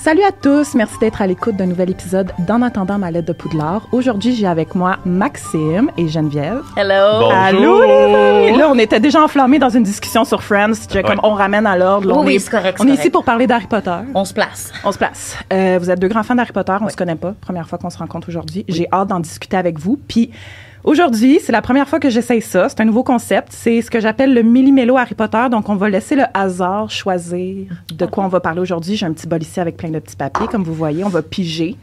Salut à tous, merci d'être à l'écoute d'un nouvel épisode d'En attendant ma lettre de Poudlard. Aujourd'hui, j'ai avec moi Maxime et Geneviève. Hello. Bonjour. Allô les filles! Là, on était déjà enflammés dans une discussion sur Friends, tu sais, comme on ramène à l'ordre. là, Oui, on oui, est- c'est correct, On c'est est ici correct. pour parler d'Harry Potter. On se place. On se place. Euh, vous êtes deux grands fans d'Harry Potter, on se connaît pas, première fois qu'on se rencontre aujourd'hui. J'ai hâte d'en discuter avec vous. Puis aujourd'hui, c'est la première fois que j'essaye ça. C'est un nouveau concept. C'est ce que j'appelle le millimélo Harry Potter. Donc on va laisser le hasard choisir de quoi on va parler aujourd'hui. J'ai un petit bol ici avec plein de petits papiers, comme vous voyez. On va piger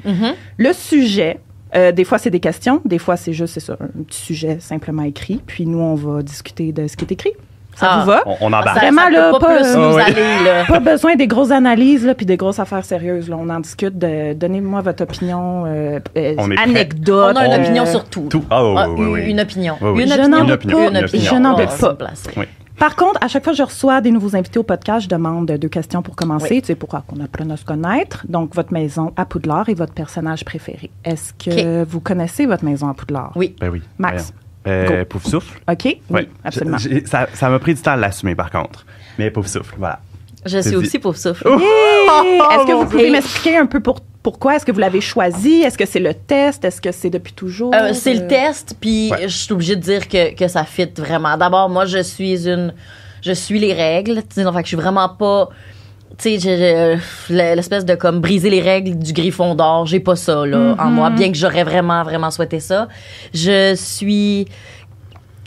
le sujet. euh, des fois, c'est des questions. Des fois, c'est juste c'est ça, un petit sujet simplement écrit. Puis nous, on va discuter de ce qui est écrit. Ça Ah. vous va? On, on embarque. Ça- Bah. Vraiment, ça peut là, pas, pas- plus Ah, nous oui. aller, là. Pas besoin des grosses analyses là, puis des grosses affaires sérieuses. Là. On en discute. de- Donnez-moi votre opinion, euh, euh, On est prêt. anecdote. On a une euh, opinion sur tout. Tout. Ah, oui, Ah, oui, oui, oui. Une opinion. Oui, oui. Une Je opinion. n'en Une veux opinion, pas. une opinion. Je n'en veux Ah, pas. Oui. Par contre, à chaque fois que je reçois des nouveaux invités au podcast, je demande deux questions pour commencer. Oui. Tu sais, pourquoi qu'on apprenne à se connaître. Donc, votre maison à Poudlard et votre personnage préféré. Est-ce que Ok. vous connaissez votre maison à Poudlard? Oui. Ben oui. Max. Voyons. Euh, Go. pouf souffle. OK? Oui, Ouais. absolument. J'ai- j'ai- ça ça m'a pris du temps à l'assumer, par contre. Mais pouf souffle, voilà. Je suis dit. aussi pour souffle. Hey! Est-ce que mon vous pouvez Oh, Dieu. m'expliquer un peu pour, pourquoi? Est-ce que vous l'avez choisi? Est-ce que c'est le test? Est-ce que c'est depuis toujours? Euh, c'est le Euh, test, puis Ouais. je suis obligée de dire que, que ça fit vraiment. D'abord, moi, je suis une. Je suis les règles. tu sais, Donc, fait que je suis vraiment pas. Tu sais, j'ai- j'ai- l'espèce de comme briser les règles du griffon d'or, j'ai pas ça, là, en moi, bien que j'aurais vraiment, vraiment souhaité ça. Je suis.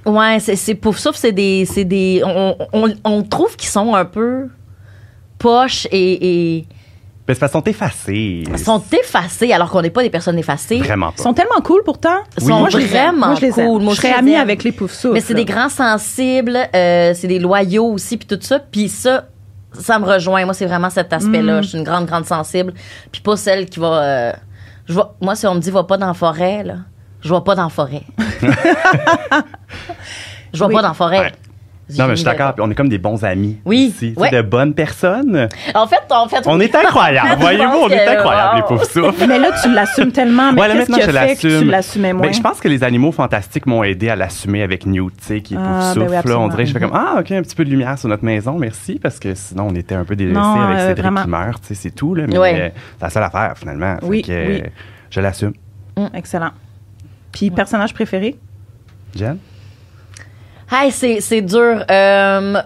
Ouais, c'est, c'est pour ça, c'est des. C'est des on, on, on trouve qu'ils sont un peu poches et. et Mais de façon effacée. sont effacés alors qu'on n'est pas des personnes effacées. Vraiment Ils pas. sont tellement cool pourtant. Ils sont moi, je les aime. vraiment moi, je les aime. cool. Moi, je je serais les amie aime. avec les poufs Mais c'est des grands sensibles, euh, c'est des loyaux aussi, puis tout ça. Puis ça, ça me rejoint. Moi, c'est vraiment cet aspect-là. Mm. Je suis une grande, grande sensible. Puis pas celle qui va... euh, je vais- moi, si on me dit « va pas dans la forêt », là, je vais pas dans la forêt. je vais Oui. pas dans la forêt. Ouais. Non, mais je suis vais d'accord. pas. On est comme des bons amis. Oui, ici. C'est ouais. de bonnes personnes. En fait, en fait... On oui. est incroyables. Voyez-vous, on est que- incroyables, les wow. pauvres souffles. Mais là, tu l'assumes tellement. Ah, Mais Ouais, là, qu'est-ce maintenant, qui a je fait que tu l'assume. l'assumais moins? Ben, je pense que les animaux fantastiques m'ont aidé à l'assumer avec Newt, tu sais, qui est Ah, pouf ben oui, souffle. là. absolument. on dirait que je fais Mhm. comme Ah, OK, un petit peu de lumière sur notre maison, merci, parce que sinon, on était un peu délaissés Non, avec euh, Cédric vraiment. qui meurt, tu sais, c'est tout, là. Mais Ouais. euh, c'est la seule affaire, finalement. Fait Oui, que, euh, oui. Je l'assume. Mm, Excellent. Puis, personnage préféré? Jen? Ah, Hey, c'est c'est dur. Euh,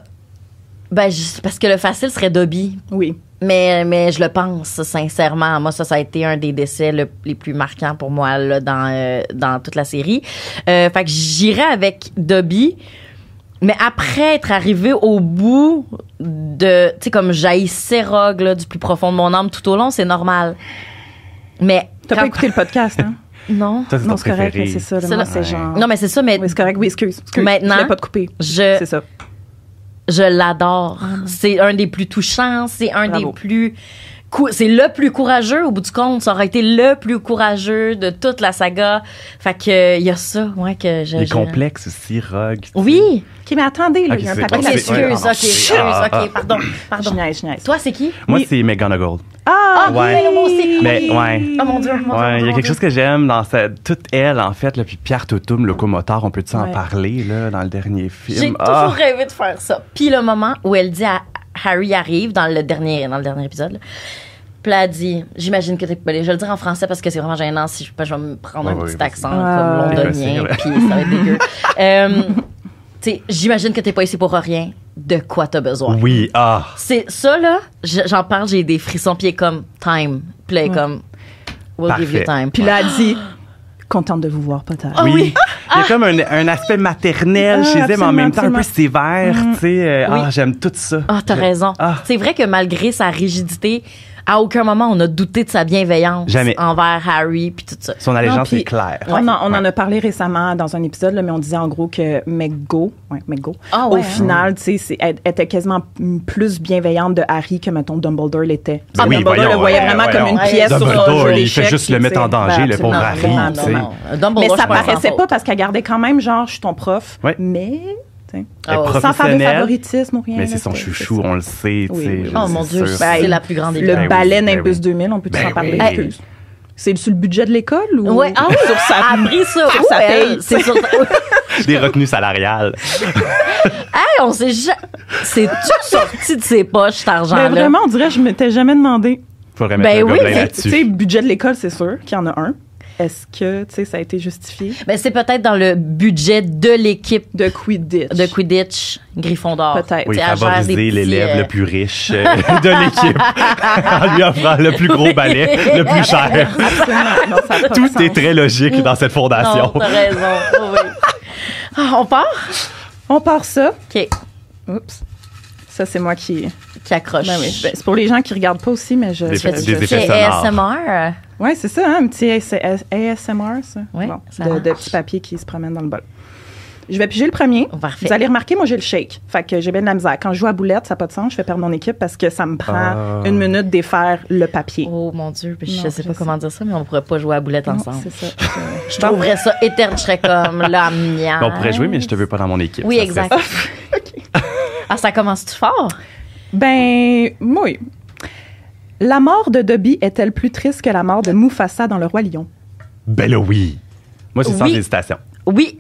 ben, je- parce que le facile serait Dobby. Oui. Mais, mais je le pense, sincèrement. Moi, ça, ça a été un des décès le- les plus marquants pour moi là, dans, euh, dans toute la série. Euh, fait que j'irai avec Dobby. Mais après être arrivé au bout de. Tu sais, comme jaillissait Rogue là, du plus profond de mon âme tout au long, c'est normal. Mais. T'as quand- pas écouté le podcast, hein? Non. Ça, c'est ton non, c'est correct, préféré. mais c'est ça. là, C'est moi, le- c'est Ouais. genre. Non, mais c'est ça, mais Oui, c'est correct. Oui, excuse. excuse. Maintenant- Je l'ai pas te coupé. je. C'est ça. Je l'adore. C'est un des plus touchants, c'est un Bravo. des plus cou- c'est le plus courageux au bout du compte, ça aurait été le plus courageux de toute la saga. Fait que euh, il y a ça ouais que je Il est je- complexe aussi, Rogue. tu sais. Oui. OK, mais attendez, là, Ok, il y a un c'est papier bon, OK, là-dessus. c'est- ouais, excuse, non, OK, c'est- excuse, ah, ah. OK, pardon. Je Pardon. niaise, je niaise. Toi, c'est qui Moi, Oui. c'est Megan Gold. Ah, Ouais. oui, moi aussi. Mais, ouais. Oh mon dieu, mon Dieu, Ouais, il y mon a quelque Dieu. chose que j'aime dans cette, toute elle, en fait, là, puis Pierre Toutoum, locomoteur, on peut-tu Ouais. en parler, là, dans le dernier film? J'ai Ah! toujours rêvé de faire ça. Puis le moment où elle dit à Harry arrive dans le dernier dans le dernier épisode. là. Puis là, elle dit, j'imagine que t'es pas Je vais le dire en français parce que c'est vraiment gênant si je, je vais me prendre un Ouais, petit ouais, accent vas-y. comme Ah, Ouais. londonien, Écossais, puis ça va être dégueu. Euh, tu sais, j'imagine que t'es pas ici pour rien. De quoi t'as besoin? Oui, ah! C'est ça, là, je- j'en parle, j'ai des frissons, puis il est comme, time. Puis là, il est comme, we'll give you Parfait. time. Puis là, elle dit Contente de vous voir, Potter. Ah oui. oui. Il y a comme un, un aspect maternel Ah, chez elle, mais en absolument, même temps un absolument. peu sévère, tu sais. euh, Mm. Oui. Ah, j'aime tout ça. Ah, t'as Je- raison. Ah. C'est vrai que malgré sa rigidité, à aucun moment on a douté de sa bienveillance Jamais. envers Harry puis tout ça. Son Non, allégeance puis- est claire. On, en, on en a parlé récemment dans un épisode, là, mais on disait en gros que McGo, ouais, McGo Ah ouais, au hein? final, tu sais, c'est- elle elle était quasiment mm, plus bienveillante de Harry que, mettons, Dumbledore l'était. Ben oui, Dumbledore voyons, le voyait ouais, vraiment ouais, comme ouais. une pièce sur son Dumbledore, jeu il fait d'échecs, juste le tu sais. mettre en danger, le pauvre absolument, Harry, vraiment, tu sais. vraiment. Dumbledore, Mais ça je pense, paraissait en pas faute. parce qu'elle gardait quand même, genre, je suis ton prof, Ouais. mais... tu sais, Ah ouais. Elle Sans faire de est professionnelle, favoritisme ou rien. Mais là, c'est son tu sais, chouchou, c'est ça. on le sait, Oui, tu sais. oui. je- Oh mon Dieu, sûr. c'est Ben, la plus grande Le évidence. oui, ballet ben Nimbus oui. 2000, on peut Ben s'en oui. parler? Hey. Excuse. C'est sur le budget de l'école ou Ouais, ah oui, sur sa Elle a pris ça. Sur où, sa elle? paye. C'est sur sa- Des retenues salariales. Hey, on s'est ja- C'est tout sorti de ses poches, cet Mais argent-là. vraiment, on dirait, je m'étais jamais demandé. Faudrait mettre Ben un oui, gobelin mais, Tu sais, là-dessus. budget de l'école, c'est sûr qu'il y en a un. Est-ce que, tu sais, ça a été justifié? Ben, c'est peut-être dans le budget de l'équipe De Quidditch. de Quidditch Gryffondor. Peut-être. Oui, Tu sais, elle gère des favoriser petits, l'élève euh, le plus riche euh, de l'équipe en lui offrant le plus gros balai, le plus cher. Absolument. Ah, Non, ça a pas de Tout sens. est très logique dans cette euh, Non, fondation. t'as raison. Oh, oui. Ah, on part? On part ça. OK. Oups. Ça, c'est moi qui. Qui accroche. Ben oui. Ben, c'est pour les gens qui regardent pas aussi, mais je. Des je- petits- je- des effets. C'est sonores. ASMR. Ouais, c'est ça, hein, un petit AS- ASMR, ça. Oui, Bon, ça de, de marche. petits papiers qui se promènent dans le bol. Je vais piger le premier. Parfait. Vous allez remarquer, moi, j'ai le shake. Fait que j'ai bien de la misère. Quand je joue à boulette, ça n'a pas de sens. Je fais perdre mon équipe parce que ça me prend Ah. une minute de défaire le papier. Oh mon Dieu, puis je Non, sais je pas sais. comment dire ça, mais on pourrait pas jouer à boulette Non, ensemble. c'est ça. Je trouverais ça éternel, je serais comme la mienne. On pourrait jouer, mais je te veux pas dans mon équipe. Oui, Ça exact. serait- Ah, ça commence-tu fort? Ben, oui. La mort de Dobby est-elle plus triste que la mort de Mufasa dans Le Roi Lion? Ben là, oui. Moi, c'est sans Oui. hésitation. Oui.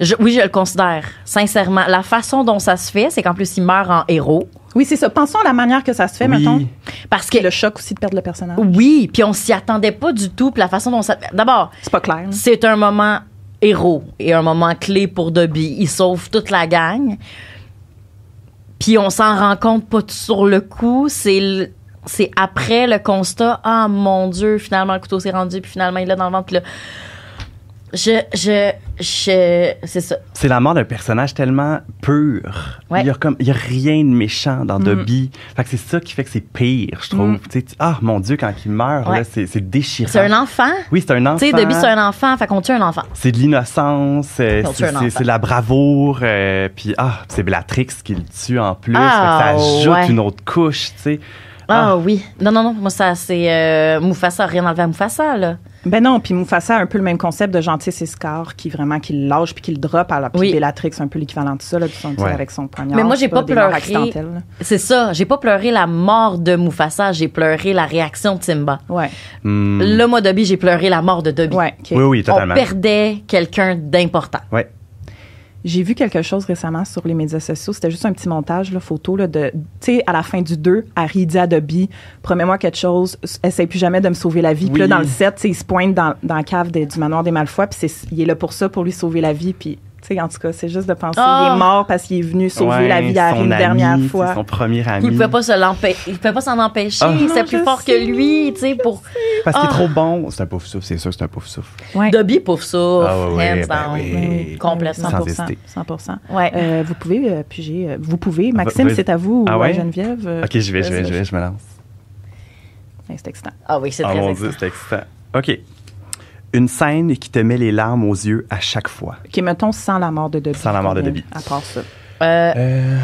Je- oui, je le considère. Sincèrement, la façon dont ça se fait, c'est qu'en plus, il meurt en héros. Oui, c'est ça. Pensons à la manière que ça se fait, Oui. mettons. Parce que. Puis le choc aussi de perdre le personnage. Oui, puis on s'y attendait pas du tout. Puis la façon dont ça. D'abord, C'est pas clair. là. c'est un moment héros et un moment clé pour Dobby. Il sauve toute la gang. Puis on s'en rend compte pas tout sur le coup. C'est le- c'est après le constat. Ah mon Dieu, finalement le couteau s'est rendu. Puis finalement il est là dans le ventre. Puis là, je je je c'est ça. C'est la mort d'un personnage tellement pur. Ouais. Mm. Il y a comme il y a rien de méchant dans Dobby. Fait que c'est ça qui fait que c'est pire, je trouve. Mm. Tu sais, tu- ah mon dieu quand il meurt là, Ouais. c'est c'est déchirant. C'est un enfant. Oui, c'est un enfant. Tu sais, Dobby c'est un enfant. Fait qu'on tue un enfant. C'est de l'innocence, euh, Non, c'est c'est un c'est- enfant. c'est de la bravoure, euh, puis ah, c'est Bellatrix qui le tue en plus, Ah, fait que ça ajoute ouais. une autre couche, tu sais. Ah, oui. Non non non. Moi ça c'est euh, Mufasa. Rien enlevé à Mufasa là. Ben non, puis Mufasa a un peu le même concept de gentil c'est Scar qui vraiment qui le lâche puis qui le drop alors puis Oui. Bellatrix un peu l'équivalent de ça là, qui sont Ouais. avec son poignard. Mais moi, j'ai c'est pas des morts pleuré. accidentelles, là. C'est ça. J'ai pas pleuré la mort de Mufasa. J'ai pleuré la réaction de Simba. Ouais. Hmm. Là, moi, Dobby, j'ai pleuré la mort de Dobby. Ouais. ok. Oui, oui, On totalement. perdait quelqu'un d'important. Ouais. J'ai vu quelque chose récemment sur les médias sociaux. C'était juste un petit montage, là, photo, là, de, tu sais, à la fin du 2, Harry dit à Dobby, promets-moi quelque chose, essaye plus jamais de me sauver la vie. Puis là, Oui. dans le 7, tu sais, il se pointe dans, dans la cave des- du manoir des Malfoy, puis c'est- il est là pour ça, pour lui sauver la vie. Puis, tu sais, en tout cas, c'est juste de penser, il Ah! est mort parce qu'il est venu sauver Ouais, la vie à Harry son une ami, dernière tu sais, fois. Son premier ami. Il pouvait pas se l'empêcher. Il pouvait pas s'en empêcher. Ah. C'est Non, plus je fort sais, que lui, tu sais, pour. Parce qu'il est Ah. trop bon. C'est un pauvre souffle, c'est sûr, c'est un pauvre souffle. Ouais. Dobby, pour ça. Ah ouais, ouais, ben oui. Oui, Complet, oui, 100%. 100%. 100%. Ouais. Euh, vous pouvez euh, piger, euh, vous pouvez. Maxime, vas-y. c'est à vous. Ah ou ouais? à Geneviève. euh, Ok, je vais, je vais, vas-y. je vais, je me lance. ouais, c'est excitant. Ah oui, c'est Oh très mon excitant. dieu, c'est excitant. Ok. Une scène qui te met les larmes aux yeux à chaque fois. Ok, mettons sans la mort de Dobby. Sans la mort de combien, Dobby. À part ça. Euh,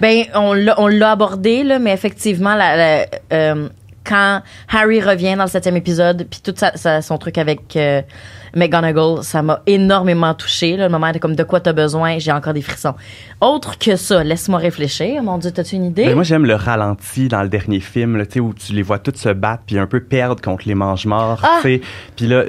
Ben, on l'a on l'a abordé, là, mais effectivement, la, la- euh, quand Harry revient dans le septième épisode, puis tout sa- sa- son truc avec euh, McGonagall, ça m'a énormément touchée. Là, le moment de comme de quoi t'as besoin, j'ai encore des frissons. Autre que ça, laisse-moi réfléchir. Mon Dieu, t'as-tu une idée? Ben, moi, j'aime le ralenti dans le dernier film, là, tu sais, où tu les vois toutes se battre puis un peu perdre contre les mange-morts. Ah! tu sais. Puis là,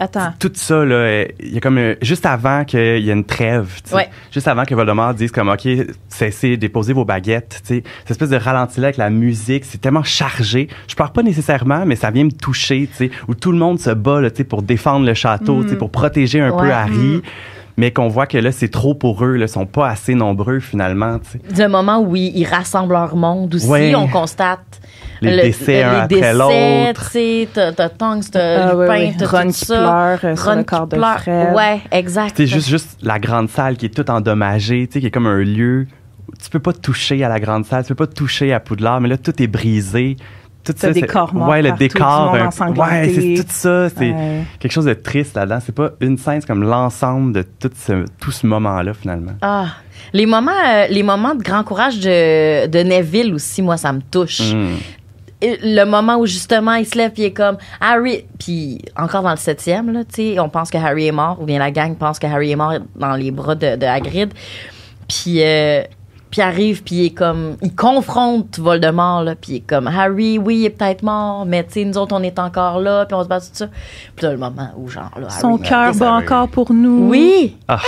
Attends. tout ça, là, euh, il y a comme euh, juste avant qu'il y ait une trêve, tu sais. Ouais. juste avant que Voldemort dise comme OK, cessez, déposez vos baguettes. tu sais. Cette espèce de ralenti là avec la musique, c'est tellement chargé. Je pleure pas nécessairement, mais ça vient me toucher, tu sais, où tout le monde se bat là, tu sais, pour défendre le château, tu sais, pour protéger un Mm. Ouais. Mm. peu Harry. Mais qu'on voit que là, c'est trop pour eux. Ils sont pas assez nombreux, finalement. tu sais. Le moment où ils, ils rassemblent leur monde aussi, Ouais. on constate. euh, Les décès un après décès, l'autre. tu sais, T'as t'as Tonks, t'as Ah, ouais, Lupin, ouais. t'as Ron tout qui ça. pleure euh, sur Ron le qui corps de pleure. Fred. Ouais, exact. C'est juste, juste la grande salle qui est toute endommagée, tu sais, qui est comme un lieu. où Tu peux pas toucher à la grande salle, tu peux pas toucher à Poudlard, mais là, tout est brisé. Tout T'as ça, des c'est- corps morts Ouais, le partout, décor. du monde un- ensanglanté. ouais, c'est tout ça. C'est Ouais. quelque chose de triste là-dedans. C'est pas une scène, c'est comme l'ensemble de tout ce, tout ce moment-là, finalement. Ah, les moments, euh, les moments de grand courage de, de Neville aussi, moi, ça me touche. Mm. Et Le moment où justement il se lève puis il est comme Harry, puis encore dans le septième là, tu sais, on pense que Harry est mort ou bien la gang pense que Harry est mort dans les bras de, de Hagrid, puis euh, puis il arrive puis il est comme il confronte Voldemort là, puis il est comme Harry, oui, il est peut-être mort, mais tu sais nous autres on est encore là, puis on se Ah bat tout ça. Puis là, le moment où genre là, Harry Son meurt. cœur ça, bat oui. encore pour nous. Oui. Mm. Ah.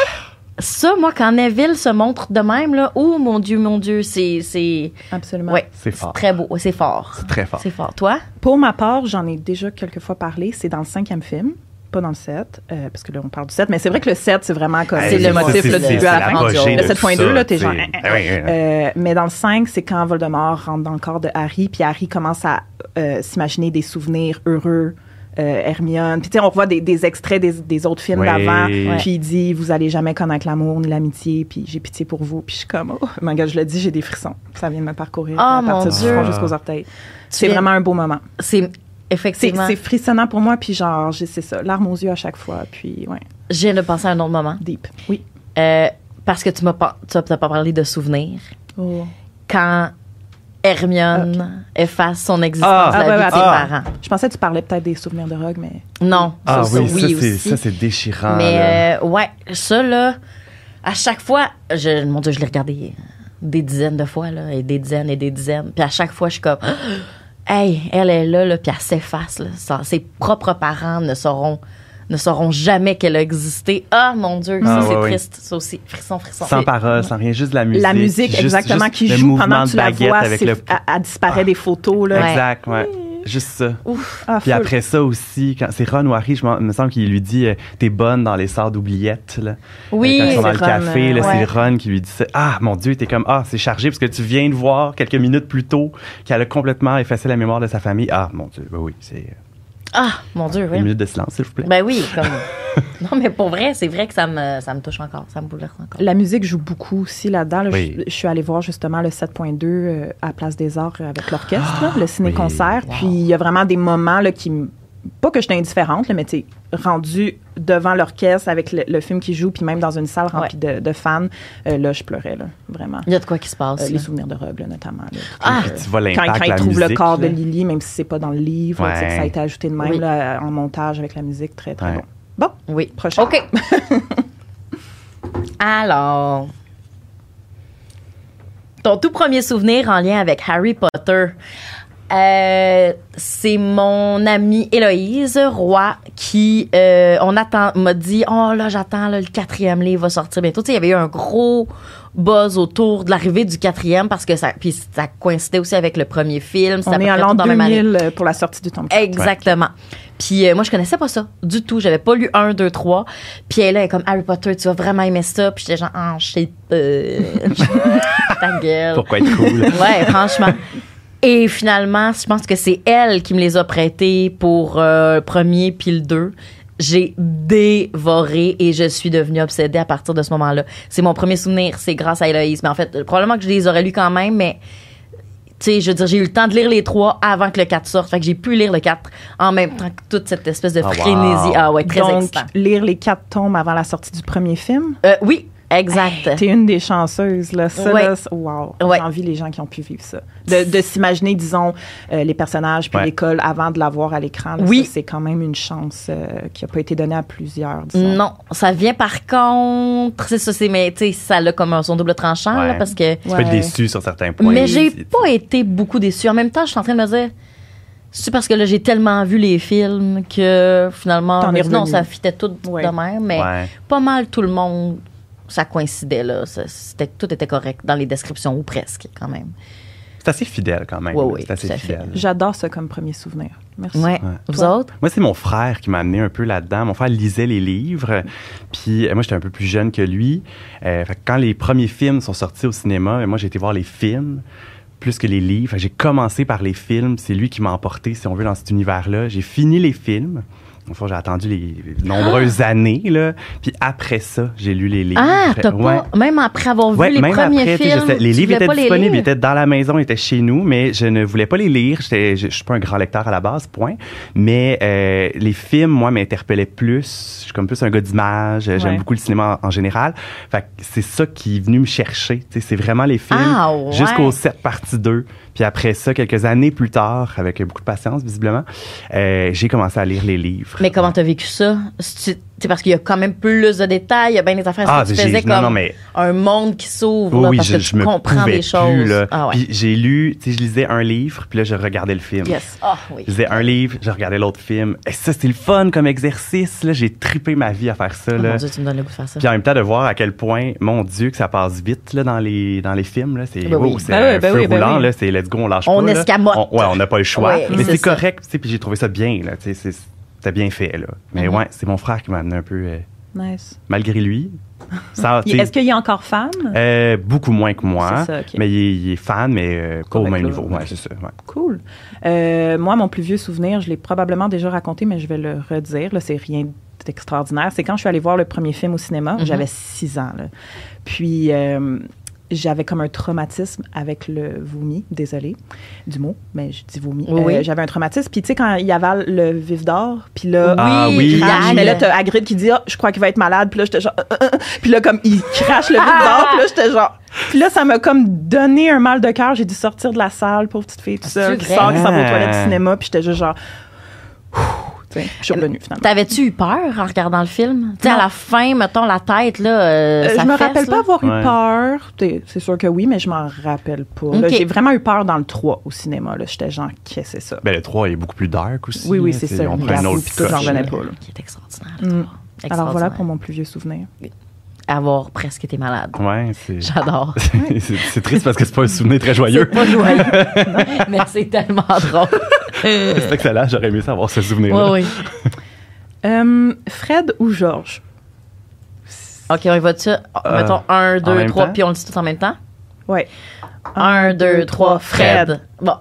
Ça, moi, quand Neville se montre de même, là, oh mon Dieu, mon Dieu, c'est. c'est... Absolument. Ouais, C'est fort. très beau, c'est fort. C'est très fort. C'est fort. Toi? Pour ma part, j'en ai déjà quelques fois parlé. C'est dans le cinquième film, pas dans le 7, euh, parce que là, on parle du 7. Mais c'est vrai que le 7, c'est vraiment comme. Hey, c'est le motif, Ah, c'est- là, du c'est- début à la fin. c'est l'apogée Le de 7.2, tout ça, là, t'es genre, tu sais. eh, hein, Ah oui, hein. Euh, mais dans le 5, c'est quand Voldemort rentre dans le corps de Harry, puis Harry commence à euh, s'imaginer des souvenirs heureux. euh, Hermione. Puis, tu sais, on revoit des, des extraits des, des autres films Ouais. d'avant. Ouais. Puis, il dit Vous allez jamais connaître l'amour ni l'amitié. Puis, j'ai pitié pour vous. Puis, je suis comme Oh, mon gars, je le dis, j'ai des frissons. Ça vient de me parcourir Oh, à mon partir du Dieu. front jusqu'aux orteils. C'est viens- vraiment un beau moment. C'est. C'est Effectivement. c'est frissonnant pour moi. Puis, genre, j'ai- c'est ça, larmes aux yeux à chaque fois. Puis, ouais, Je viens de penser à un autre moment. deep. Oui. Euh, parce que tu m'as pas, tu as t'as pas parlé de souvenirs. Oh. Quand Hermione efface son existence Ah. de la Ah, ouais, vie ouais, de ses ah. parents. Je pensais que tu parlais peut-être des souvenirs de Rogue, mais. Non, Ah ça, oui, ça, ça, c'est, aussi. ça, c'est déchirant. Ah, là. Mais euh, ouais, ça là, à chaque fois, je, mon Dieu, je l'ai regardé des dizaines de fois là, et des dizaines et des dizaines. Puis à chaque fois, je suis comme, hey, elle est là, là puis elle s'efface. Là. Sa- ses propres parents ne sauront ne sauront jamais qu'elle a existé. Ah mon Dieu, ça Ah, c'est ouais, ouais. triste, ça aussi, frisson, frisson. Sans C'est- paroles, sans rien, juste de la musique. la musique juste- exactement juste qui le joue mouvement pendant que de tu la baguette vois, avec c'est- le... elle, elle disparaît des photos là. Ouais. Exact, ouais. Juste ça. Ouf. Ah, Puis full. après ça aussi, quand c'est Ron ou Harry, je m'en- me semble qu'il lui dit euh, T'es bonne dans les sorts d'oubliettes. là. Oui, Euh, quand ils sont dans le c'est Ron, café, là, euh, c'est ouais. Ron qui lui dit ça. Ah, mon Dieu, t'es comme Ah, c'est chargé parce que tu viens de voir quelques minutes plus tôt qu'elle a complètement effacé la mémoire de sa famille. Ah, mon Dieu, ben oui, c'est Ah mon Dieu, une oui. minute de silence, s'il vous plaît. Ben oui, comme. non mais pour vrai, c'est vrai que ça me ça me touche encore, ça me bouleverse encore. La musique joue beaucoup aussi là-dedans. là. Oui. Je, je suis allée voir justement le 7.2 euh, à Place des Arts euh, avec l'orchestre, là, Ah, le ciné-concert. oui. Wow. Puis il y a vraiment des moments là, qui. m- Pas que j'étais indifférente, là, mais tu rendu devant l'orchestre avec le, le film qui joue, puis même dans une salle remplie de, de fans, euh, là, je pleurais, là, vraiment. Il y a de quoi qui se passe. Euh, là. les souvenirs de Rogue, là, notamment. là. Ah. Puis, euh, Tu vois quand, l'impact quand de il la trouve le musique, corps de là. Lily, même si c'est pas dans le livre, Ouais. tu sais, que ça a été ajouté de même Oui. là, en montage avec la musique, très très Ouais. bon. Bon, Oui. Prochain. OK. Alors. Ton tout premier souvenir en lien avec Harry Potter. Euh, c'est mon amie Héloïse Roy qui euh, on attend m'a dit oh là j'attends là, le quatrième livre va sortir bientôt tu sais il y avait eu un gros buzz autour de l'arrivée du quatrième parce que ça puis ça coïncidait aussi avec le premier film c'était à on peu est à près l'an tout dans la même année. 2000 euh, pour la sortie du tome 4. Exactement. Puis euh, moi, je connaissais pas ça du tout. J'avais pas lu 1, 2, 3. Puis elle, elle est comme Harry Potter, tu vas vraiment aimer ça. Puis j'étais genre, ah, je sais pas. Ta gueule. Pourquoi être cool? Ouais, franchement. Et finalement, je pense que c'est elle qui me les a prêtés pour euh, le premier puis le deux. J'ai dévoré et je suis devenue obsédée à partir de ce moment-là. C'est mon premier souvenir, c'est grâce à Héloïse. Mais en fait, probablement que je les aurais lus quand même, mais tu sais, je veux dire, j'ai eu le temps de lire les trois avant que le 4 sorte. Fait que j'ai pu lire le 4 en même temps que toute cette espèce de Ah, wow. frénésie. Ah ouais, très Donc, excitant. lire les quatre tomes avant la sortie du premier film, Euh, oui, exact. t'es une des chanceuses. Là. Ça, Euh. Ouais. là, c- wow. Ouais. J'ai envie les gens qui ont pu vivre ça. De, de s'imaginer, disons, euh, les personnages puis Ouais. l'école avant de l'avoir à l'écran. là, Oui. ça, C'est quand même une chance euh, qui n'a pas été donnée à plusieurs, disons. Non, ça vient par contre, c'est ça, c'est mais tu sais, ça a comme un- son double tranchant là, Ouais. parce que. Tu peux Ouais. être déçu sur certains points. mais j'ai C'est- pas été beaucoup déçue. En même temps, je suis en train de me dire, c'est parce que là j'ai tellement vu les films que finalement, T'en je me es dis, non, revenu. ça fitait tout Ouais. de même, mais Ouais. pas mal tout le monde, ça coïncidait là, Ça- c'était tout était correct dans les descriptions ou presque quand même. C'est assez fidèle quand même. Ouais, là. ouais, c'est assez tout à fait. fidèle. J'adore ça comme premier souvenir. Merci. Ouais. Vous Toi? autres? Moi, c'est mon frère qui m'a amené un peu là-dedans. Mon frère lisait les livres. euh, Puis euh, moi, j'étais un peu plus jeune que lui. Euh, fait que quand les premiers films sont sortis au cinéma, euh, moi, j'ai été voir les films plus que les livres. Fait que J'ai commencé par les films. C'est lui qui m'a emporté, si on veut, dans cet univers-là. J'ai fini les films. Enfin, j'ai attendu les les Ah! nombreuses années. Là. Puis après ça, j'ai lu les livres. Ah, t'as Ouais. pas, même après avoir vu Ouais, les même premiers après, tu sais, je films, sais, les tu livres voulais étaient pas les disponibles, ils lire? étaient dans la maison, ils étaient chez nous, mais je ne voulais pas les lire. J'étais- Je, je suis pas un grand lecteur à la base, point. Mais euh, les films, moi, m'interpellaient plus. Je suis comme plus un gars d'image. J'aime Ouais. beaucoup le cinéma en, en général. Fait que c'est ça qui est venu me chercher. Tu sais, c'est vraiment les films Ah, ouais. jusqu'au 7 partie 2. Puis après ça, quelques années plus tard, avec beaucoup de patience, visiblement, euh, j'ai commencé à lire les livres. Mais comment t'as vécu ça? C'est c'est parce qu'il y a quand même plus de détails, il y a bien des affaires. Ah, Est-ce que tu j'ai- faisais non, comme non, mais- un monde qui s'ouvre, Oui, là, oui, parce je, que je tu me comprends pouvais des choses. plus, là. Ah ouais. Puis j'ai lu, tu sais, je lisais un livre, puis euh, là, je regardais le film. Yes. Ah oui. Je lisais un livre, je regardais l'autre film. Et ça, c'était le fun comme exercice, là. J'ai tripé ma vie à faire ça, Oh là. mon Dieu, tu me donnes le goût de faire ça. Puis en même temps, de voir à quel point, mon Dieu, que ça passe vite là, dans, les, dans les films. Là, c'est Ben oui. wow, c'est Ben un oui, ben feu oui, ben roulant. oui. là, c'est let's go, on lâche On pas. là. escamote. On- ouais, on n'a pas le choix. Ouais, mais c'est c'est ça. correct. tu sais, Puis j'ai trouvé ça bien. Là, tu sais, c'est, c'était bien fait. Là. Mais Mm-hmm. ouais, c'est mon frère qui m'a amené un peu, euh, Nice. malgré lui. Ça, Ah, tu sais, Est-ce qu'il est encore fan? euh, beaucoup moins que moi. C'est ça, ok. Mais il est, il est fan, mais euh, pas au Correct, même là. niveau. Ouais, c'est ça. ouais. Cool. Euh, moi, mon plus vieux souvenir, je l'ai probablement déjà raconté, mais je vais le redire. Là, c'est rien d'extraordinaire. C'est quand je suis allée voir le premier film au cinéma. Mhm. J'avais six ans. là. Puis, euh, j'avais comme un traumatisme avec le vomi. Désolée du mot, mais je dis vomi. Euh, Oui, oui. J'avais un traumatisme. Puis, tu sais, quand il avale le vif d'or, puis là... Ah oui, il il crache, gagne. mais là, t'as Hagrid qui dit, Ah, je crois qu'il va être malade. Puis là, j'étais genre, Euh, euh, euh. Puis là, comme, il crache le vide d'or. Puis là, j'étais genre, puis là, ça m'a comme donné un mal de cœur. J'ai dû sortir de la salle, pauvre petite fille, tout c'est seul, qui vrai? sort, qui s'en va aux Ah. toilettes du cinéma. Puis j'étais juste genre, Ouh, tu sais, je suis revenue finalement. T'avais-tu eu peur en regardant le film? Tu sais, à Non. la fin, mettons, la tête, là, euh, Euh, ça je me fesse, rappelle là. pas avoir eu Ouais. peur. T'es- C'est sûr que oui, mais je m'en rappelle pas. Là, Ok. J'ai vraiment eu peur dans le 3 au cinéma. là. J'étais genre, qu'est-ce que c'est ça? Ben, le 3 est beaucoup plus dark aussi. Oui, oui, là, c'est tu ça. sais, On Il prend une gaffe, autre puis petite tout, j'en coche. revenais pas, là. Qui est extraordinaire. Mm. toi. Alors voilà Extraordinaire. pour mon plus vieux souvenir. Avoir presque été malade. Ouais, c'est... J'adore. c'est- c'est triste parce que c'est pas un souvenir très C'est joyeux. pas joyeux. mais c'est tellement drôle. C'est excellent, j'aurais aimé ça avoir ce souvenir-là. oui, oui. Euh, Fred ou Georges? OK, on y va dessus. Euh, mettons, un, deux, même trois, temps? puis on le dit tout en même temps. Ouais. Un, deux, trois, Fred. Bon,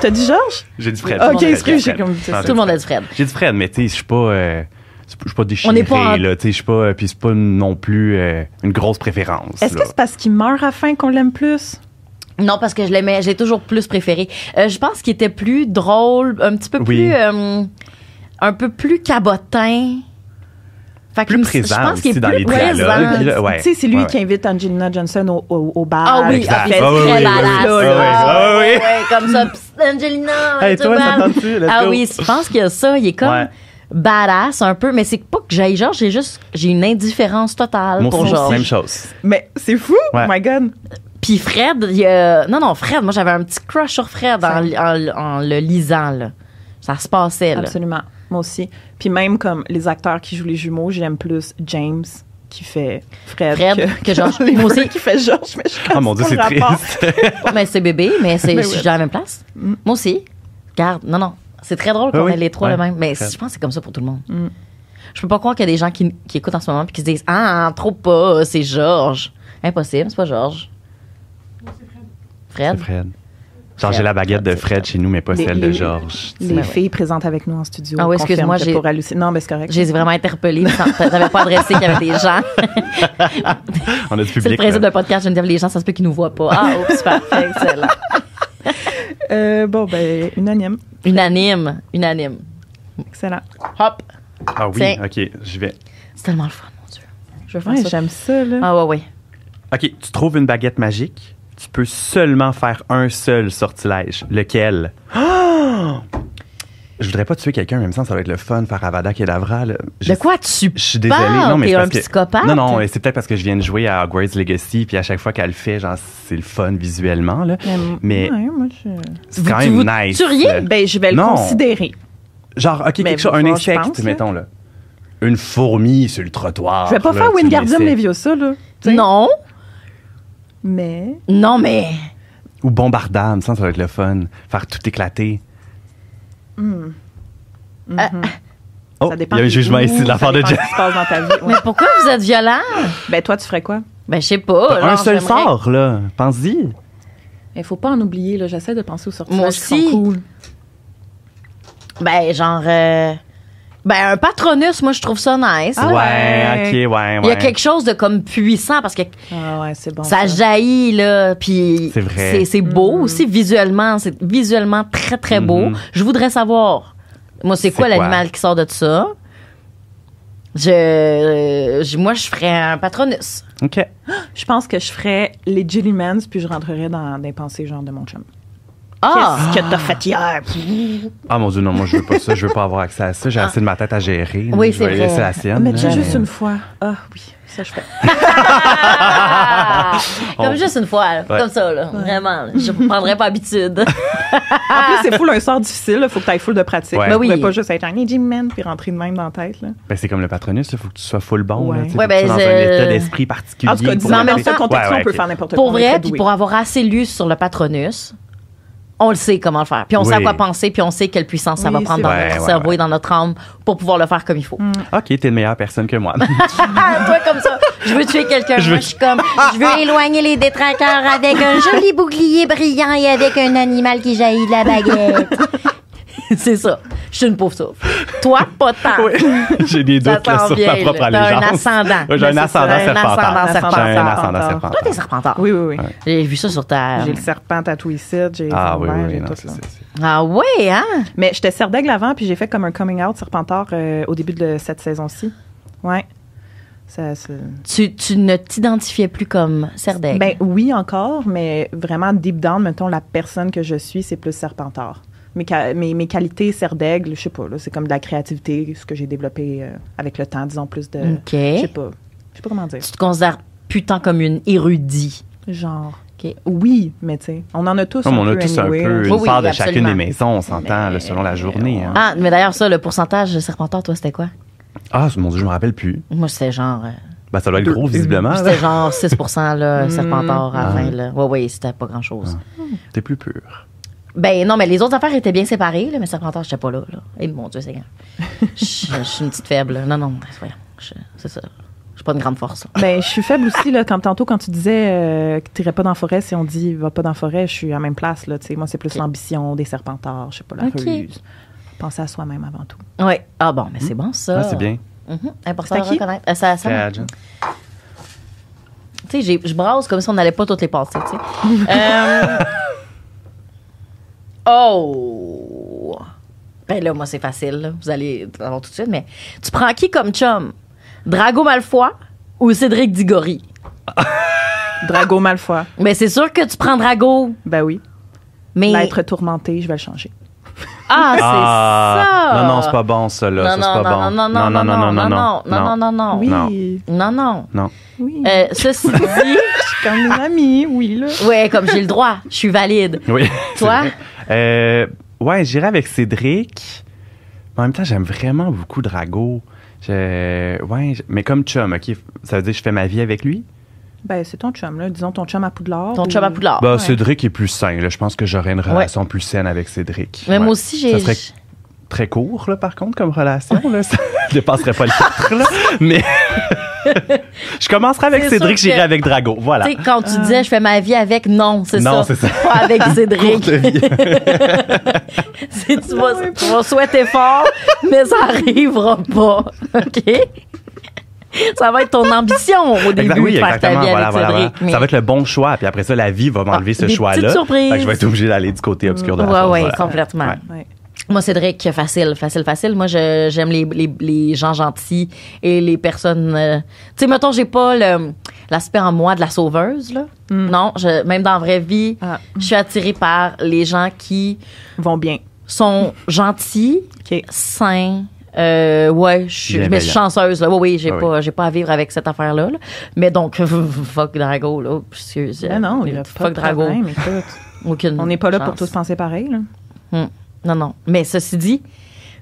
T'as dit Georges? J'ai dit Fred. Ok, J'ai dit excuse, Fred. j'ai comme- c'est ça. tout le monde a dit Fred. J'ai dit Fred, mais tu sais, je suis pas. euh, je suis pas déchiré, On est pas en- là, tu sais, je suis pas, euh, puis c'est pas non plus euh, une grosse préférence. Est-ce là. que c'est parce qu'il meurt à fin qu'on l'aime plus? Non, parce que je l'aimais, j'ai toujours plus préféré. Euh, je pense qu'il était plus drôle, un petit peu Oui. plus, euh, un peu plus cabotin. Fait que je Plus me- présent je pense qu'il aussi est dans plus les dialogues, présent. puis là, ouais. Tu sais, c'est lui Ouais, qui invite Angelina Johnson au, au, au bar. Ah oui, Exact. ah, Exact. puis c'est Ah oui, très oui, oui, badass. oui, oui, Ah, ah oui. ouais, ouais, comme ça, Psst, Angelina. Hey, tu toi, parles. ça tente-tu? Let's Ah go. oui, je pense que ça, il est comme Ouais. badass un peu, mais c'est pas que j'aille genre, j'ai juste, j'ai une indifférence totale Moi pour aussi, genre. même chose. Mais c'est fou! Ouais. Oh my God! Puis Fred, il y a- non, non, Fred, moi j'avais un petit crush sur Fred en, en- en le lisant, là. Ça se passait, là. Absolument. Moi aussi. Puis même comme les acteurs qui jouent les jumeaux, j'aime plus James qui fait Fred, Fred, que George. Oliver Moi aussi. qui fait George. Mais je suis comme, Ah mon dieu, pas c'est le rapport. triste. Ouais, mais c'est bébé, mais c'est Mais je ouais. suis dans la même place. Moi aussi. Garde, non, non. C'est très drôle qu'on Mm. Ah oui. ait les trois Ouais. le même. Mais Fred. Mm. je pense que c'est comme ça pour tout le monde. Je peux pas croire qu'il y a des gens qui, qui écoutent en ce moment et qui se disent Ah, trop pas, c'est Georges. Impossible, c'est pas Georges. Fred. Fred. Genre, j'ai la baguette de Fred chez nous, mais pas Les- celle les- de Georges. Les Mais ouais. filles présentes avec nous en studio. Ah oui, confirment excuse-moi, que j'ai- Pour halluciner. Non, mais c'est correct. J'ai vraiment interpellé. J'avais pas adressé qu'il y avait des gens. On a du C'est le public. principe d'un là. podcast, Geneviève. Les gens, ça se peut qu'ils nous voient pas. Ah, oups, parfait, excellent. Euh, bon, ben, unanime. Unanime, unanime. Excellent. Hop. Ah oui, Tiens. ok, j'y vais. C'est tellement le fun, mon Dieu. Je veux faire Ouais, ça. j'aime ça, là. Ah, ouais, ouais. Ok, tu trouves une baguette magique. Tu peux seulement faire un seul sortilège. Lequel? Je voudrais pas tuer quelqu'un, mais il me semble que ça va être le fun, faire Avada Kedavra. là. De J'ai- quoi tu Je suis désolé. parles? non, mais T'es c'est un parce que- psychopathe? Non, non, mais c'est peut-être parce que je viens de jouer à Hogwarts Legacy, puis à chaque fois qu'elle le fait, genre, c'est le fun visuellement, là. Mais Ouais, moi, je... c'est quand tu même vous nice. tueriez? là. Ben, je vais le Non. considérer. Genre, OK, Mais quelque chose, vous un voir, je insecte, pense, là. mettons, là. Une fourmi sur le trottoir. Je vais pas Ah, là, faire tu Wingardium l'essaies. Leviosa, là. tu sais. Non, Mais... non, mais. Ou Bombardam, ça, ça va être le fun. Faire tout éclater. Euh, Mhm. Oh, Hmm. Ça il dépend y a un des jugement goûts, ici de la ça part de dépend de Jeff. ce qui se passe dans ta vie. Mais Ouais. pourquoi vous êtes violent? ben, toi, tu ferais quoi? Ben, je sais pas. un genre, seul j'aimerais- sort, là. Pense-y. Il faut pas en oublier, là. J'essaie de penser aux sorties Moi qui sont aussi. cool. Ben, genre. euh, Ben, un patronus, moi, je trouve ça nice. Ah ouais. ouais, ok, ouais, ouais. Il y a quelque chose de comme puissant parce que Ah ouais, c'est bon. ça jaillit, là. Puis. C'est vrai. c'est- C'est beau aussi, visuellement. C'est visuellement très, très beau. Mhm. Je voudrais savoir, moi, c'est C'est quoi quoi? l'animal qui sort de ça? Je, euh, je- Moi, je ferais un patronus. OK. Je pense que je ferais les Jellymans, puis je rentrerais dans des pensées genre de mon chum. Ah! Qu'est-ce que t'as fait hier? Ah mon dieu, non, moi je veux pas ça, je veux pas avoir accès à ça. J'ai assez de ma tête à gérer. Ah. Oui, je c'est vais laisser vrai. la sienne. Mais tu sais, là. juste une fois. Ah oui, ça je fais. Ah! Comme On- juste une fois, là. Ouais. comme ça, là. Vraiment, là. je prendrais pas habitude. En plus, c'est full un sort difficile. là. Faut que t'ailles full de pratique. Ouais. Tu Ben oui. pourrais pas juste être un Hey, Jim Man puis rentrer de même dans la tête. Là. Ben, c'est comme le patronus, il faut que tu sois full bon. Là, Ouais. tu sais, Ouais, faut que tu sois ben, dans je- un état d'esprit particulier. En tout cas, pour disons, mais même rentrer. ce contexte-là, Ouais, ouais, on peut ok. faire n'importe quoi. pour on est très vrai, puis doué. pour avoir assez lu sur le patronus, on le sait comment le faire. Puis on sait à Oui. quoi penser, puis on sait quelle puissance ça Oui, va c'est prendre dans vrai. notre Ouais, cerveau ouais, et dans notre âme pour pouvoir le faire comme il faut. Ok, t'es une meilleure personne que moi. Ah, toi, comme ça, je veux tuer quelqu'un. Je Moi, veux- Ah! je suis comme, je veux éloigner les détraqueurs avec un joli bouclier brillant et avec un animal qui jaillit de la baguette. C'est ça. Je suis une pauvre souffle. Toi, pas tant. Oui. J'ai des Ça doutes là, s'en sur vient, ta propre là. T'as un allégeance. ascendant. Ouais, J'ai Mais un c'est ça, ascendant un ascendant serpentard. J'ai serpentard. un ascendant Serpentard. serpentard. Toi, t'es serpentard. Oui, oui, oui. Ouais. J'ai vu ça sur ta. J'ai le serpent tatoué ici. J'ai Ah les oui, envers, oui, j'ai oui, non, tout, c'est là. ça. c'est- Ah ouais, hein? Mais j'étais serdègle avant, puis j'ai fait comme un coming out serpentard euh, au début de cette saison-ci. Ouais. Ça, ça- Tu, tu ne t'identifiais plus comme Serdaigle. Ben oui, encore, mais vraiment deep down, mettons, la personne que je suis, c'est plus serpentard. Mes, ca- mes, mes qualités serdègle, je sais pas, là, c'est comme de la créativité, ce que j'ai développé euh, avec le temps, disons, plus de. euh, Mm. OK. Eh? Je sais pas. Je sais pas comment dire. Tu te considères putain comme une érudite. Genre. OK. Oui, mais tu sais, on en a tous Comme un on peu. a tous un anyway, peu là. Oui, une oui, part de absolument. chacune des maisons, on s'entend, là, selon la journée. hein. Ah, mais d'ailleurs, ça, le pourcentage de serpentard, toi, c'était quoi? Ah, mon Dieu, je me rappelle plus. Moi, c'était genre. euh, Ben, ça doit être Deux. gros, visiblement. là. C'était genre 6 là, serpentard à la Ah. fin. Là. Ouais, ouais, c'était pas grand-chose. T'es plus pur. Ben non, mais les autres affaires étaient bien séparées, là, mais serpentard, j'étais pas là. là. Et mon Dieu, c'est grand. Je je suis une petite faible. Non, non, voyons, je- c'est ça. Je suis pas une grande force. Ben, je suis faible aussi, là, comme tantôt, quand tu disais euh, que tu pas dans la forêt, si on dit va pas dans la forêt, je suis à la même place, là, tu sais. Moi, c'est plus Ok. l'ambition des serpentards, je sais pas, la Ok. ruse. Penser à soi-même avant tout. Oui. Ah bon, mais c'est bon, ça. Ah, c'est bien. Mhm, Important C'est à à qui? reconnaître. Euh, ça, ça, C'est à Jen. tu sais, j'ai- je brasse comme si on n'allait pas toutes les passer, tu sais. Euh, Oh! Ben là, moi, c'est facile. là. Vous allez avoir tout de suite, mais tu prends qui comme chum? Drago Malfoy ou Cédric Diggory? Drago Malfoy, Mais c'est sûr que tu prends Drago, ben oui. mais... L'être tourmenté, je vais le changer. Ah, c'est Ah, ça! non, non, c'est pas bon, ça, là. Ça, c'est pas non, bon. non, non, non, non, non, non, non, non, non, non, oui, non, non. non. Non. oui. Euh, ceci dit, je suis comme une amie, oui, là. ouais, comme j'ai le droit, je suis valide. Oui. Toi? c'est vrai. Euh, ouais, j'irai avec Cédric. Mais en même temps, j'aime vraiment beaucoup Drago. Je- Ouais, je- mais comme chum, OK? Ça veut dire que je fais ma vie avec lui? Ben, c'est ton chum, là. Disons ton chum à Poudlard. Ton ou- chum à Poudlard. Bah, ouais. Cédric est plus sain. là. Je pense que j'aurais une relation plus saine avec Cédric. Mais moi Ouais. aussi, j'ai... Ça serait très court, là, par contre, comme relation. Là. Ça ne dépasserait pas le 4, là. Mais je commencerai avec C'est Cédric, sûr que- j'irai avec Drago. Voilà. Tu sais, quand tu disais je fais ma vie avec, non, c'est ça. Ah. Non, c'est ça. Pas avec Cédric. Courte vie. Ben tu vas, tu vas souhaiter fort, mais ça arrivera pas. OK? Ça va être ton ambition au début Exact- oui, de faire ta vie exactement. avec Voilà, voilà, Cédric. voilà. Ça va être le bon choix. Puis après ça, la vie va m'enlever Ah, ce des petites choix-là. surprises. Fait que je vais être obligé d'aller du côté obscur de la chose. Oui, oui, voilà. complètement. Ouais. Ouais. Moi, Cédric, facile, facile, facile. Moi, je- j'aime les, les, les gens gentils et les personnes. euh, Tu sais, mettons, j'ai pas le- l'aspect en moi de la sauveuse, là. Non, je, même dans la vraie vie, Ah. je suis attirée par les gens qui Vont bien. sont gentils, OK. sains. Euh, ouais, je suis mais je suis Bienveillant. chanceuse là. Oui, oui, j'ai Ah oui. pas, j'ai pas à vivre avec cette affaire là. Mais donc fuck Drago là, excuse. Ben non, il a pas fuck de Drago. problème, écoute. Aucune On n'est pas là pour chance. tous penser pareil, là. Hmm. Non, non. Mais ceci dit,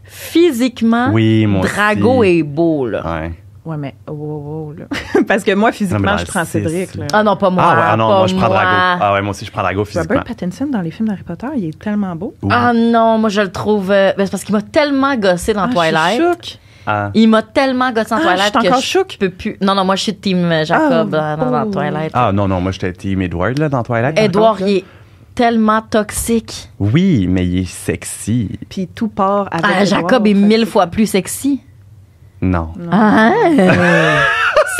physiquement, Oui, moi hein? Drago aussi. est beau, là. Ouais. Ouais, mais oh, oh, oh, là. Parce que moi, Non, physiquement, mais dans je prends le six, Cédric, là. là. Ah non, pas moi. Ah ouais, ah non, pas moi je prends moi. Drago. Ah ouais, moi aussi je prends Drago physiquement. Robert Pattinson dans les films d'Harry Potter, il est tellement beau. Ouh. Ah non, moi je le trouve. euh, ben, c'est parce qu'il m'a tellement gossé dans Ah, je Twilight. suis choque. Ah. Il m'a tellement gossé dans Ah, Twilight je suis que encore je chouk. peux plus. Non, non, moi je suis team euh, Jacob Ah, euh, dans, dans oh. Twilight. Ah non, non, moi j'étais Team Edward là, dans Twilight. par Edouard, contre, là. il est tellement toxique. Oui, mais il est sexy. Puis tout part avec. Ah, Edward, Jacob est fait que mille c'est- fois plus sexy. Non. Ah,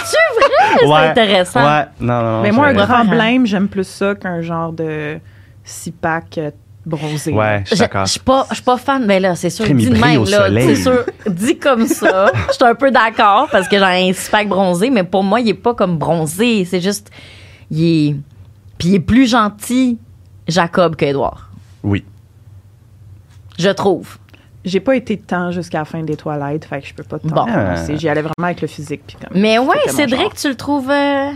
c'est vrai, c'est intéressant. Ouais, non, non. non, Mais moi, un j'aurais- grand Ouais. blême, j'aime plus ça qu'un genre de six pack euh, bronzé. Ouais, je Je suis d'accord. je suis pas, je suis pas fan, mais là, c'est sûr, Crème, il dit de brille même, au là. soleil. C'est sûr, dit comme ça. Je suis un peu d'accord parce que j'ai un six-pack bronzé, mais pour moi, il est pas comme bronzé. C'est juste, il est, puis il est plus gentil, Jacob, qu'Edouard. Oui. Je trouve. J'ai pas été de temps jusqu'à la fin des Twilight, fait que je peux pas tant Bon. prononcer. J'y allais vraiment avec le physique. Puis comme Mais ouais, c'était mon genre Cédric, tu le trouves. euh,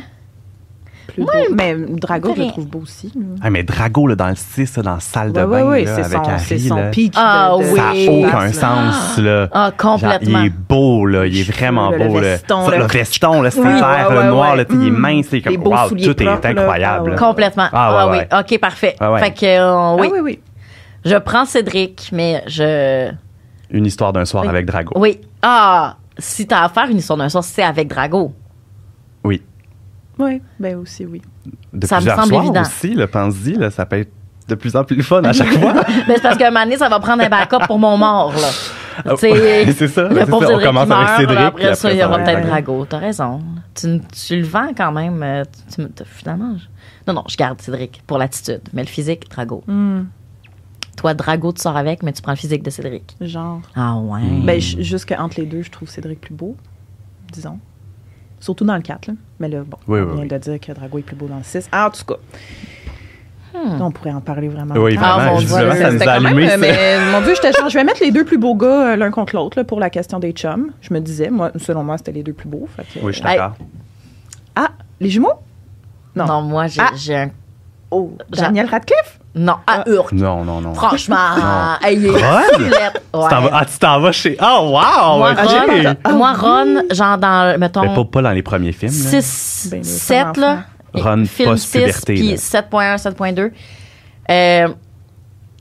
plus beau. Mais Drago, je rien. le trouve beau aussi. Ah, mais Drago, là, dans le 6, là, dans la salle de Oui, oui, bain, oui, là, c'est avec son, c'est Harry, son là, pitch. de- Ah de- oui. ça n'a aucun sens, là. Ah, complètement. Genre, il est beau, là. Il est vraiment Le beau, veston, là. Ça, là. Le veston, là, c'est Oui. vert, Ouais, ouais, le noir, ouais. là, tu sais, il est Mm. mince. C'est comme, Les beaux wow, souliers tout propres, est là. incroyable. Ah, ouais. Complètement. Ah, Ah, ouais, oui. OK, parfait. Ah, ouais. Fait que, euh, oui. Ah oui, oui. Je prends Cédric, mais je. Une histoire d'un soir Oui. avec Drago. Oui. Ah, si t'as à faire une histoire d'un soir, c'est avec Drago. Oui. Oui, ben aussi, oui. De Ça me plusieurs semble soirs évident. aussi, là, pense-y, là, ça peut être de plus en plus fun à chaque fois. Mais Ben, c'est parce qu'à un moment donné, ça va prendre un backup pour mon mort, là. Tu sais, Ah, Ouais, c'est ça, le c'est pauvre ça, on Cédric commence qui avec meurt, Cédric, là, puis Après ça, après il y ça aura va peut-être être Drago. T'as raison. Tu, tu le vends quand même. euh, Tu, tu me- t'as- finalement, je- non, non, je garde Cédric pour l'attitude. Mais le physique, Drago. Hmm, Toi, Drago, tu sors avec, mais tu prends le physique de Cédric. genre. Ah ouais. Ben, j- juste qu'entre les deux, je trouve Cédric plus beau, disons. Surtout dans le 4, là. Mais là, bon, Oui, on oui, vient oui. de dire que Drago est plus beau dans le 6. Ah, en tout cas, on pourrait en parler vraiment. Oui, longtemps. Ah, vraiment, mon Dieu, visiblement, ça nous C'était a quand même, allumé, ça. mais mon Dieu, je te change. Je vais mettre les deux plus beaux gars euh, l'un contre l'autre là, pour la question des chums. Je me disais, moi, selon moi, c'était les deux plus beaux. fait que- Oui, je suis d'accord. Ah, les jumeaux? Non. Non. moi, j'ai Ah. j'ai un. Oh, Jean- Daniel Radcliffe? Non, ah, hurle. Non, non, non. Non. Franchement, euh, hey, il est Rod? soulette. Tu t'en vas- Ouais. Ah, tu t'en vas chez. Oh, wow! Moi, ok. Ron, Ah, moi, Ron, genre dans, Mais mettons, pas, pas dans les premiers films. là. 6, Ben, les 7, femmes là. Ron film 6, post-puberté, puis là. 7.1, 7.2. Euh,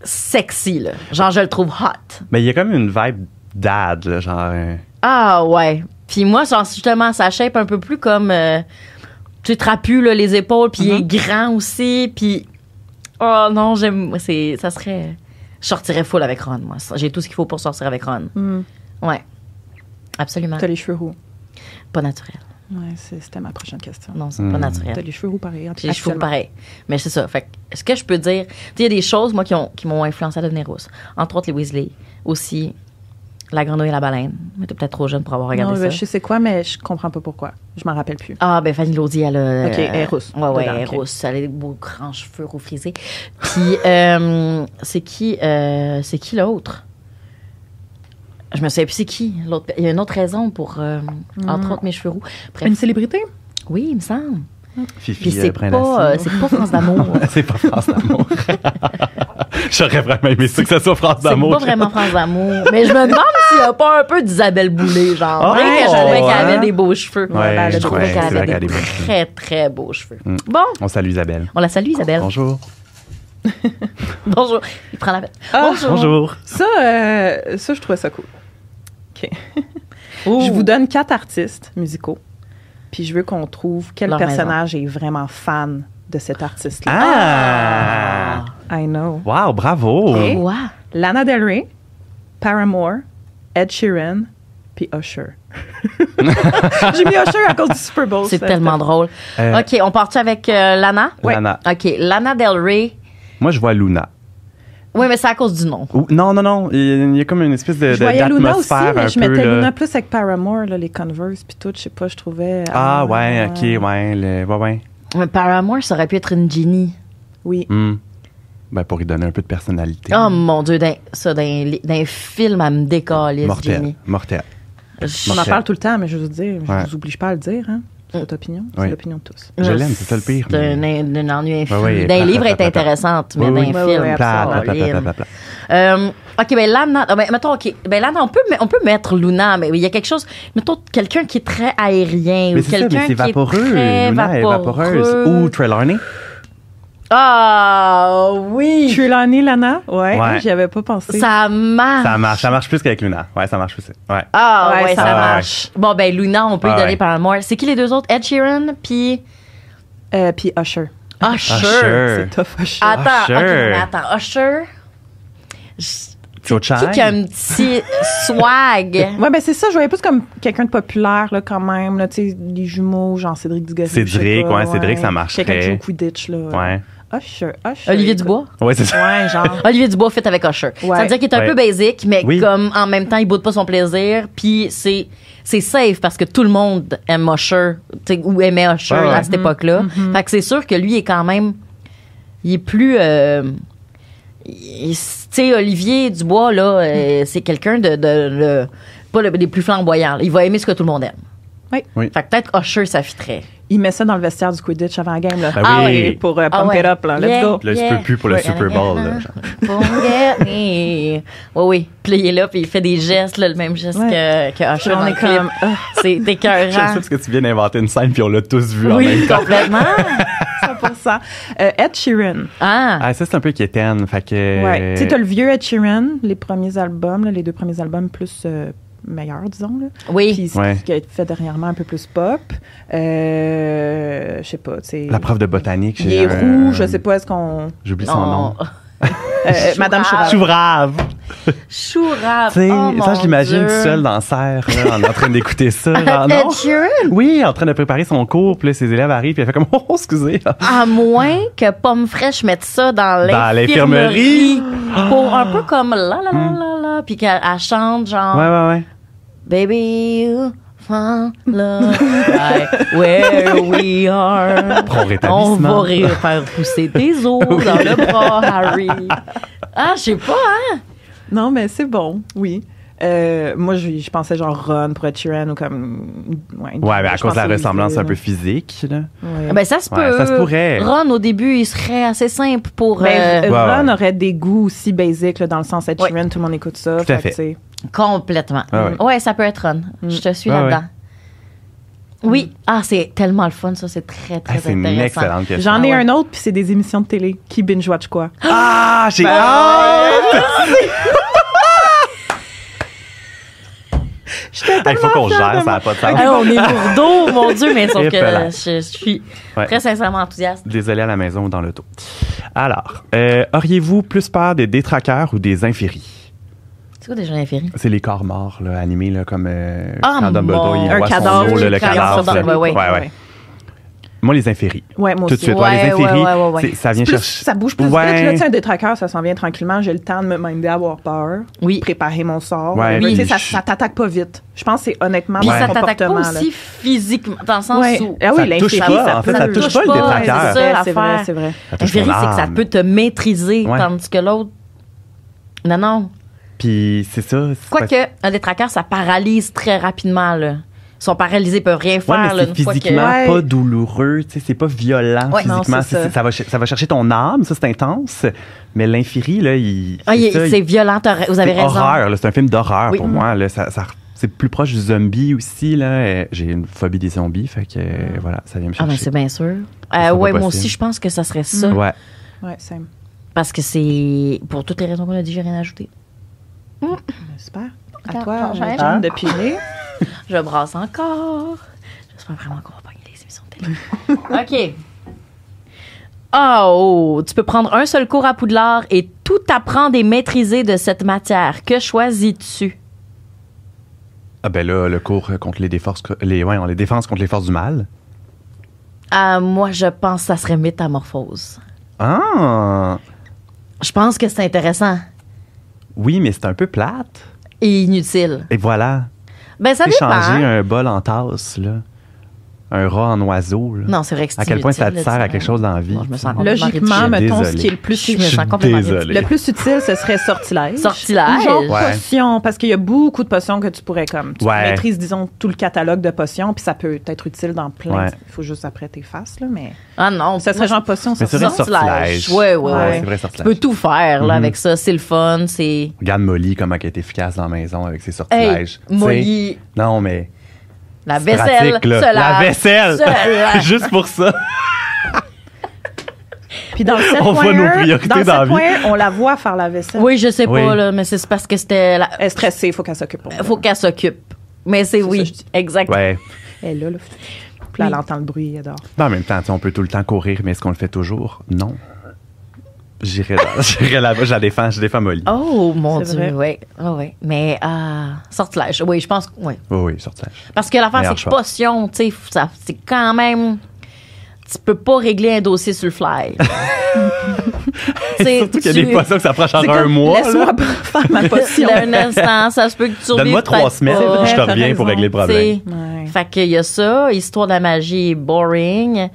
sexy, là. Genre, je le trouve hot. Mais il y a comme une vibe dad, là, genre. euh, Ah, ouais. Puis moi, genre, justement, sa shape un peu plus comme, euh, tu sais, trapu, là, les épaules, puis il est Mm-hmm. grand aussi, puis... Oh non, j'aime... moi, c'est- Ça serait... Je sortirais full avec Ron, moi. Ça, J'ai tout ce qu'il faut pour sortir avec Ron. Hmm, Ouais. Absolument. T'as les cheveux roux. Pas naturel. Ouais, c'est- c'était ma prochaine question. Non, c'est pas Hmm. naturel. T'as les cheveux roux pareil. en tout J'ai les cheveux actuellement. pareils. Mais c'est ça. Fait que, ce que je peux dire, tu sais, il y a des choses, moi, qui, ont, qui m'ont influencé à devenir rousse. Entre autres, les Weasley. Aussi, la grenouille et la baleine. Mais t'es peut-être trop jeune pour avoir regardé Non, ça. ben, je sais c'est quoi, mais je comprends pas pourquoi. Je m'en rappelle plus. Ah, ben Fanny Laudier, elle a. Ok, elle est rousse. Ouais, ouais, Dedans, elle est ok. rousse. Elle a des beaux grands cheveux roux frisés. Puis, euh, c'est qui, euh, c'est qui l'autre? Je me souviens plus c'est qui. l'autre. Il y a une autre raison pour, euh, entre autres, mes cheveux roux. Bref. Hmm. Une célébrité? Oui, il me semble. Puis Fifi, c'est euh, pas, Prince Lassie. euh, c'est pas France d'amour. C'est pas France d'amour. J'aurais vraiment aimé ça que ça soit France C'est d'amour. pas vraiment France d'amour. Mais je me demande s'il n'y a pas un peu d'Isabelle Boulay, genre. Oh, Rien que je trouvais ouais. qu'elle avait des beaux cheveux. Ouais, je je trouvais ouais, qu'elle c'est avait vrai des qu'elle a des beaux cheveux. très, très beaux cheveux. Mm. Bon, On salue Isabelle. on la salue, Isabelle. Bonjour. Bonjour. Il prend la peine. Ah, Bonjour. Ça, euh, ça, je trouvais ça cool. Ouh. Je vous donne quatre artistes musicaux, puis je veux qu'on trouve quel Leur personnage est vraiment fan de cet artiste-là. Ah! I know. Wow, bravo. Ok. Wow. Lana Del Rey, Paramore, Ed Sheeran, puis Usher. J'ai mis Usher à cause du Super Bowl. C'est ça. tellement drôle. Euh, OK, on part-tu avec euh, Lana? Ouais. Lana. OK, Lana Del Rey. Moi, je vois Luna. Oui, mais c'est à cause du nom. Ou- non, non, non. Il y a- il y a comme une espèce de, de- Je voyais Luna aussi, d'atmosphère mais un je peu. mettais là. Luna plus avec Paramore, là, les Converse, puis tout. Je sais pas, je trouvais. euh, Ah, ouais, ok, ouais. le- ouais, ouais. Mais Paramore, ça aurait pu être une Ginny. Oui. Hmm. Ben, pour lui donner un peu de personnalité. Oh mon Dieu, d'un- ça, d'un d'un film à me décoller, ce mortel. Ginny. Mortel. On en Mortel. parle tout le temps, mais je veux dire, je Ouais. vous oblige pas à le dire, hein. C'est votre opinion, c'est Oui. l'opinion de tous. Je l'aime, c'est ça le pire, C'est un, mais- Ah un- un ennui infini. Ouais, ouais, Dans les plat, livres, elle plat, est plat, intéressante, mais Oui, oui. dans Ouais, les films, Oh, ouais, Plat, plat, plat, Caroline. plat, plat, plat. Euh, OK, ben Lana... ah, ben, mettons, OK, ben Lana, on peut, me- on peut mettre Luna, mais il y a quelque chose... Mettons, quelqu'un qui est très aérien Mais ou c'est ça, quelqu'un mais qui c'est est très vaporeux. Luna est vaporeuse. vaporeux. Ou Trelawney. Ah, oui! Trelawney Lana, ouais, Ouais. j'y avais pas pensé. Ça marche. Ça marche, ça marche plus qu'avec Luna. Ouais, ça marche plus. Ouais. Ah, ouais, Ouais, ça ça marche. Bon, ben Luna, on peut Ah, lui donner ouais. par amour. C'est qui les deux autres? Ed Sheeran, puis... Euh, puis Usher, Usher. Ah, Usher. c'est tough Usher. Attends, Usher. OK, mais attends. Usher... je- Cho Qui qui a un petit swag? Ouais, ben c'est ça, je voyais plus comme quelqu'un de populaire, là, quand même, là, tu sais, les jumeaux, genre Cédric Diggory. je sais Cédric, pas, ouais, Cédric, ça marcherait. Quelqu'un qui joue au Quidditch, là. Ouais. Usher, Usher. Olivier écoute. Dubois? Ouais, c'est ça. Ouais, genre. Olivier Dubois fait avec Usher. Ouais. Ça veut dire qu'il est un Ouais. peu basic, mais Oui. comme en même temps, il boude pas son plaisir. Puis c'est c'est safe parce que tout le monde aime Usher tu sais, ou aimait Usher Ouais, Mm-hmm. ouais. à cette époque-là. Fait que c'est sûr que lui est quand même, il est plus, euh, il- tu sais, Olivier Dubois, là, euh, c'est quelqu'un de, de- de- pas le- des plus flamboyants. là. Il va aimer ce que tout le monde aime. Oui. Oui. Fait que peut-être Usher, ça fitterait. Il met ça dans le vestiaire du Quidditch avant la game, là. Ben Ah oui. Et Pour euh, Ah pump ouais. it up, là. Let's Yeah. go. Là, il se Yeah. peut plus pour le Ouais. Super Bowl. là, genre. Forget me. Oui, oui. Puis là, il est là, puis il fait des gestes, là, le même geste que, que Usher dans On le est clip. comme. Ah, C'est J'aime ça écœurant. parce que tu viens d'inventer une scène puis on l'a tous vu en Oui, même temps. complètement. 100%. Euh, Ed Sheeran. Ah, Ah, ça, c'est un peu quétaine. Fait que. Euh, Ouais. Tu sais, t'as le vieux Ed Sheeran, les premiers albums, là, les deux premiers albums plus euh, meilleurs, disons. Là. oui. Puis ce Ouais. qui a été fait dernièrement un peu plus pop. Euh, je sais pas, tu sais. La prof de botanique. Il j'ai est un- rouge, je sais pas, est-ce qu'on. J'oublie Oh, son nom. Euh, euh, Madame Chourave. Chourave. Chouvrave! Chourave. Tu sais, Ah. oh, mon ça, je l'imagine Dieu. tout seul dans la serre, là, en, en train d'écouter ça. genre, non? Ed Sheeran? Oui, en train de préparer son cours, puis là, ses élèves arrivent, puis elle fait comme, oh, excusez. À moins que Pomme Fraîche mette ça dans Dans l'infirmerie. Pour un peu comme là, là, là, là, là. Puis qu'elle elle chante genre Ouais, ouais, ouais. Baby, you found love right where we are. Prends On rétablissement. va rire, faire pousser tes os dans le bras, Harry. Ah, je sais pas, hein? Non, mais c'est bon, oui. Euh, moi, je, je pensais genre Ron pour Ed Sheeran ou comme. Ouais, Ouais, mais à je cause de la pensais ressemblance Olivier, un peu physique, là. là. Ouais. Ben, ça se peut. Ouais, ça se pourrait. Ron, au début, il serait assez simple pour Ben, euh, euh, ouais, Ron ouais. aurait des goûts aussi basiques là, dans le sens Ed Ouais. Sheeran, tout le monde écoute ça. Tout à que, fait. tu sais, euh, complètement. Ah ouais. ça peut être Ron. Je te suis Ouais, là-dedans. Oui. Ah, c'est tellement le fun, ça. C'est très, très Ah, c'est une intéressant. excellente question. J'en ai Ah ouais. un autre, puis c'est des émissions de télé. Qui binge-watch quoi? Ah, j'ai. J'étais Il faut tellement qu'on fière de gère, ça moi. n'a pas de sens. Ah, on est lourdeau, mon Dieu, mais sauf que Épelard. je, je suis Ouais. très sincèrement enthousiaste. Désolé à la maison ou dans l'auto. Alors, euh, auriez-vous plus peur des détraqueurs ou des inféries? C'est quoi déjà l'infirmier? C'est les corps morts, là, animés, là, comme euh, Ah, quand Dumbledore, mon- il Un voit son cadavre, eau, là, oui, le quand il cadavre. sort là. de ouais, ouais. Ouais, ouais. Moi, les inféries. Ouais, moi Tout de aussi. suite, ouais, les Ouais, ouais, inféries, ouais, ouais, ouais. c'est- ça vient Plus- chercher. Ça bouge plus Ouais. vite. Là, tu sais, un détraqueur, ça s'en vient tranquillement. J'ai le temps de me minder à avoir peur, Oui. préparer mon sort. Ouais, Tu sais, puis ça, je- ça t'attaque pas vite. Je pense que c'est honnêtement Puis mon ça t'attaque pas comportement. là. aussi physiquement, dans le sens Ouais. où. Ah Ça oui, te touche l'infini, pas, en fait, peut- ça te touche pas, le Ouais, détraqueur. c'est vrai, C'est C'est vrai, vrai, c'est c'est vrai. Ça touche Infirmier, ton c'est que ça âme. peut te maîtriser, Ouais. tandis que l'autre. Non, non. Puis c'est ça. c'est pas- Quoique, un détraqueur, ça paralyse très rapidement, là. Ils sont paralysés, ils peuvent rien Ouais, faire, là, mais une c'est fois que- physiquement Ouais. pas douloureux, tu sais, c'est pas violent Ouais, non, physiquement. c'est c'est- ça. c'est- Ça, va, ch- ça va chercher ton âme, ça c'est intense. Mais l'inférie, là, il. Ah, il- ça, il- c'est violent, t'as- vous avez C'est raison. horreur, là, c'est un film d'horreur Oui. pour moi. là, ça- ça- c'est plus proche du zombie aussi. Là. euh, J'ai une phobie des zombies, fait que euh, voilà, ça vient me Ah, ben chercher. c'est bien sûr. Euh, pas ouais, moi possible. Mm. aussi, je pense que ça serait ça. ouais. Ouais, c'est Parce que c'est. Pour toutes les raisons qu'on a dit, j'ai rien ajouté. super. Attends, À toi, j'enchaîne. Jeanne Ah. de Pilet. Je brasse encore. J'espère vraiment qu'on va pogner les émissions de télé. OK. Oh, tu peux prendre un seul cours à Poudlard et tout apprendre et maîtriser de cette matière. Que choisis-tu? Ah ben là, le cours euh, contre les, déforces- les, ouais, on les défenses contre les forces du mal. Ah, moi, je pense que ça serait métamorphose. Ah! Je pense que c'est intéressant Oui, mais c'est un peu plate. et inutile. Et voilà. Ben, ça C'est dépend. changer hein. un bol en tasse, là. Un rat en oiseau, là. Non, c'est vrai que c'est à quel point inutile, ça te là, sert à tu- quelque chose dans la vie. Non, je me sens complètement Logiquement, ridicule. mettons, Désolé. ce qui est le plus Je me sens complètement ridicule. désolé. Le plus utile, ce serait sortilège. Sortilège? Ou Genre Ouais. potion, parce qu'il y a beaucoup de potions que tu pourrais comme. Tu Ouais. maîtrises, disons, tout le catalogue de potions, puis ça peut être utile dans plein. Ouais. Il faut juste après tes faces, là, mais. Ah non, Ça serait genre potion, Mais c'est vrai, sortilège. Sortilège. sortilège. Ouais, ouais, ouais. c'est vrai, Tu peux sortilège. tout faire là, Mhm. avec ça. C'est le fun, c'est. Regarde Molly, comment elle est efficace dans la maison avec ses Hey, sortilèges. Tu sais, Molly, Non, mais. la vaisselle, pratique, là. se lave, La vaisselle! se lave. Juste pour ça. Puis dans le On voit 7.1, nos priorités dans le dans la vie. 7.1, on la voit faire la vaisselle. Oui, je sais Oui. pas là, mais c'est parce que c'était. La... Elle est stressée, il faut qu'elle s'occupe. pour Euh, Faut ça. qu'elle s'occupe. Mais c'est ça, oui, je dis. exact. Ouais. Elle est là, là. Puis là, elle Oui. entend le bruit, elle dort. Ben, en même temps, tu sais, on peut tout le temps courir, mais est-ce qu'on le fait toujours? Non. J'irai là- j'irai là-bas, je la défends, je défends Molly. Oh mon C'est dieu, vrai. ouais, Ah, ouais. Mais ah, sortilège. Oui, je pense que oui. Oui, oui, sortilège. Parce que l'affaire Meilleur c'est que choix. potion, tu sais, f- ça- c'est quand même. Tu peux pas régler un dossier sur le fly. Tu sais, Surtout qu'il y a tu- des poissons que ça prend genre C'est un comme, mois. là. Laisse-moi faire ma potion. Là, un instant, ça se peut que tu survives. Donne-moi trois peut-être semaines, pas. je te C'est vrai, reviens t'as pour régler le problème. T'sais, Ouais. Fait qu'il y a ça, histoire de la magie boring.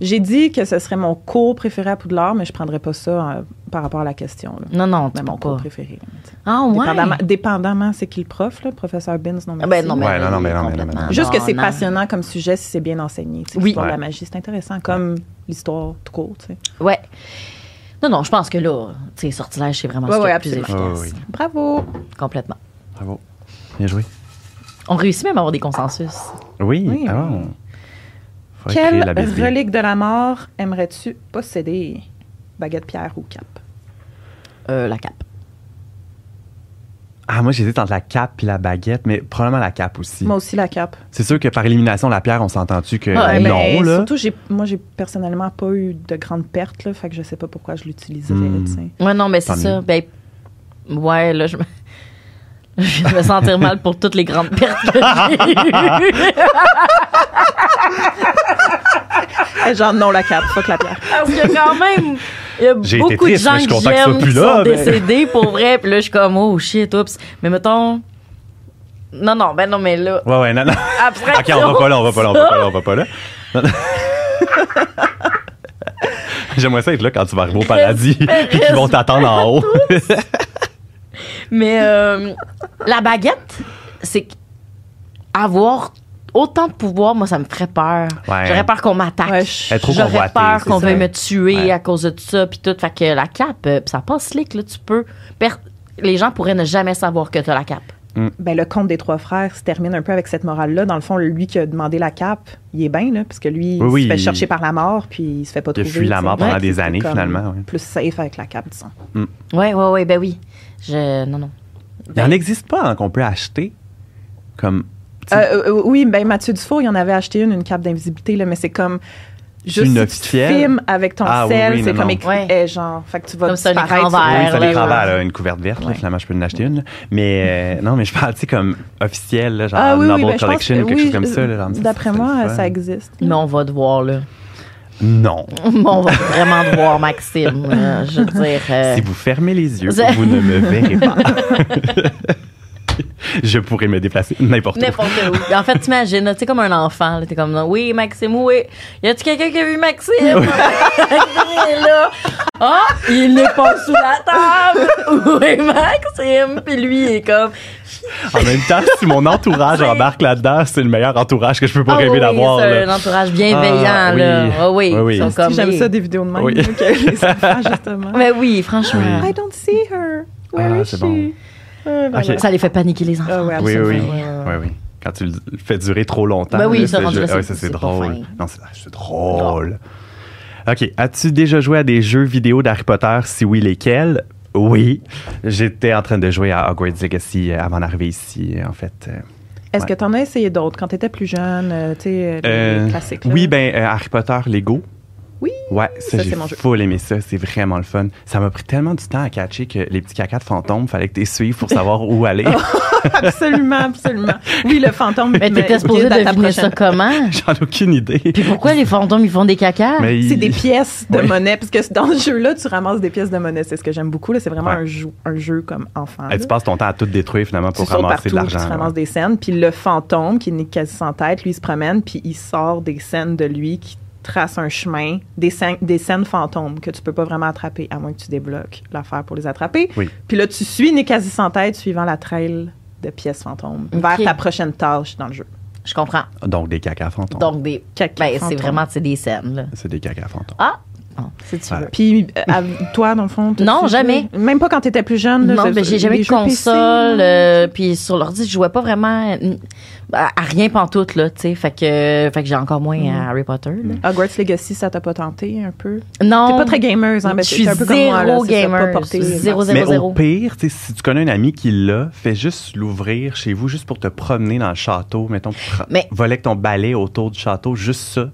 J'ai dit que ce serait mon cours préféré à Poudlard, mais je prendrais pas ça euh, par rapport à la question. Là. Non, non, tu Mais peux mon Mm. pas. cours préféré. là, mais tu sais. Ah, ouais. Dépendamment, dépendamment c'est qui le prof, là, professeur Binz, non, Ah, merci. ben non, mais. Ouais, non, non, mais non, mais non, mais non. complètement. Juste que Non, c'est non. passionnant comme sujet si c'est bien enseigné. tu sais, Oui. L'histoire de Ouais. la magie, c'est intéressant, comme l'histoire tout court. tu sais. Ouais. Non, non, je pense que là, tu sais, sortilège, c'est vraiment Ouais, ce qui ouais, est le plus efficace. absolument. Oh, oui. Bravo! Complètement. Bravo. Bien joué. On réussit même à avoir des consensus. Oui. Oui. ah bon. Faudrait créer Quelle la BSB. relique de la mort aimerais-tu posséder? Baguette pierre ou cap? Euh, la cape. Ah, moi, j'hésite entre la cape et la baguette, mais probablement la cape aussi. Moi aussi, la cape. C'est sûr que par élimination, la pierre, on s'entend-tu que Ah, Ouais, Euh, non, mais là? Surtout, j'ai, moi, j'ai personnellement pas eu de grandes pertes, là, fait que je sais pas pourquoi je l'utiliserais. Hmm. tu sais. Ouais, non, mais c'est Tant ça. Ben, ouais, là, je me. Je vais me sentir mal pour toutes les grandes pertes que j'ai eues. Eh, Genre, non, la cape, fuck la pierre. Parce que quand même, il y a J'ai été beaucoup triste, de mais gens je suis que content que ce j'aime soit plus qui là, sont mais- décédés pour vrai. Puis là, je suis comme, oh shit, oups. Mais mettons... Non, non, ben non, mais là... Ouais, ouais, non, non. Après, OK, on va pas là, on va pas là, on va pas là, on va pas là. Non, non. J'aimerais ça être là quand tu vas arriver au paradis et qu'ils vont t'attendre en haut. Mais euh, la baguette, c'est que avoir autant de pouvoir, moi, ça me ferait peur. Ouais. J'aurais peur qu'on m'attaque. Ouais, je- Elle est trop J'aurais convoitée, peur c'est qu'on ça. veuille me tuer Ouais. à cause de tout ça, puis tout. Fait que la cape, euh, ça passe slick, là, tu peux... per- Les gens pourraient ne jamais savoir que t'as la cape. Ben, le conte des trois frères se termine un peu avec cette morale-là. Dans le fond, lui qui a demandé la cape, il est bien, là, parce que lui, Oui, oui, il se fait il- chercher par la mort, puis il se fait pas Il trouver. fuit la tu sais. mort pendant Ouais, des c'est années, comme finalement, ouais. Plus safe avec la cape, disons. Ouais, ouais, ouais, ben oui. Je... Non, non. Il en existe pas hein, qu'on peut acheter comme. tu sais, Euh, euh, oui, ben Mathieu Dufour, il en avait acheté une, une cape d'invisibilité, là, mais c'est comme juste une si officielle? tu filmes avec ton Ah, oui, sel, oui, non, c'est comme non. écrit, Ouais. eh, genre, fait que tu vas Comme c'est un écran disparaître. vert, oui, ça là, les rend ouais. vers, là, une couverte verte, là, Ouais. finalement, je peux en acheter une. Mais euh, non, mais je parle, tu sais, comme officielle, là, genre Ah oui, oui, Noble ben, je pense Collection ou quelque oui, euh, chose comme ça. là, genre, ça, D'après c'est moi, le fun. ça existe. Mais on va devoir, là. Non. on va vraiment devoir, Maxime. Euh, je veux dire. euh, Si vous fermez les yeux, C'est- vous ne me verrez pas. je pourrais me déplacer n'importe où. N'importe où. Ben, En fait, t'imagines, là, tu sais, comme un enfant, là, t'es comme, oui, Maxime, oui. Y a-tu quelqu'un qui a vu Maxime? il est là. Ah, il n'est pas sous la table. Où est Maxime? Puis lui, il est comme, En même temps, si mon entourage C'est- embarque là-dedans, c'est le meilleur entourage que je peux pas Ah rêver oui, d'avoir. C'est là. un entourage bienveillant, Ah, là. oui. Ah oui, Oui, oui. ils sont Si, comme, J'aime eh. ça des vidéos de même, Oui. là, que les enfants, justement. Mais oui, franchement. I don't see her. Where Hmm. Ah, is c'est she? bon. Ah, Euh, voilà. Ok. Ça les fait paniquer, les enfants. Ah ouais, Bah Oui, oui, oui. absolument. oui, oui. Quand tu le fais durer trop longtemps. Ben oui, là, ça, ce rendu jeu- là, ah oui, c'est- ça, c'est c'est pas drôle. fin. Non, c'est ah, c'est drôle. OK. As-tu déjà joué à des jeux vidéo d'Harry Potter? Si oui, lesquels? Oui. J'étais en train de jouer à Hogwarts Legacy euh, avant d'arriver ici, euh, en fait. euh. Est-ce Ouais. que t'en as essayé d'autres quand t'étais plus jeune, euh, tu sais, euh, Euh, les classiques? là? oui, ben euh, Harry Potter Lego. Oui, Ouais, ça, ça, j'ai c'est mon jeu. full aimé ça, c'est vraiment le fun. Ça m'a pris tellement du temps à catcher que les petits cacas de fantômes, fallait que tu les suives pour savoir où aller. Oh. absolument, absolument. Oui, le fantôme. Mais t'étais supposé guide à ta deviner ça prochaine- comment? J'en ai aucune idée. Puis pourquoi les fantômes, ils font des cacas? Mais il- C'est des pièces de Oui. monnaie, parce que dans ce jeu-là, tu ramasses des pièces de monnaie. C'est ce que j'aime beaucoup. là. C'est vraiment Ouais. un, jeu, un jeu comme enfant. Eh, là. tu passes ton temps à tout détruire finalement Tu pour sautes ramasser partout, de puis tu l'argent. ramasses des scènes. Puis le fantôme, qui n'est quasi sans tête, lui, il se promène, puis il sort des scènes de lui qui tracent un chemin, des scènes, des scènes fantômes que tu peux pas vraiment attraper, à moins que tu débloques l'affaire pour les attraper. Oui. Puis là, tu suis n'est quasi sans tête suivant la trail de pièces fantômes Ok. vers ta prochaine tâche dans le jeu. Je comprends. Donc des cacas fantômes. Donc, des. Caca Ben, c'est fantôme. vraiment, c'est des scènes, là. C'est des cacas fantômes. Ah! Si tu Voilà. veux. Puis euh, à- toi, dans le fond, t'as Non, fait- jamais. Même pas quand t'étais plus jeune. là, Non, c'est- ben, j'ai les jamais eu de jeux PC, console. là. euh, puis sur l'ordi, je jouais pas vraiment euh, à, à rien pantoute, là, tu sais. Fait que, fait que j'ai encore moins Mm. à Harry Potter, là. Hogwarts Legacy, ça t'a pas tenté un peu? Non. Mm. T'es pas très gameuse, hein? mais Je t'es- suis t'es un peu comme moi, là, zéro c'est ça, pas gamer. portée. Zéro, zéro, Mais zéro. au pire, tu sais, si tu connais un ami qui l'a, fais juste l'ouvrir chez vous, juste pour te promener dans le château, mettons, pra- Mais- voler avec ton balai autour du château, juste ça,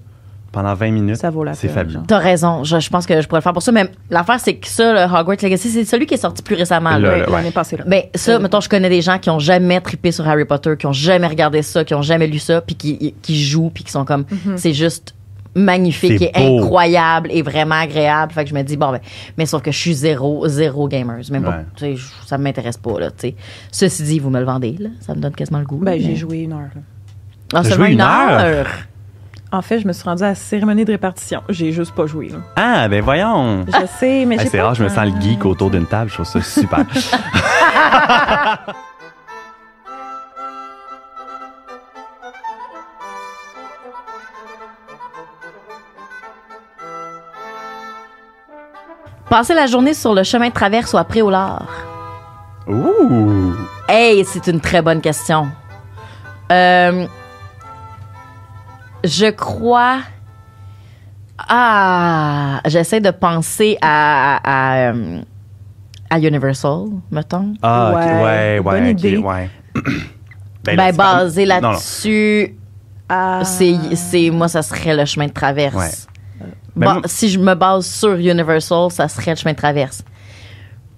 pendant 20 minutes. Ça vaut la C'est peine, fabuleux. genre. T'as raison. Je, je pense que je pourrais le faire pour ça. Mais l'affaire, c'est que ça, le Hogwarts Legacy, c'est celui qui est sorti plus récemment, là. Là, Ouais, là, ouais. L'année passée, là. Ben, ça, Oui. mettons, je connais des gens qui ont jamais trippé sur Harry Potter, qui ont jamais regardé ça, qui ont jamais lu ça, puis qui, qui jouent, puis qui sont comme, c'est juste magnifique C'est et beau. incroyable et vraiment agréable. Fait que je me dis, bon, ben, mais sauf que je suis zéro, zéro gamers. Même pas, Ouais. tu sais, je- ça m'intéresse pas, là, tu sais. Ceci dit, vous me le vendez, là. Ça me donne quasiment le goût. Ben, mais- j'ai joué une heure. là. Ah, T'as seulement joué une une heure? heure? En fait, je me suis rendue à la cérémonie de répartition. J'ai juste pas joué. là. Ah, ben voyons. Je sais, mais Hey, j'ai c'est pas- rare, je me sens le geek autour d'une table. Je trouve ça super. Passer la journée sur le chemin de traverse ou à Pré-au-Lard? Ouh. Hey, c'est une très bonne question. Euh, je crois. Ah, j'essaie de penser à à, à, euh, à Universal, mettons. Ah, ok, Ouais, ouais, ouais, bonne ok, idée. ouais. Ben, là, tu parles- basé Non, non. là-dessus, Ah. c'est c'est moi, ça serait le chemin de traverse. Ben, Ba- moi- si je me base sur Universal, ça serait le chemin de traverse.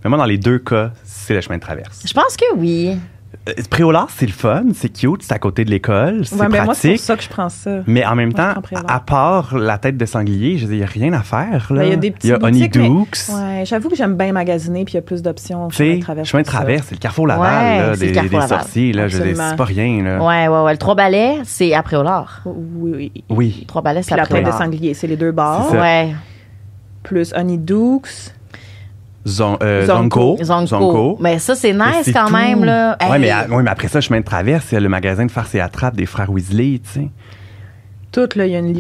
Mais moi, dans les deux cas, c'est le chemin de traverse. Je pense que oui. Euh, Préolard, c'est le fun, c'est cute, c'est à côté de l'école, c'est Ouais, mais moi, c'est pour pratique. ça que je prends ça. mais en même Moi, je prends temps, Préolard. à à part la tête de sanglier, je veux dire, il n'y a rien à faire. Là. Ben, il y a des petits Il y a Honey boutiques, mais- Dukes. Ouais, j'avoue que j'ime bien magasiner, puis il y a plus d'options. au Tu sais, chemin de traverse chemin, de pour ça. traverse, c'est le carrefour Laval, Ouais, là, c'est le des, Carrefour des Laval. sorciers, là, je veux dire, Absolument. c'est pas rien, là. Ouais, ouais, ouais. Le trois balais, c'est après au lard. Oui, oui. oui. Oui. Trois balais, Puis c'est la après tête au de lard. sanglier, c'est les deux bars. C'est ça. Ouais. Plus Honey Dukes. Zon, euh, Zonko. Zonko. Zonko. Mais ça, c'est Mais nice c'est quand tout. même, là. Ouais, Hey. mais, à- ouais, mais après ça, chemin de traverse, il y a le magasin de farce et attrape des frères Weasley, tu sais. Tout, là, il y a une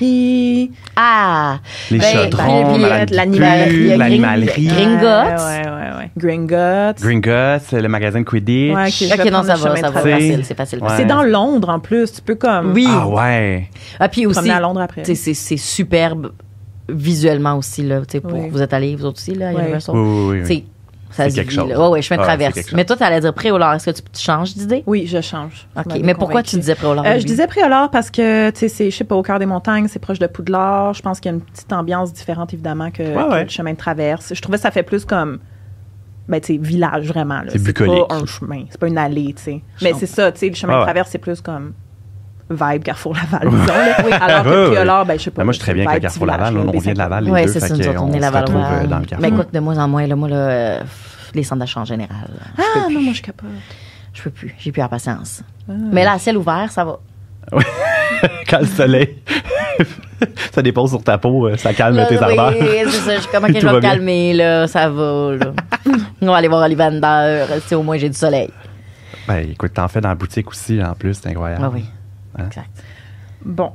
librairie. Ah! Les Ben, chaudrons, puis, Madame puis, l'animalerie, Pipu, il y a Gring- l'animalerie. Gring- Gringotts. Ouais, ouais, ouais. Gringotts. Gringotts, le magasin de Quidditch. Ouais, qui- Je Ok, vais non, prendre ça le chemin va, de ça va. C'est traverse. facile, c'est facile. Ouais. C'est dans Londres, en plus. Tu peux comme... Oui. Ah ouais. Ah, puis aussi, Promener à Londres après. tu sais, c'est c'est superbe visuellement aussi, là. Tu sais, pour Oui. vous êtes allés, vous autres aussi, là, à Oui. Universal. Oui, oui, oui, Tu oui. sais, ça C'est se quelque vit, chose. là. Ouais, ouais, chemin de Ah, c'est traverse. quelque chose. Mais toi, t'allais dire pré au lard. Est-ce que tu, tu changes d'idée? Oui, je change. Vous OK. m'avez Mais pourquoi convaincue. tu disais pré au lard? Euh, je disais Préolard parce que, tu sais, c'est, je sais pas, au cœur des montagnes, c'est proche de Poudlard. Je pense qu'il y a une petite ambiance différente, évidemment, que, que ouais. le chemin de traverse. Je trouvais que ça fait plus comme, ben, tu sais, village, vraiment. là. C'est bucolique. pas un chemin, c'est pas une allée, tu sais. Je Mais comprends. c'est ça, tu sais, le chemin Ouais, de ouais. traverse, c'est plus comme vibe Carrefour Laval, disons, là. Alors que Ouais, ouais. Préolard, ben, je sais pas. Ben, moi, je suis très bien vibe avec le Carrefour petit Laval. village, là, là, On vient de Laval, les Oui, deux. c'est fait ça, que nous autres, on est se Laval. retrouve euh, ouais. dans le Carrefour. Mais quoi Mm. que de moins en moins, là, moi, là, euh, les centres d'achat en général, là, Ah, non, moi, je capote. je peux plus. J'ai plus la patience. Mais là, à ciel ouvert, ça va. Quand le soleil, ça dépose sur ta peau, euh, ça calme Là, tes oui, ardeurs. c'est ça. Je suis comme, ok, Tout je vais va me bien. calmer, là, ça va. là. On va aller voir Ollivander, si au moins j'ai du soleil. Ben, écoute, t'en fais dans la boutique aussi, en plus, c'est incroyable. Ah oui, Hein? exact. Bon.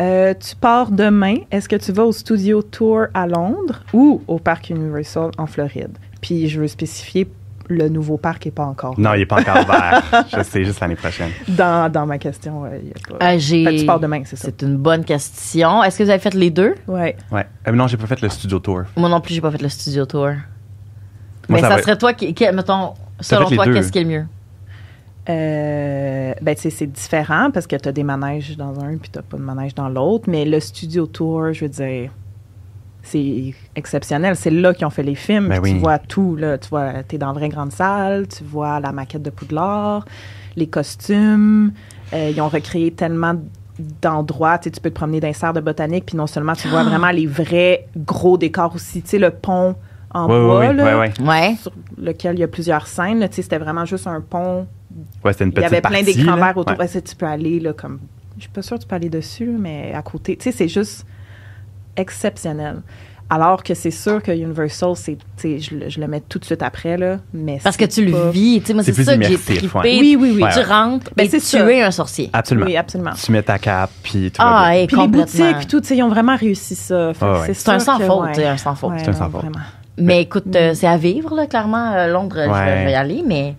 Euh, tu pars demain. Est-ce que tu vas au Studio Tour à Londres ou au Parc Universal en Floride? Puis je veux spécifier, le nouveau parc n'est pas encore Non, il n'est pas encore vert. je sais, juste l'année prochaine. dans, dans ma question. euh, il y a pas- Euh, j'ai- Fait que tu pars demain, c'est ça? C'est une bonne question. Est-ce que vous avez fait les deux? Ouais. Ouais. Euh, non, j'ai pas fait le studio tour. Moi non plus, j'ai pas fait le studio tour. Moi, Mais ça, va- serait toi qui, qui- mettons, selon fait les toi, deux. qu'est-ce qui est le mieux? Euh, ben, tu sais, c'est différent parce que tu as des manèges dans un puis tu pas de manège dans l'autre. Mais le Studio Tour, je veux dire, c'est exceptionnel. C'est là qu'ils ont fait les films. Ben puis Tu oui. vois tout. Là. Tu vois, tu es dans la vraie grande salle, tu vois la maquette de Poudlard, les costumes. Euh, ils ont recréé tellement d'endroits. Tu sais, tu peux te promener dans les serres de botanique, puis non seulement tu vois vraiment les vrais gros décors aussi. Tu sais, le pont en Ouais, bois, ouais, ouais, là, ouais, ouais. Ouais. sur lequel il y a plusieurs scènes. là. Tu sais, C'était vraiment juste un pont Ouais, c'était une il y petite avait plein partie, d'écrans là. verts autour. Ouais. Ouais, c'est- tu peux aller là, comme. Je suis pas sûre que tu peux aller dessus, mais à côté. Tu sais, c'est juste exceptionnel. Alors que c'est sûr que Universal, c'est, tu sais, je, le- je le mets tout de suite après, là. Mais Parce que c'est tu le pas- vis. Tu sais, moi, C'est c'est plus ça que j'ai immersif, trippé. ouais. Oui, oui, oui. Tu Ouais. rentres Ben, et tu c'est ça. es un sorcier. Absolument. Oui, absolument. Tu mets ta cape, puis tout va Ah, bien. hey, Puis les complètement. boutiques, tout, tu sais, ils ont vraiment réussi ça. Fait que Ah ouais. C'est un sûr sans que, faute, hein. ouais. c'est un sans faute. Ouais, C'est un sans non, faute. vraiment. Mais écoute, euh, c'est à vivre, là, clairement. euh, Londres, je vais- je vais y Ouais. aller, mais.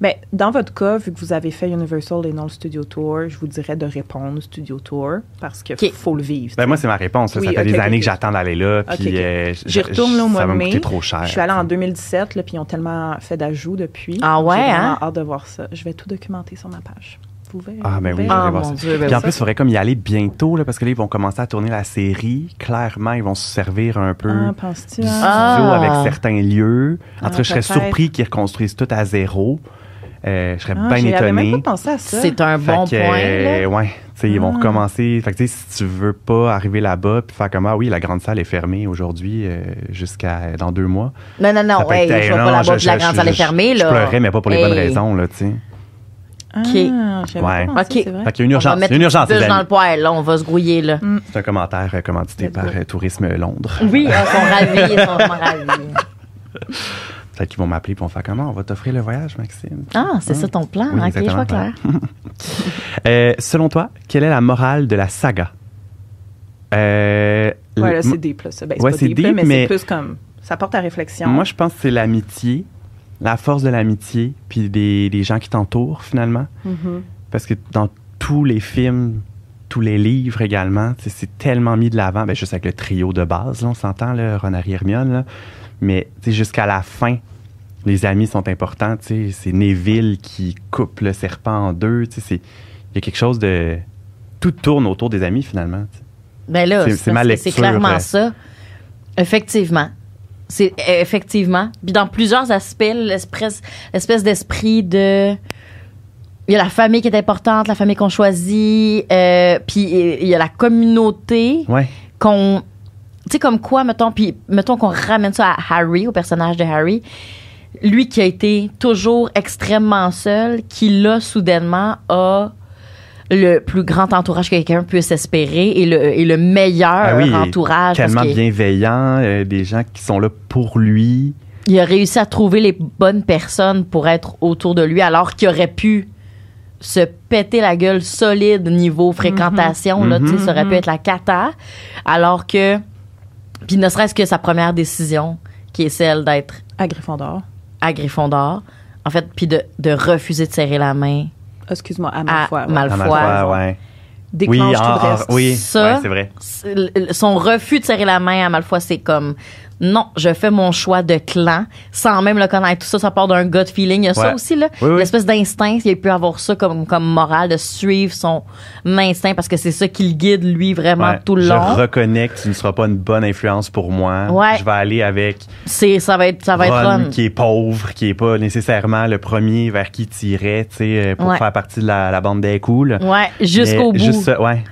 Ben, dans votre cas, vu que vous avez fait Universal et non le Studio Tour, je vous dirais de répondre Studio Tour parce que Ok. faut le vivre. Ben, moi, c'est ma réponse. là. Oui, ça fait ok, des ok, années ok. que j'attends d'aller là, puis Ok, ok. euh, je- J'y retourne là, au je- mois ça de va me mai. coûter trop cher. Je suis allée en 2017, là, puis ils ont tellement fait d'ajouts depuis. Ah ouais, J'ai vraiment hein? hâte de voir ça. Je vais tout documenter sur ma page. Vous verrez. Ah, ben vous oui, verrez. j'allais Ah, voir mon ça. Dieu, ben Puis en oui. plus, il faudrait comme y aller bientôt, là, parce que là, ils vont commencer à tourner la série. Clairement, ils vont se servir un peu Ah, du penses-tu? studio hein? Ah! avec certains lieux. En Ah, tout cas, je serais peut-être. surpris qu'ils reconstruisent tout à zéro. Euh, je serais Ah, bien j'y avais étonné. même pas pensé à ça. C'est un Fait bon que, point. euh, là. ouais, tu sais, ils vont Ah. recommencer. Fait que, tu sais, si tu veux pas arriver là-bas puis faire comme ah oui, la grande salle est fermée aujourd'hui euh, jusqu'à dans deux mois. Non, non, ça non, peut ouais, être- je vais non, pas là-bas, je- puis la je- grande je- salle est je- fermée. Là. Je pleurais, mais pas pour les Hey. bonnes raisons là, tu sais. Ah, j'avais pas Ouais. pensé, Ok. c'est vrai. Fait qu'il y a une urgence. on va C'est mettre une urgence, bûche les dans amis. le poêle, là, on va se grouiller, là. C'est un commentaire euh, commandité Let's par go. euh, Tourisme Londres. Oui, Ah, ils sont ravis, ils sont vraiment ravis. Peut-être qu'ils vont m'appeler pour faire comment on va t'offrir le voyage, Maxime. Ah, c'est ça ton plan, Oui, ok, je vois exactement. clair. Euh, selon toi, quelle est la morale de la saga? Euh, Ouais, là, le- c'est deep, là, ça. Ben, c'est Ouais, pas c'est deep, là, deep, mais, mais- c'est plus comme. Ça porte à réflexion. Moi, je pense que c'est l'amitié, la force de l'amitié, puis des, des gens qui t'entourent finalement. Mm-hmm. Mhm. Parce que dans tous les films, tous les livres également, tu sais, c'est tellement mis de l'avant, ben, juste avec le trio de base, là, on s'entend, là, Ron, Harry, Hermione, là. mais tu sais, jusqu'à la fin, les amis sont importants. tu sais. C'est Neville qui coupe le serpent en deux. tu sais, c'est- Il y a quelque chose de... Tout tourne autour des amis finalement. tu sais. Ben là, C'est- c'est c'est ma parce que lecture, euh, c'est clairement ouais. ça. Effectivement. C'est euh, effectivement. Puis dans plusieurs aspects, l'espèce, l'espèce d'esprit de. Il y a la famille qui est importante, la famille qu'on choisit, euh, puis il y a la communauté Ouais. qu'on tu sais comme quoi mettons puis mettons qu'on ramène ça à Harry au personnage de Harry lui qui a été toujours extrêmement seul qui là soudainement a le plus grand entourage que quelqu'un puisse espérer et le, et le meilleur Ah oui, entourage parce Tellement qu'il- bienveillant, euh, des gens qui sont là pour lui. il a réussi à trouver les bonnes personnes pour être autour de lui alors qu'il aurait pu se péter la gueule solide niveau fréquentation là, tu sais, ça aurait pu être la cata alors que puis ne serait-ce que sa première décision qui est celle d'être À Gryffondor. à Gryffondor en fait puis de, de refuser de serrer la main Ah, Excuse-moi, à ma à foi. À Malfoy, ma foi, ouais. Déclenche oui, tout en- le en- reste. oui, Ça, ouais, c'est vrai. C'est- le- son refus de serrer la main à Malfoy, c'est comme non, je fais mon choix de clan sans même le connaître. Tout ça, ça part d'un gut feeling. Il y a Ouais. ça aussi, là. Oui, oui. L'espèce d'instinct, il a pu avoir ça comme, comme morale de suivre son instinct parce que c'est ça qui le guide, lui, vraiment Ouais. tout le je long. reconnais que tu ne seras pas une bonne influence pour moi. Ouais. Je vais aller avec C'est, ça va être, ça va être Ron, Ron. qui est pauvre, qui est pas nécessairement le premier vers qui tirait, tu sais, euh, pour Ouais. faire partie de la, la bande des cools. Ouais, jusqu'au Mais bout. juste ça, ouais.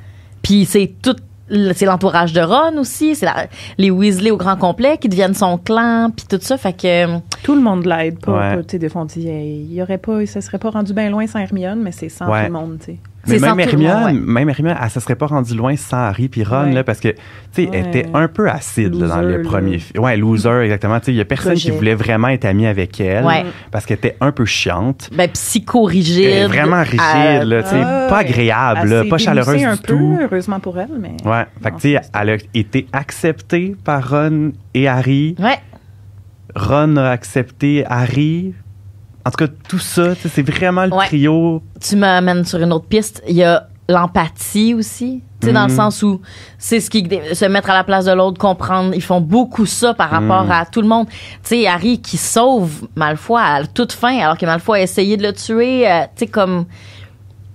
Puis c'est tout le- c'est l'entourage de Ron aussi, c'est la- les Weasley au grand complet qui deviennent son clan, puis tout ça, fait que Tout le monde l'aide. Pas, Ouais. pas, tu sais, des fois, on dit, hey, il y aurait pas, ça serait pas rendu bien loin sans Hermione, mais c'est sans Ouais. tout le monde, tu sais. Mais C'est sans même tout le monde, Hermione, ouais. même Hermione, elle se serait pas rendue loin sans Harry puis Ron Ouais. là, parce que tu sais, elle Ouais. était un peu acide là, dans Loser, le là. premier. fi- Ouais, loser exactement. Tu sais, il y a personne qui Rejet. voulait vraiment être ami avec elle Mm-hmm. Ouais. parce qu'elle était un peu chiante. ben Elle psychorigide. est vraiment rigide, euh, là, tu sais, Ah, pas ouais. agréable, Elle là, s'est pas chaleureuse démoussée du un tout. peu, heureusement pour elle, mais. Ouais, fait que Non, tu sais, c'est- elle a été acceptée par Ron et Harry. Ouais. Ron a accepté Harry. En tout cas, tout ça, tu sais, c'est vraiment le Ouais. trio. tu m'amènes sur une autre piste. Il y a l'empathie aussi. Tu sais, dans le Mhm. sens où c'est ce qui se mettre à la place de l'autre, comprendre. Ils font beaucoup ça par rapport Mhm. à tout le monde. Tu sais, Harry qui sauve Malfoy à toute fin, alors que Malfoy a essayé de le tuer. euh, tu sais, comme.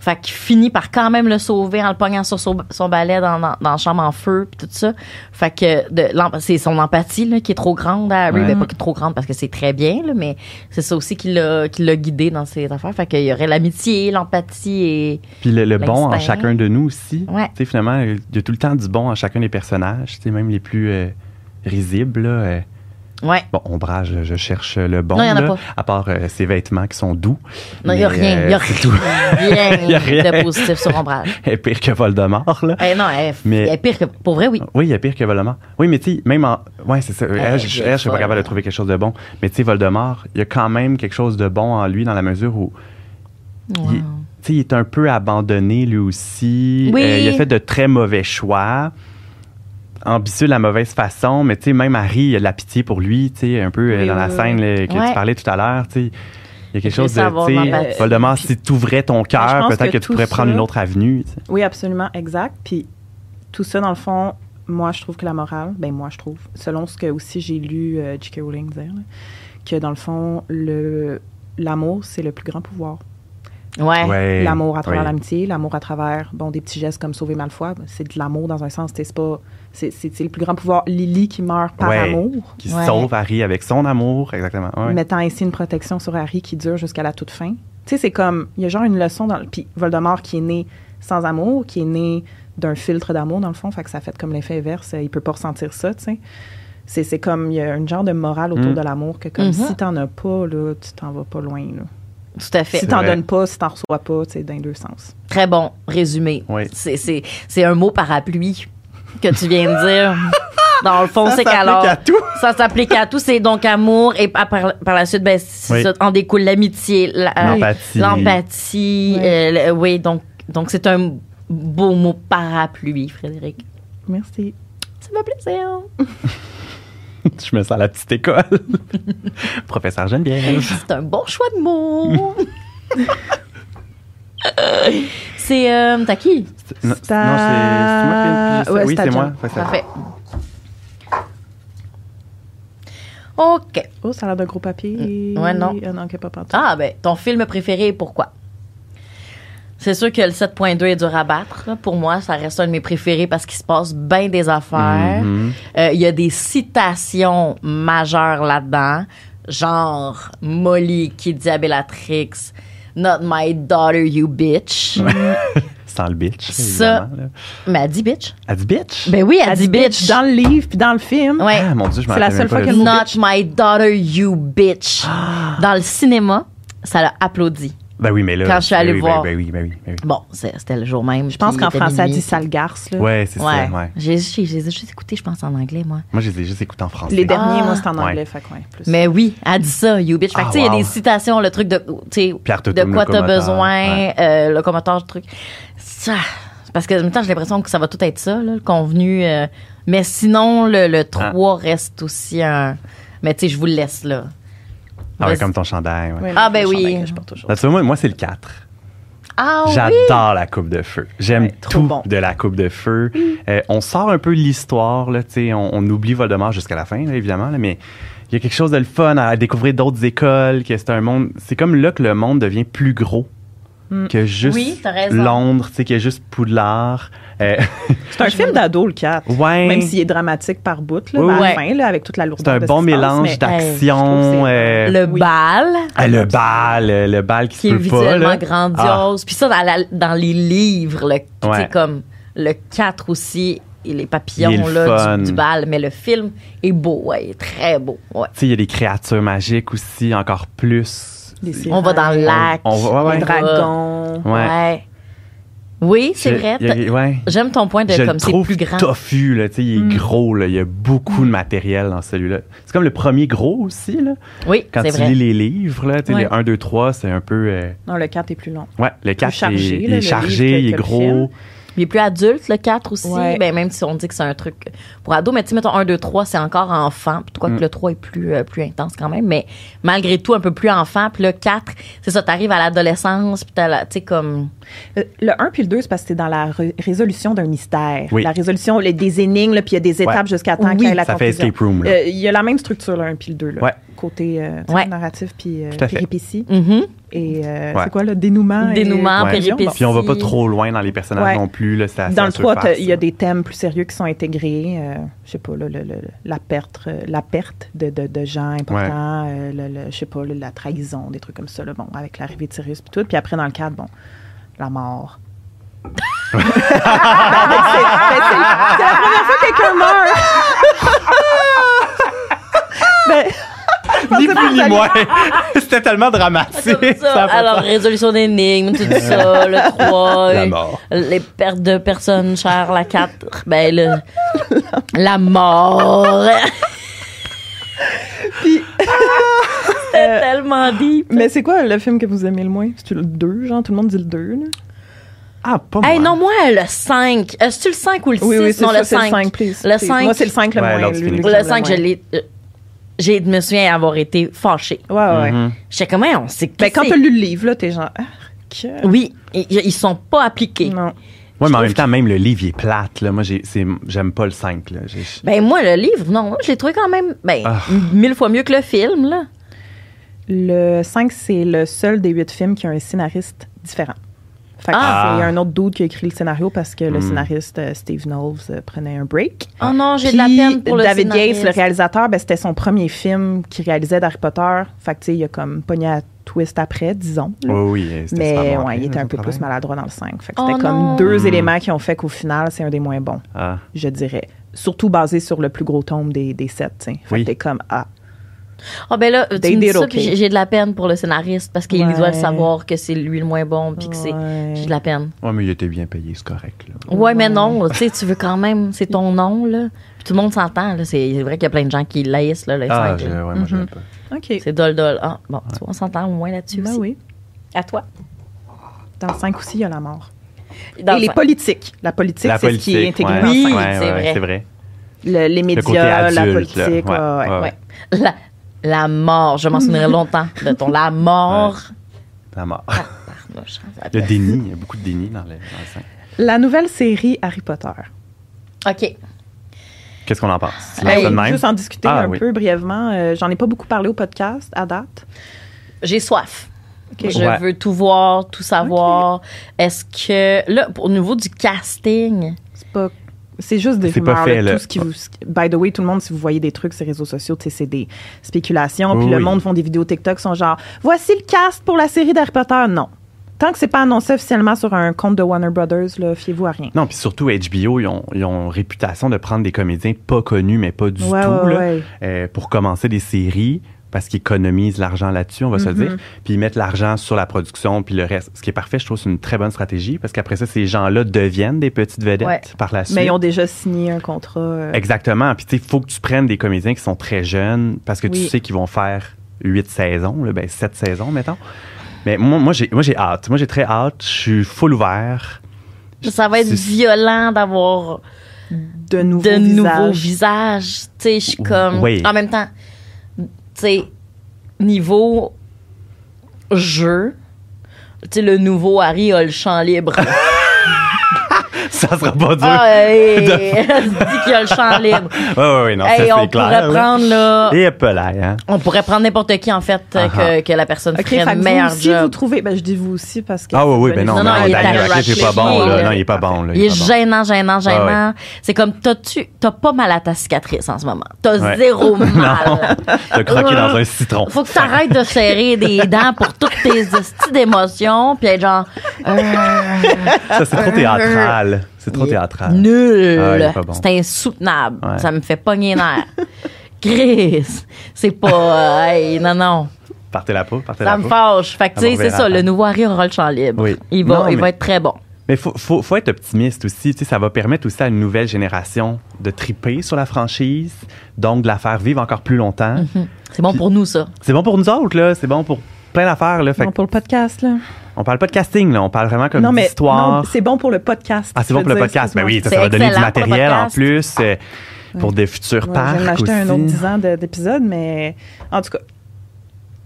Fait qu'il finit par quand même le sauver en le pognant sur son, son balai dans, dans, dans la chambre en feu puis tout ça. Fait que de l'em- c'est son empathie là, qui est trop grande à Harry. Ouais. Ben, pas que trop grande parce que c'est très bien, là, mais c'est ça aussi qui l'a qui l'a guidé dans ses affaires. Fait qu'il y aurait l'amitié, l'empathie et... Puis le, le bon en L'instinct. chacun de nous aussi. Ouais. Tu sais, finalement, euh, il y a tout le temps du bon en chacun des personnages, tu sais, même les plus euh, risibles. là, euh. Ouais. Bon, ombrage, là, je cherche le bon. Non, il y en a là, pas. À part euh, ses vêtements qui sont doux. Non, il n'y a Mais, rien. euh, Il n'y a, c'est tout. rien Y a rien. de positif sur Ombrage. Elle est pire que Voldemort, là. Eh non, elle, Mais- elle est pire que... Pour vrai, oui. Oui, il y a pire que Voldemort. Oui, mais tu sais, même en. Ouais, c'est ça. Elle, elle Ah, je est elle, je suis pas folle. capable de trouver quelque chose de bon. Mais tu sais, Voldemort, il y a quand même quelque chose de bon en lui dans la mesure où. Wow. il- tu sais, il est un peu abandonné lui aussi. Euh, Oui. il a fait de très mauvais choix. Ambitieux de la mauvaise façon, mais tu sais, même Harry, il a de la pitié pour lui, tu sais, un peu euh, Oui, dans la oui, scène là, que Ouais. tu parlais tout à l'heure, tu sais. Il y a quelque peut chose de. savoir tu sais, l'empathie, Voldemort, puis- si tu ouvrais ton cœur, pense peut-être que que, tu tout pourrais prendre ça- une autre avenue. tu sais. Oui, absolument, exact. Puis tout ça, dans le fond, moi, je trouve que la morale, ben moi, je trouve, selon ce que aussi j'ai lu euh, J.K. Rowling dire, là, que dans le fond, le l'amour, c'est le plus grand pouvoir. Ouais. Ouais. hein, L'amour à travers Ouais. l'amitié, l'amour à travers bon des petits gestes comme sauver Malfoy, ben, c'est de l'amour dans un sens, t'sais, c'est pas c'est c'est- c'est le plus grand pouvoir. Lily qui meurt par Ouais. amour, Qui Ouais. sauve Harry avec son amour, exactement. Ouais. mettant ainsi une protection sur Harry qui dure jusqu'à la toute fin. Tu sais, c'est comme, il y a genre une leçon dans le. Puis Voldemort qui est né sans amour, qui est né d'un filtre d'amour, dans le fond, fait que ça fait comme l'effet inverse, euh, il peut pas ressentir ça, tu sais. C'est, c'est comme, il y a une genre de morale autour Mm. de l'amour que, comme, Mhm. si t'en as pas, là, tu t'en vas pas loin, là. Tout à fait. Si t'en vrai. donnes pas, si t'en reçois pas, tu sais, dans les deux sens. Très bon résumé. Oui. C'est- C'est c'est un mot parapluie que tu viens de dire. Dans le fond, Ça c'est s'applique qu'alors. à tout. Ça s'applique à tout. C'est donc amour et par, par- par la suite, ben, c'est Oui. ça, en découle l'amitié, la- euh, L'empathie. l'empathie. Oui. euh, le- oui, donc donc c'est un beau mot parapluie, Frédéric. Merci. Ça me fait plaisir. Je me sens à la petite école. Professeur Geneviève. C'est un bon choix de mots. c'est. euh, T'as qui? Non, c'est c'est moi qui ai Ouais, Oui, c'est à c'est moi. John. Ouais, ça- Parfait. OK. Oh, ça a l'air d'un gros papier. Mm. Ouais, non. Ah non, ok, pas pantoute. Ah, ben, ton film préféré et pourquoi? C'est sûr que le 7.2 est dur à battre. là. Pour moi, ça reste un de mes préférés parce qu'il se passe bien des affaires. Mhm. Euh, Il y a des citations majeures là-dedans, genre Molly qui dit à Bellatrix, Not my daughter, you bitch. Sans le bitch. Ça- évidemment, là. Mais elle dit bitch. Elle dit bitch? Ben oui, elle, Elle dit bitch. Dans le livre puis dans le film. Ouais. Ah, mon Dieu, je m'en C'est la rappelle seule fois même pas qu'elle de ça. Not my daughter, you bitch. Ah. Dans le cinéma, ça l'a applaudi. Ben oui, mais là. Quand je suis allée ben oui, voir. Ben oui, ben oui, ben oui. Bon, c'est- c'était le jour même. Je pense qu'en français, elle dit sale garce. là. Ouais, c'est Ouais. ça, ouais. J'ai j'ai- j'ai juste écouté, je pense, en anglais, moi. Moi, je les ai juste écoutés en français. Les derniers, Ah. moi, c'est en Ouais. anglais. Fait que, ouais, plus. Mais oui, elle dit ça, you bitch. Fait que, Ah, tu sais, il y wow. a des citations, le truc de, tu sais, Pierre de Totum, quoi t'as locomoteur, besoin, ouais. euh, locomoteur, le truc. Ça, parce que, en même temps, j'ai l'impression que ça va tout être ça, là, le convenu. euh, mais sinon, le, Ah. le 3 reste aussi un. Mais, tu sais, je vous le laisse, là. Ah ouais, Vas-y. comme ton chandail, ouais. Ouais, Ah, le ben chandail oui. que je porte toujours. Là, tu vois, moi, moi, c'est le 4. Ah oui! J'adore la coupe de feu. J'aime Ouais, trop tout bon. Mm. de la coupe de feu. Euh, on sort un peu de l'histoire, là, tu sais, on, on oublie Voldemort jusqu'à la fin, là, évidemment, là, mais il y a quelque chose de le fun à découvrir d'autres écoles, que c'est un monde. C'est comme là que le monde devient plus gros Mm. que juste Oui, t'as raison. Londres, tu sais, que juste Poudlard. Euh, C'est un film d'ado, le 4. ouais. Même s'il est dramatique par bout, là, Oui, ben, à la oui. fin, là, avec toute la lourdeur. c'est un de ce bon qui se passe, mélange mais- je trouve d'action. que c'est- euh, Le Oui. bal, Ah, le bal, euh, le bal qui, qui se est peut pas. visuellement là. Ah. grandiose. Puis ça, dans, la- dans les livres, le, tu Ouais. sais, comme le 4 aussi, et les papillons Il est le là, fun. du, du bal. Mais le film est beau, ouais, il est très beau. Ouais. Tu sais, il y a des créatures magiques aussi, encore plus. Les sirènes, On va dans le lac. On va- ouais, ouais. les on va- dragons. Ouais. Ouais. Oui, c'est Je- vrai. il y a- t'as- ouais. J'aime ton Ben, point de Je le comme c'est trouve plus grand. toffu, là, tu sais, il Mm. est gros, là, il y a beaucoup de matériel dans celui-là. C'est comme le premier gros aussi, là. Oui, Quand c'est tu vrai. lis les livres, là, tu sais, Ouais. le 1, 2, 3, c'est un peu... euh, Non, le 4 est plus long. ouais, le 4, chargé, il, là, le est livre chargé, que- il est que le film. gros. Il est plus adulte, le 4 aussi. Ouais. Ben, même si on dit que c'est un truc pour ado, mais tu sais, mettons 1, 2, 3, c'est encore enfant. Puis quoi Mm. que le 3 est plus, euh, plus intense quand même, mais malgré tout, un peu plus enfant. Puis le 4, c'est ça, t'arrives à l'adolescence, puis t'as la- tu sais, comme. Euh, Le 1 puis le 2, c'est parce que c'est dans la ré- résolution d'un mystère. Oui. La résolution les- des énigmes, là, puis il y a des étapes jusqu'à temps Oui. qu'il y ait la Ça fait conclusion. escape room, là. Euh, Il y a la même structure, le 1 puis le 2, là. Ouais. côté euh, tu sais, Ouais. narratif puis euh, Tout à fait. péripétie. Mhm. Et euh, Ouais. c'est quoi, le dénouement? Dénouement, et... euh, Ouais. péripétie. Puis on va pas trop loin dans les personnages Ouais. non plus, là, c'est assez Dans à le 3, surface, t'as- il y a là. des thèmes plus sérieux qui sont intégrés. euh, je sais pas, là, le- le- la, perte, euh, la perte de, de- de gens importants, euh, le- le- je sais pas, là, la trahison, des trucs comme ça, là, bon, avec l'arrivée de Sirius puis tout. Puis après, dans le cadre, bon, la mort. Ben, c'est ben, c'est- c'est la première fois que quelqu'un meurt. Ben, Ni plus ni moins. C'était tellement dramatique. Comme Ah, ça. ça a pas Alors, de sens. résolution d'énigmes, tout ça, le euh, 3. La mort. Les pertes de personnes chères, la 4. Ben, le, la mort. Puis- C'était tellement dit. mais c'est quoi le film que vous aimez le moins? C'est le 2, genre, tout le monde dit le 2, là? Ah, pas Hey, moi. non, moi, le 5. Est-ce que le 5 ou le 6? Oui, oui, c'est non, ça, le c'est 5. le 5, please. Le please. 5. Moi, c'est le 5 le Ouais, moins. l'autre lui, Phoenix. que Le j'aime 5, je moins. l'ai. euh, j'ai- Je me souviens avoir été fâchée. Ouais, ouais. ouais. Mhm. J'étais comme, on sait que Ben, quand t'as lu le livre, là, t'es genre, ah, que- Oui, ils, ils sont pas appliqués. Non. Ouais, Je mais en trouve même temps, même le livre, il est plate, là. Moi, j'ai- c'est- j'aime pas le 5, là. J'ai- Ben, moi, le livre, non, moi, je l'ai trouvé quand même, ben, Ah. mille fois mieux que le film, là. Le 5, c'est le seul des 8 films qui a un scénariste différent. Fait que Ah. c'est un autre dude qui a écrit le scénario parce que le Hmm. scénariste euh, Steve Knowles euh, prenait un break. Oh non, j'ai de la Puis, peine pour le David Yates, scénariste. le réalisateur, ben, c'était son premier film qu'il réalisait d'Harry Potter. Fait que, tu sais, il a comme pogné à twist après, disons. là. Oh oui, c'était Mais super bon ouais, il après, était là, un peu son plus travail. maladroit dans le 5. Fait que Oh c'était comme non. deux Hmm. éléments qui ont fait qu'au final, c'est un des moins bons. Ah. je dirais. Surtout basé sur le plus gros tome des, des sept. tu sais. Fait Oui. que t'es comme, ah, Ah ben là, tu They me dis did ça, okay. puis j'ai- j'ai de la peine pour le scénariste parce qu'ils Ouais. doivent savoir que c'est lui le moins bon, puis que c'est. Ouais. J'ai de la peine. Ouais, mais il était bien payé, c'est correct. Là. Ouais, mais non, tu sais, tu veux quand même, c'est ton nom, là. Puis tout le monde s'entend, là. C'est c'est vrai qu'il y a plein de gens qui laissent, là, le Ah, cinq, je- là. ouais, Mhm. moi, j'aime pas. OK. C'est dol dol. Ah, bon, tu vois, on s'entend au moins là-dessus. Ben aussi. oui. À toi. Dans cinq aussi, il y a la mort. Dans Et les le- politiques. La politique, La c'est ce politique, qui est intégré ouais. dans Oui, cinq. Ouais, c'est ouais, vrai. c'est vrai. Le- les médias, côté la adulte, là. politique. Ouais, ouais, ouais. ouais. la, la mort. Je m'en souviendrai longtemps de ton la mort. La mort. Parnouche, hein, ça Le fait- déni, il y a beaucoup de déni dans le, dans le sein. La nouvelle série Harry Potter. OK. Qu'est-ce qu'on en pense? C'est Hey, la Ben, même? Ben Juste en discuter Ah, un oui. peu brièvement. Euh, J'en ai pas beaucoup parlé au podcast à date. J'ai soif. OK. Je Ouais. veux tout voir, tout savoir. Est-ce que, là, au niveau du casting, C'est pas. C'est juste des C'est pas rumeurs. fait, là, là. Tout ce qui vous, ce qui- by the way, tout le monde, si vous voyez des trucs sur les réseaux sociaux, tu sais, c'est des spéculations. Puis Oui, le oui. monde font des vidéos TikTok, sont genre voici le cast pour la série d'Harry Potter. Non. Tant que c'est pas annoncé officiellement sur un compte de Warner Brothers, là, fiez-vous à rien. Non, puis surtout HBO, ils ont, ils ont réputation de prendre des comédiens pas connus, mais pas du Ouais, tout, ouais, là, ouais. euh, pour commencer des séries, parce qu'ils économisent l'argent là-dessus, on va se le Mhm. dire, puis ils mettent l'argent sur la production, puis le reste. Ce qui est parfait, je trouve, c'est une très bonne stratégie, parce qu'après ça, ces gens-là deviennent des petites vedettes Ouais. par la suite. Mais ils ont déjà signé un contrat. euh, Exactement. Puis, tu sais, il faut que tu prennes des comédiens qui sont très jeunes parce que Oui. tu sais qu'ils vont faire huit saisons, là, ben, sept saisons, mettons. Mais moi, moi j'ai moi, j'ai hâte. Moi, j'ai très hâte. Je suis full ouvert. ça va être C'est- violent d'avoir de nouveaux de nouveaux visages. visages. Tu sais, je suis comme. Oui. En même temps, tu sais, niveau jeu, tu sais, le nouveau Harry a le champ libre. Ça sera pas dur. ah, hey, elle se dit qu'il a le champ libre. Oui, oui, oui, non, Hey, ça, on c'est clair. pourrait prendre, là- Et Uh-huh. peu hein. On pourrait prendre n'importe qui, en fait, euh, que, que la personne Ok, fait ferait que le vous meilleur aussi, vous job. trouvez. Ben, je dis vous aussi parce que. Ah, oui, oui, c'est ben non, connu. non, non, il est Daniel à Radcliffe est pas Radcliffe, bon, là. là. Non, il est pas bon, là. Il est pas bon. gênant, gênant, gênant. Ah C'est comme, t'as-tu, t'as pas mal à ta cicatrice en ce moment. T'as Ouais. zéro mal. T'as croqué dans un citron. Faut que t'arrêtes de serrer des dents pour toutes tes estis d'émotions, puis être genre, euh, Ça, c'est trop théâtral. C'est trop Il est théâtral. Nul. Ah, il est pas bon. C'est insoutenable. Ouais. Ça me fait pogner l'air. Chris, c'est pas. euh, hey, non, non. Partez la peau, partez Ça la me peau. fâche. Fait que, tu Ça sais, me c'est reverra ça. après. Le nouveau Harry aura le champ libre. Oui. Il, va, Non, il mais- va être très bon. Mais faut, faut, faut être optimiste aussi. Tu sais, ça va permettre aussi à une nouvelle génération de triper sur la franchise, donc de la faire vivre encore plus longtemps. Mhm. C'est bon Puis- pour nous, ça. C'est bon pour nous autres, là. C'est bon pour plein d'affaires, là. Fait Non, que pour le podcast, là. On parle pas de casting, là. On parle vraiment comme non, mais. non, d'histoire. c'est bon pour le podcast. Ah, c'est bon je pour le veux dire, podcast. Ben excuse-moi. oui, ça, C'est ça va donner du excellent pour le matériel en podcast. plus euh, pour des futurs Ouais, parcs Je viens aussi. d'acheter un autre 10 ans de- d'épisodes, mais en tout cas,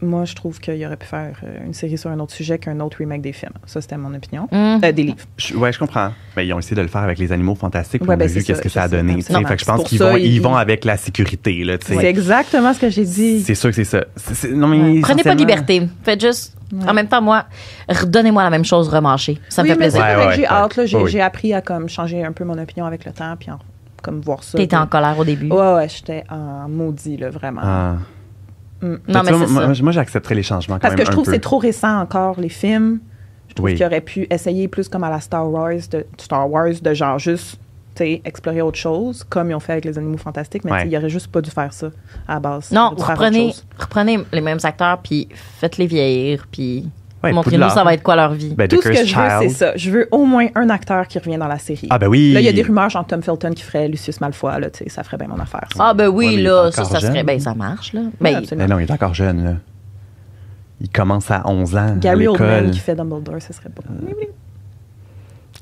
moi, je trouve qu'il aurait pu faire euh, une série sur un autre sujet qu'un autre remake des films. Ça, c'était mon opinion. Hum. Euh, des livres. Je- ouais, je comprends. Mais ils ont essayé de le faire avec les animaux fantastiques. puis Ouais, on ben, a c'est vu ça, qu'est-ce que je ça a sais, donné. tu sais. absolument. Fait que je C'est pense pour qu'ils ça, vont, ils- ils vont avec la sécurité, là. tu sais. C'est exactement ce que j'ai dit. C'est sûr que c'est ça. C'est- c'est- non, mais Prenez pas de essentiellement- liberté. Faites juste. En même temps, moi, redonnez-moi la même chose remâchée. Ça me oui, fait mais c'est plaisir. Ouais, correct, ouais, j'ai ouais. hâte. là. J'ai Oui, oui. j'ai appris à comme, changer un peu mon opinion avec le temps, puis en- comme voir ça. T'étais puis- en colère au début. Ouais, ouais, j'étais en maudit, là, vraiment. Ah. Non, Tu mais vois, c'est moi, ça. moi, moi, j'accepterais les changements quand Parce même que je trouve un que peu. c'est trop récent encore, les films. Je trouve Oui. qu'ils auraient pu essayer plus comme à la Star Wars, de, Star Wars, de genre juste tu sais, explorer autre chose, comme ils ont fait avec les animaux fantastiques, mais Ouais. tu sais, ils auraient juste pas dû faire ça à la base. Ils Non, auraient dû faire autre reprenez, chose. reprenez les mêmes acteurs, puis faites-les vieillir, puis Ouais, montrez-nous Poudlard. ça va être quoi leur vie. Ben, The Tout ce que Cursed je veux, c'est Child. ça. Je veux au moins un acteur qui revient dans la série. Ah, ben oui. Là, il y a des rumeurs, genre Tom Felton qui ferait Lucius Malfoy, là, tu sais, ça ferait bien mon affaire. ça. Ah ben oui, Ouais, mais il là, est ça, encore ça serait... jeune. Ben, ça marche, là. Oui, Ben, absolument. Mais non, il est encore jeune, là. Il commence à 11 ans à Gary Oldman l'école. Euh. qui fait Dumbledore, ce serait pas.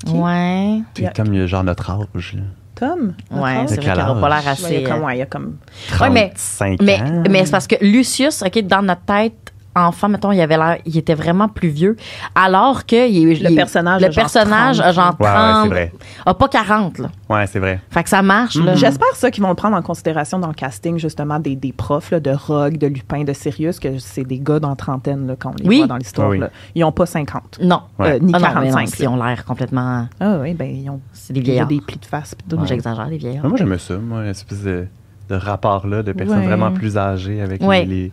ouais. C'est comme euh, genre notre âge, là. Tom? notre Ouais, âge? c'est vrai T'as quel qu'elle aura âge? pas l'air Ouais, il assez... y a comme, euh, ouais, il y a comme- Ouais, mais- 35 Mais, ans. mais c'est parce que Lucius, OK, dans notre tête, enfant, mettons, il avait l'air... Il était vraiment plus vieux, alors que... Il, Le il- personnage Le a genre personnage a genre 30. Ouais, ouais, c'est vrai. a pas 40, là. Ouais, c'est vrai. Fait que ça marche, là. J'espère ça qu'ils vont le prendre en considération dans le casting, justement, des, des profs, là, de Rogue, de Lupin, de Sirius, que c'est des gars dans trentaine, là, quand on les Oui. voit dans l'histoire. Oui. là. Ils n'ont pas 50. Non. euh, ni Ah non, mais non, 45. ils ont l'air complètement... Ah oui, ben, ils ont C'est des ils ont vieillards. des plis de face. pis tout. J'exagère, les vieillards. moi, j'aimais ça, moi, une espèce de, de rapport-là, de personnes Ouais. vraiment plus âgées avec Ouais. les, les-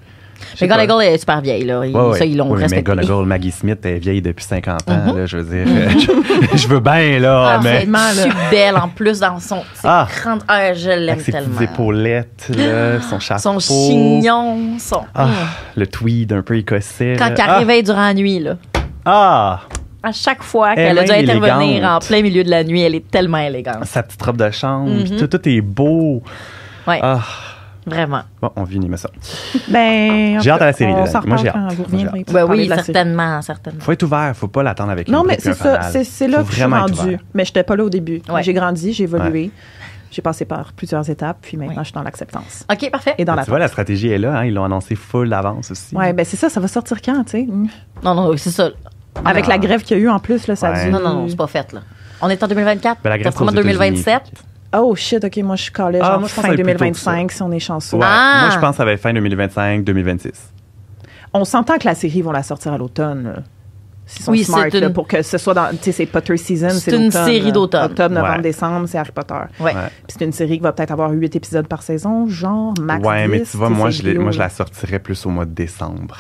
sais pas. McGonagall est super vieille, là. Il- Ouais, ouais. Ça, ils l'ont Oui, mais respecté. Mhm. McGonagall, Maggie Smith est vieille depuis 50 ans, là, je veux dire. euh, je, je veux bien, là, Ah, mais. c'est super belle en plus dans son. ses Ah. grandes- Ah, je l'aime Avec ses petites tellement. épaulettes, là, son chapeau. Son chignon, son. Ah, le tweed un peu écossais. Quand là. elle réveille durant la nuit, là. Ah, À chaque fois Elle qu'elle a dû est intervenir en élégante. plein milieu de la nuit, elle est tellement ah, élégante. sa petite robe de chambre, Mhm. puis tout, tout est beau. Ouais. Ah, Vraiment. bon, on vit une émotion. Ben, en J'ai tout hâte à la cas, série, On là. s'en Moi, j'ai reparle quand hâte. vous Moi, j'ai reviendrez. pour Ben parler oui, de la série. certainement, certainement. Faut être ouvert, faut pas l'attendre avec Non, une mais boucle, c'est un ça. fanal. C'est c'est là Faut que je suis vraiment être rendue. ouvert. Mais j'étais pas là au début. Ouais. J'ai grandi, j'ai évolué. J'ai passé par plusieurs étapes, puis maintenant, Ouais. je suis dans l'acceptance. OK, parfait. Et dans la Ben, Tu vois, la stratégie est là, hein, ils l'ont annoncé full d'avance aussi. Ouais, ben c'est ça, ça va sortir quand, tu sais? Mm. Non, non, c'est ça. Avec la grève qu'il y a eu en plus, là, ça a Ah. Ouais. dû- Non, non, non, c'est pas fait, là. On est en 2024. Ben, la grève, c'est aux promet États-Unis. 2027. Oh shit, ok, moi je suis collée, Ah, genre moi, je pense fin que ça va être plutôt 2025 si on est chanceux. Ouais, Ah! Moi, je pense que ça va être fin 2025, 2026. On s'entend que la série, ils vont la sortir à l'automne. là. S'ils sont Oui, smart, c'est là, une- pour que ce soit dans. Tu sais, c'est Potter Season, C'est c'est une l'automne, série là. d'automne. Octobre, novembre, Ouais. décembre, c'est Harry Potter. Ouais. Ouais. Puis c'est une série qui va peut-être avoir huit épisodes par saison, genre max. ouais, mais 10, tu vois, tu sais, moi c'est je, l'ai- HBO, moi, je là. la sortirais plus au mois de décembre.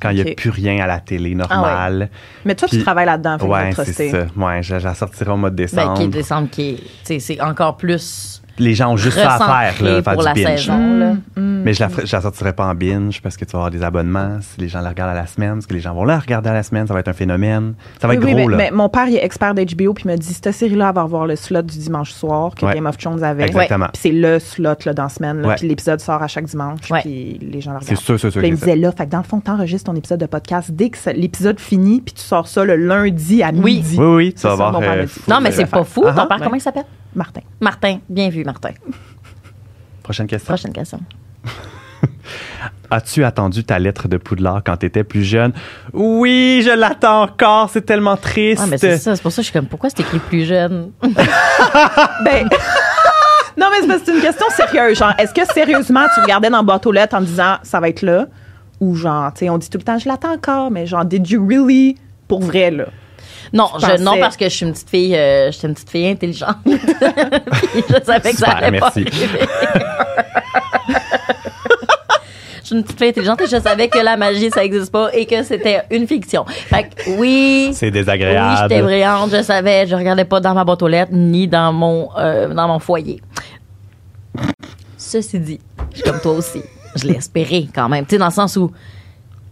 Quand il n'y Ok. Ah a plus rien à la télé normale. Mais toi, tu Puis- travailles là-dedans, fait que Ouais, je vais te c'est truster. ça. Ouais, je, je la sortirai au mois de décembre. Ben, qui est décembre, qui est. tu sais, c'est encore plus. Les gens ont juste ça à faire, là, recentré faire pour du la binge. saison. Mm, là. mm. Mais je la, ferai- je la sortirai pas en binge parce que tu vas avoir des abonnements. Si les gens la regardent à la semaine, parce que les gens vont la regarder à la semaine, ça va être un phénomène. Ça va Oui, être oui, gros, mais, là. mais mon père, il est expert d'HBO, puis il me dit cette série-là elle va avoir le slot du dimanche soir que Ouais. Game of Thrones avait. Exactement. Puis c'est le slot là, dans la semaine. là, Ouais. Puis l'épisode sort à chaque dimanche. Ouais. Puis les gens le C'est regardent. sûr, c'est sûr. Puis il me que c'est ça. disait là, fait que dans le fond, t'enregistres ton épisode de podcast dès que ça- l'épisode finit, puis tu sors ça le lundi à Oui. midi. Oui, oui, tu C'est vas ça, avoir. mon père euh, me dit. fou Non, mais de c'est l'affaire. pas fou. Ton Ah, père, ouais. comment il s'appelle? Martin. Martin. Bien vu, Martin. Prochaine question. Prochaine question. As-tu attendu ta lettre de Poudlard quand t'étais plus jeune? Oui, je l'attends encore. C'est tellement triste. Ah, mais c'est ça. C'est pour ça que je suis comme, pourquoi c'est écrit plus jeune? Ben. non, mais c'est parce que c'est une question sérieuse. Genre, est-ce que sérieusement, tu regardais dans boîte aux lettres en disant ça va être là? Ou genre, tu sais, on dit tout le temps je l'attends encore, mais genre, did you really? Pour vrai, là. Non, Je je, non pensais- parce que je suis une petite fille, euh, j'étais une petite fille intelligente. Puis je savais que ça Super, allait merci. pas arriver. Je suis une petite fille intelligente et je savais que la magie, ça n'existe pas et que c'était une fiction. Fait que oui, oui C'est j'étais désagréable. brillante, je savais, je regardais pas dans ma boîte aux lettres ni dans mon, euh, dans mon foyer. Ceci dit, je suis comme toi aussi. Je l'ai espéré quand même. Tu sais, dans le sens où,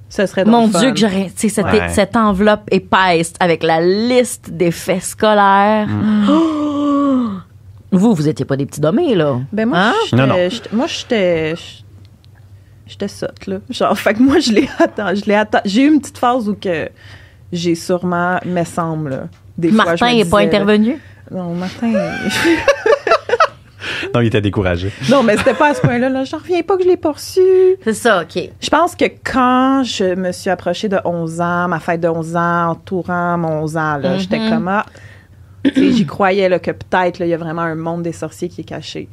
Ce serait donc mon fun. Dieu, que j'aurais. Tu sais, cette, Ouais. cette enveloppe épaisse avec la liste des faits scolaires. Mm. Oh! Vous, vous étiez pas des petits dommés, là. Ben moi, Hein? j'étais- Non, non. j'étais- moi j'étais j'étais sotte là. Genre fait que moi je l'ai attendu, je l'ai atten- J'ai eu une petite phase où que j'ai sûrement me semble là, des fois, je Martin me n'est pas disais, intervenu. là, Non, Martin. Non, il était découragé. non, mais c'était pas à ce point-là là, j'en reviens pas que je l'ai poursu. C'est ça, OK. Je pense que quand je me suis approchée de 11 ans, ma fête de 11 ans, entourant mon 11 ans, là, Mhm. j'étais comme ah, tu sais, j'y croyais là, que peut-être là, il y a vraiment un monde des sorciers qui est caché.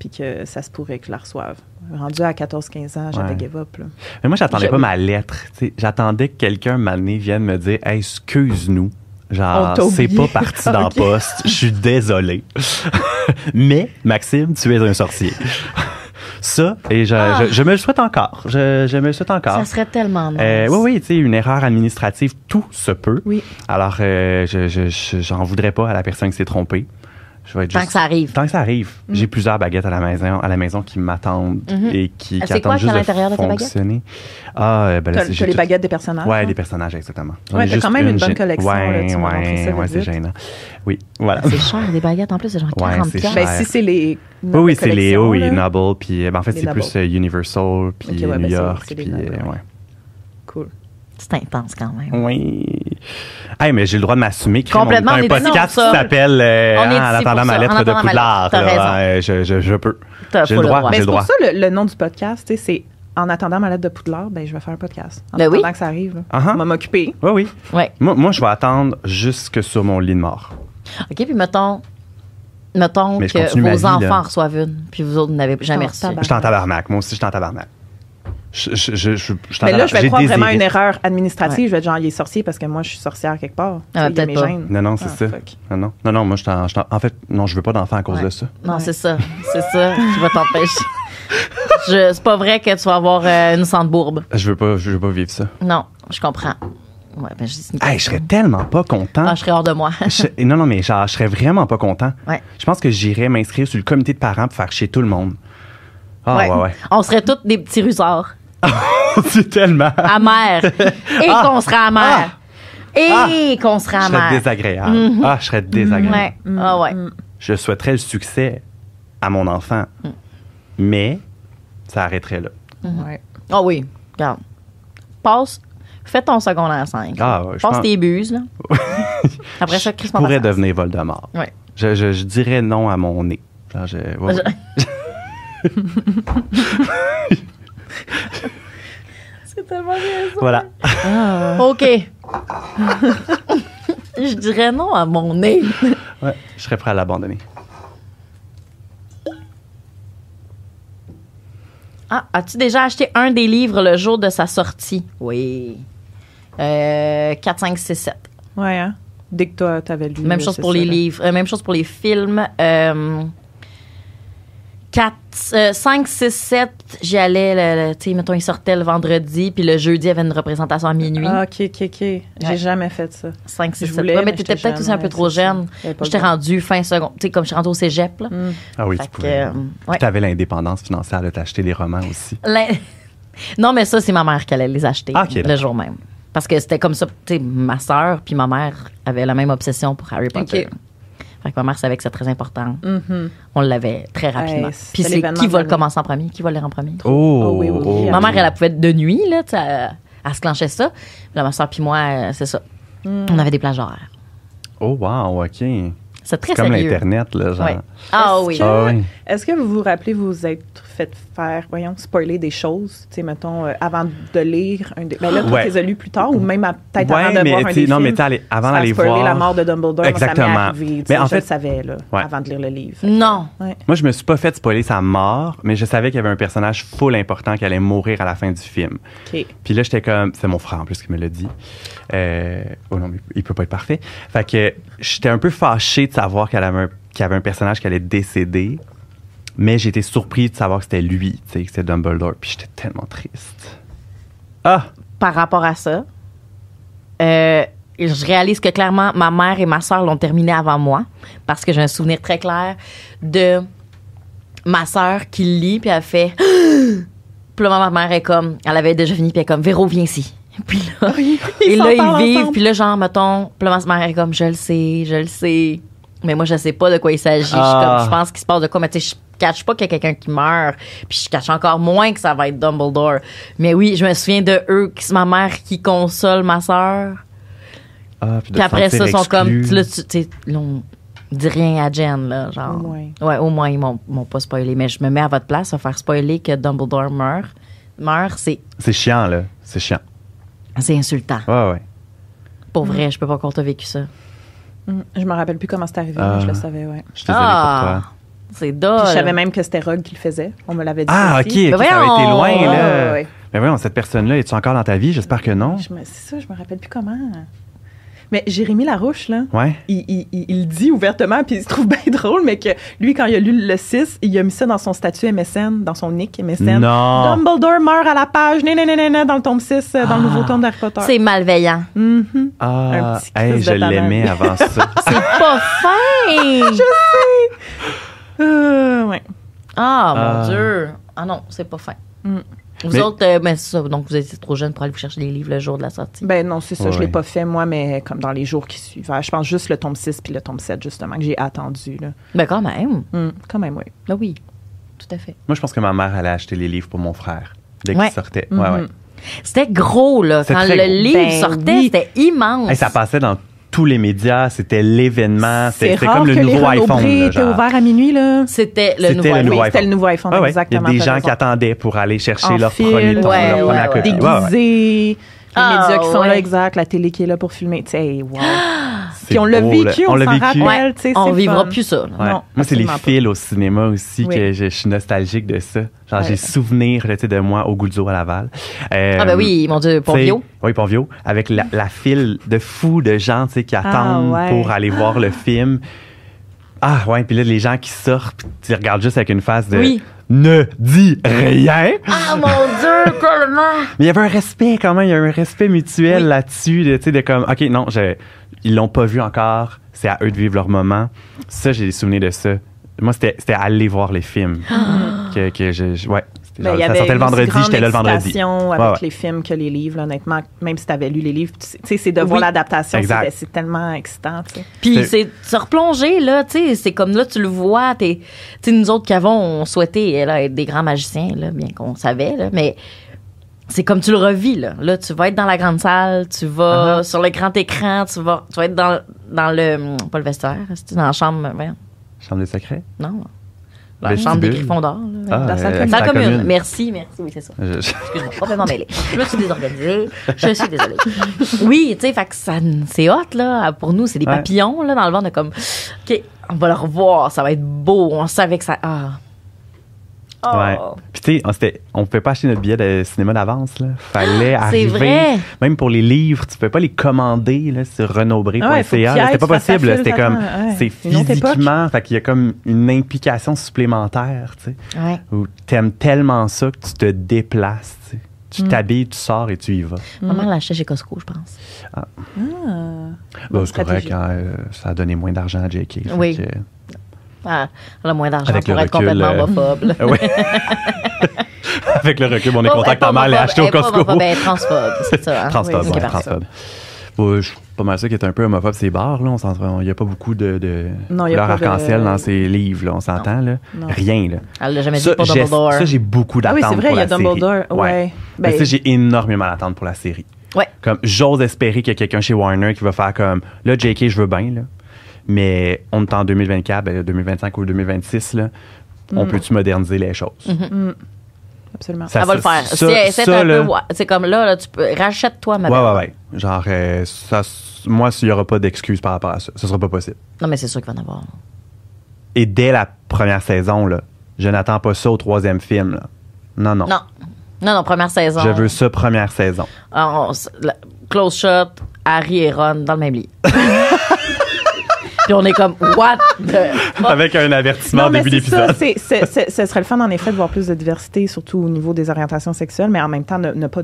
Puis que ça se pourrait que je la reçoive. Rendu à 14-15 ans, j'avais Ouais. give up. Là. Mais moi, j'attendais Je- pas ma lettre. tu sais. J'attendais que quelqu'un m'année vienne me dire Hey, excuse-nous. On Genre, t'a c'est oublié. pas parti dans Ok. poste. Je suis désolé. Mais, Maxime, tu es un sorcier. Ça, et je, Ah. je- je me le souhaite encore. Je, je me le souhaite encore. Ça serait tellement nice. Euh, oui, oui, tu sais, une erreur administrative, tout se peut. Oui. Alors, euh, je, je, je- j'en voudrais pas à la personne qui s'est trompée. Je vais être Tant juste- que ça arrive. Tant que ça arrive. Mm. J'ai plusieurs baguettes à la maison, à la maison qui m'attendent Mhm. Mm-hmm. et qui, qui C'est quoi attendent qu'il y a juste à de l'intérieur de ta baguette? fonctionner. Ah, euh, ben là, T'as c'est- t'as j'ai les tout- baguettes des personnages. Ouais, hein? des personnages, exactement. J'en Ouais, ai t'as juste quand même une bonne j'ai- collection, là, Ouais, tu m'as montré ça ouais, vite, ouais, c'est vite. gênant. Oui, voilà. C'est cher, des baguettes en plus, c'est genre Ouais, 40 c'est piastres. Ben, Ouais. si c'est les. Oui, oui, c'est les collections, hauts et là. Noble, puis euh, ben, en fait, Les c'est Noble. plus euh, Universal, puis euh, Ok, ouais, New ben, c'est- York, c'est les puis Noble, euh, ouais. ouais. Cool. C'est intense quand même. Oui. Hey, mais j'ai le droit de m'assumer. crime, Complètement, on on est est un ici, podcast non, ça. qui s'appelle euh, On est hein, En ici pour attendant ça, ma en lettre de attendant ma Poudlard. lettre. T'as là, hein, je, je, je peux. T'as J'ai pas le droit. Ben, J'ai c'est le pour droit. ça le, le nom du podcast, tu sais, c'est En attendant ma lettre de Poudlard, ben, je vais faire un podcast. En Ben oui. attendant que ça arrive. là. Uh-huh. On va m'occuper. Oui, oui. Ouais. Moi, moi, je vais attendre jusque sur mon lit de mort. OK, puis mettons, mettons Mais je que continue ma vos vie, là. enfants reçoivent une, puis vous autres n'avez jamais Oh, reçu. tabarnak. Je suis en tabarnak. Moi aussi, je suis en tabarnak. Je, je, je, je, je suis en Mais là, je tabarnak. vais J'ai croire désiré. vraiment une erreur administrative. Ouais. Je vais être genre, il est sorcier parce que moi, je suis sorcière quelque part. Tu sais, il Ah, y a peut-être mes pas. gènes. Non, non, c'est Ah, ça. fuck. Non, non, non, non, moi, je t'en- je t'en- en fait, non, je veux pas d'enfant à cause Ouais. de ça. Non, Ouais. c'est ça. C'est ça. Je vais t'empêcher. Je- C'est pas vrai que tu vas avoir euh, une sandbourbe. Je veux pas, je veux pas vivre ça. Non, je comprends. Ouais, ben, je dis une Hey, je Mm. serais tellement pas content. Ah, je serais hors de moi. Je- non, non, mais genre, je serais vraiment pas content. Ouais. Je pense que j'irais m'inscrire sur le comité de parents pour faire chier tout le monde. Ah, ouais, ouais. On serait tous des petits rusards. C'est tellement. Ah, Amers. Et Ah. qu'on serait amers. Et qu'on serait Je amers. serais désagréable. Mm-hmm. Ah, je serais désagréable. Ouais. Ah ouais. Je souhaiterais le succès à mon enfant, Mm. mais ça arrêterait là. Ouais. Ah oui. Regarde. Passe. Fais ton secondaire 5. Ah, ouais, je Passe pense- tes buses, là. Après ça, je Chris pourrais devenir Voldemort. Ouais. Je, je, je dirais non à mon nez. Genre, je- ouais, ouais. C'est tellement bien ça. Voilà. OK. je dirais non à mon nez. Ouais, je serais prêt à l'abandonner. Ah, as-tu déjà acheté un des livres le jour de sa sortie? Oui. Euh, 4, 5, 6, 7. Ouais, hein? Dès que toi, t'avais lu. Même euh, chose c'est pour ça, les là. livres. euh, même chose pour les films. Euh, 5, 6, 7, j'y allais, le- le- tu sais, mettons, il sortait le vendredi, puis le jeudi, il y avait une représentation à minuit. Ah, ok, ok, ok. J'ai Ouais. jamais fait ça. 5, 6, Je 7. voulais, ouais, mais mais t'étais j'étais peut-être aussi un peu jeune, trop ouais, c'est ça. jeune. J'avais pas J'étais le temps. rendue fin seconde, tu sais, comme je suis rendue au cégep, là. Mm. Ah oui, Fait tu que, pourrais. euh, ouais. Tu avais l'indépendance financière de t'acheter des romans aussi. L'in- Non, mais ça, c'est ma mère qui allait les acheter Ah, ok, le d'accord. jour même. Parce que c'était comme ça, tu sais, ma sœur puis ma mère avaient la même obsession pour Harry Potter. Fait que ma mère savait que c'était très important. Mhm. On l'avait très rapidement. Hey, c'était puis c'est l'événement qui de va le l'année. commencer en premier? Qui va le lire en premier? Oh, oui, oui, oui. oh. Ma mère, elle, elle pouvait être de nuit, là, tu sais, elle, elle se clenchait ça. Puis là, ma sœur puis moi, euh, c'est ça. Mm. On avait des plages horaires. Oh, wow, OK. C'est très C'est comme sérieux. l'Internet, là, genre. Ouais. Ah Est-ce oui. que- Ah oui. Est-ce que vous vous rappelez vous être fait faire, voyons, spoiler des choses, tu sais, mettons, euh, avant de lire un des. Ben là, toi, Ouais. tu les as lus plus tard ou même à- peut-être Ouais, avant de mais voir un tu des sais, non, films, mais t'as allé- ça avant a d'aller spoilé voir- la mort de Dumbledore, moi, Exactement. ça m'est arrivé, tu Mais sais, en je fait- le savais, là, Ouais. avant de lire le livre. Non. Ouais. Moi, je me suis pas fait spoiler sa mort, mais je savais qu'il y avait un personnage full important qui allait mourir à la fin du film. OK. Puis là, j'étais comme, c'est mon frère en plus qui me l'a dit. Euh, oh non, mais il peut pas être parfait. Fait que j'étais un peu fâché de savoir qu'elle avait un- qu'il y avait un personnage qui allait décéder, mais j'étais surpris de savoir que c'était lui, tu sais, que c'était Dumbledore. Puis j'étais tellement triste. Ah, par rapport à ça, euh, je réalise que clairement, ma mère et ma sœur l'ont terminé avant moi parce que j'ai un souvenir très clair de ma sœur qui lit puis elle fait. Puis là, ma mère est comme. Elle avait déjà fini puis elle est comme Véro, viens ici. Puis Oh, là, et s'en là, ils parlent vivent. ensemble. Puis là, genre, mettons, puis là, ma mère est comme Je le sais, je le sais. Mais moi, je sais pas de quoi il s'agit. Je suis Ah. comme, Je pense qu'il se passe de quoi, mais tu sais, je cache pas qu'il y a quelqu'un qui meurt. Puis je cache encore moins que ça va être Dumbledore. Mais oui, je me souviens de eux, qui c'est ma mère qui console ma sœur. ah puis de Puis après se ça, ils sentir sont comme. exclu. Là, tu tu sais, là, on dit rien à Jen, là. Genre. Au moins. Ouais, au moins, ils m'ont m'ont pas spoilé. Mais je me mets à votre place à faire spoiler que Dumbledore meurt. Meurt, c'est C'est chiant, là. C'est chiant. c'est insultant. Ouais, ouais. Pour vrai, je peux pas qu'on t'a vécu ça. Mm. Je me rappelle plus comment c'est arrivé, Ah. mais je le savais, ouais. Je suis désolée pour Ah, toi. c'est Puis dole. je savais même que c'était Rogue qui le faisait. On me l'avait dit. Ah, ok, aussi. ok, ça avait été Ben voyons. loin, Ouais, là. ouais, ouais. Mais voyons, cette personne-là, es-tu encore dans ta vie? J'espère que non. Je me- C'est ça, je me rappelle plus comment. Mais Jérémy Larouche, là. Ouais. il, il- il- il le dit ouvertement, puis il se trouve bien drôle, mais que lui, quand il a lu le 6, il a mis ça dans son statut MSN, dans son nick MSN. Non. Dumbledore meurt à la page, né, né, né, né, né, dans le tome 6, euh, dans le nouveau tome d'Harry Potter. C'est malveillant. Mhm. Ah, Un petit hey, Christ je de ta l'aimais mère. avant ça. C'est pas fin. Euh, ouais. Ah, mon Ah. Dieu. Ah non, c'est pas fin. Mm. Vous Mais- autres, euh, ben, c'est ça, donc vous étiez trop jeune pour aller vous chercher des livres le jour de la sortie. Ben non, c'est ça, je l'ai Ouais. pas fait, moi, mais comme dans les jours qui suivent. Ah, Je pense juste le tome 6 puis le tome 7, justement, que j'ai attendu. Là. Ben quand même. Hum, quand même, oui. Ben oui, tout à fait. Moi, je pense que ma mère allait acheter les livres pour mon frère dès qu'il Ouais. sortait. Mhm. Ouais, ouais. C'était gros, là. C'était Quand le très gros. livre Ben sortait, oui. c'était immense. Hey, ça passait dans tous les médias, c'était l'événement, c'était c'était rare comme le que les nouveau Renaud iPhone. Bré là, étaient genre. ouverts à minuit, là. C'était le C'était nouveau. le Oui, nouveau c'était iPhone. le nouveau iPhone, Ouais, ouais. exactement. Il y a des t'as gens raison. qui attendaient pour aller chercher En leur file, premier tome, ouais, leur ouais, première ouais. copie. Ouais, ouais. déguisés, Ah, les médias qui sont ouais. là, exact, la télé qui est là pour filmer. Tu sais, hey, wow. Puis on C'est l'a beau, vécu, là. on, l'a s'en vécu. rappelle. Ouais. tu sais, on c'est vivra fun. plus ça. là. Ouais. Non, Moi, c'est les absolument pas. fils au cinéma aussi Oui. que je, je suis nostalgique de ça. Genre, Ouais. j'ai souvenir là, tu sais, de moi au Goudzo à Laval. Euh, Ah ben oui, mon Dieu, Tu sais, Pompio. Oui, Ponvio. Avec la, la file de fous de gens tu sais, qui attendent Ah, ouais. Ah. pour aller voir le film. Ah ouais, puis là, les gens qui sortent, puis tu regardes juste avec une face de Oui. ne dis rien. Ah mon Dieu, tellement! Mais il y avait un respect quand même, il y a un respect mutuel Oui. là-dessus, de, tu sais, de comme, OK, non, je- ils l'ont pas vu encore, c'est à eux de vivre leur moment. Ça, j'ai des souvenirs de ça. Moi, c'était c'était aller voir les films. que, que je, je- ouais, c'était Mais Ah. Ben, genre, il y Ben, ça avait sortait le une aussi vendredi, grande j'étais là le vendredi. excitation Ouais, avec ouais. les films que les livres, là, honnêtement, même si tu avais lu les livres, tu sais, tu sais, c'est de voir Oui. l'adaptation, Exact. c'était- c'est tellement excitant. tu sais. Puis C'est- c'est se replonger là, tu sais, c'est comme là tu le vois, t'es, tu sais nous autres qui avons on souhaitait là, être des grands magiciens là, bien qu'on savait là, mais c'est comme tu le revis là. Là tu vas être dans la grande salle, tu Ah vas sur le grand écran, tu vas, tu vas être dans dans le pas le vestiaire, c'était dans la chambre, voyons, Chambre des secrets? non, la Vestibule. chambre des Gryffondors. là, Ah, la salle euh, commune. Dans la salle commune. commune. Merci, merci. Oui, c'est ça. Je- je- Excuse-moi, complètement mêlée. Je me suis désorganisée. Je suis désolée. Oui, tu sais, fait que ça, c'est hot, là. Pour nous, c'est des Ouais. papillons, là. Dans le vent, on est comme, OK, on va le revoir. Ça va être beau. On savait que ça. Ah. Oh. Ouais. Puis tu sais, on, s'était- on pouvait pas acheter notre billet de cinéma d'avance. Ah, là. Fallait arriver. vrai. Même pour les livres, tu pouvais pas les commander là, sur renobré.ca. Ah ouais, faut qu'il y là. aille, C'était pas tu fasses la possible. là. file, C'était comme, t'attends, ouais. c'est Une autre époque. physiquement. Fait qu'il y a comme une implication supplémentaire, tu sais. Ouais. Où t'aimes tellement ça que tu te déplaces, tu sais. Mm. Tu t'habilles, tu sors et tu y vas. Maman l'achetait chez Costco, je pense. Bah, c'est correct, stratégie. hein, euh, ça a donné moins d'argent à JK. fait Oui. que- Ah, elle a moins d'argent Avec pour le être recul, complètement euh, homophobe. là. Ah ouais. Avec le recul, on est Oh, content elle que ta mère l'ait acheté au homophobe, elle est pas Costco. homophobe, Ben, elle est transphobe, c'est ça. hein? Transphobe, Oui, ouais, ok, parfait. transphobe. Bon, je suis pas mal sûr qu'il est un peu homophobe, ces bars. Là. On s'entend- il n'y a pas beaucoup de, de Non, il y a couleurs pas de- arc-en-ciel dans ces livres. Là. On s'entend, là. Non. Rien, là. Elle l'a jamais dit Ça, pour j'ai- Dumbledore. ça, j'ai beaucoup Ah oui, c'est d'attentes vrai, pour il y a la série. Dumbledore. Ouais. Mais Ben, ça, j'ai énormément d'attentes pour la série. Ouais. Comme, j'ose espérer qu'il y a quelqu'un chez Warner qui va faire comme, là, JK, je veux bien, là. Mais on est en 2024, ben, 2025 ou 2026, là. Mm. On peut-tu moderniser les choses? Mm-hmm. hein. absolument. Ça, Elle va le ça, faire. ça, C'est- C'est ça, un peu. là, ouais, C'est comme là, là, tu peux. Rachète-toi, ma Ouais, belle. ouais, ouais. Genre, euh, ça, moi, il n'y aura pas d'excuse par rapport à ça. Ce sera pas possible. Non, mais c'est sûr qu'il va en avoir. Et dès la première saison, là, je n'attends pas ça au troisième film. là. Non, non. Non. Non, non, première saison. Je veux ça première saison. Ah, on s- la- close shot, Harry et Ron dans le même lit. Puis on est comme, what the fuck? Avec un avertissement Non, au mais début c'est ça, d'épisode. c'est- c'est- c'est- ce serait le fun, en effet, de voir plus de diversité, surtout au niveau des orientations sexuelles, mais en même temps, ne, ne pas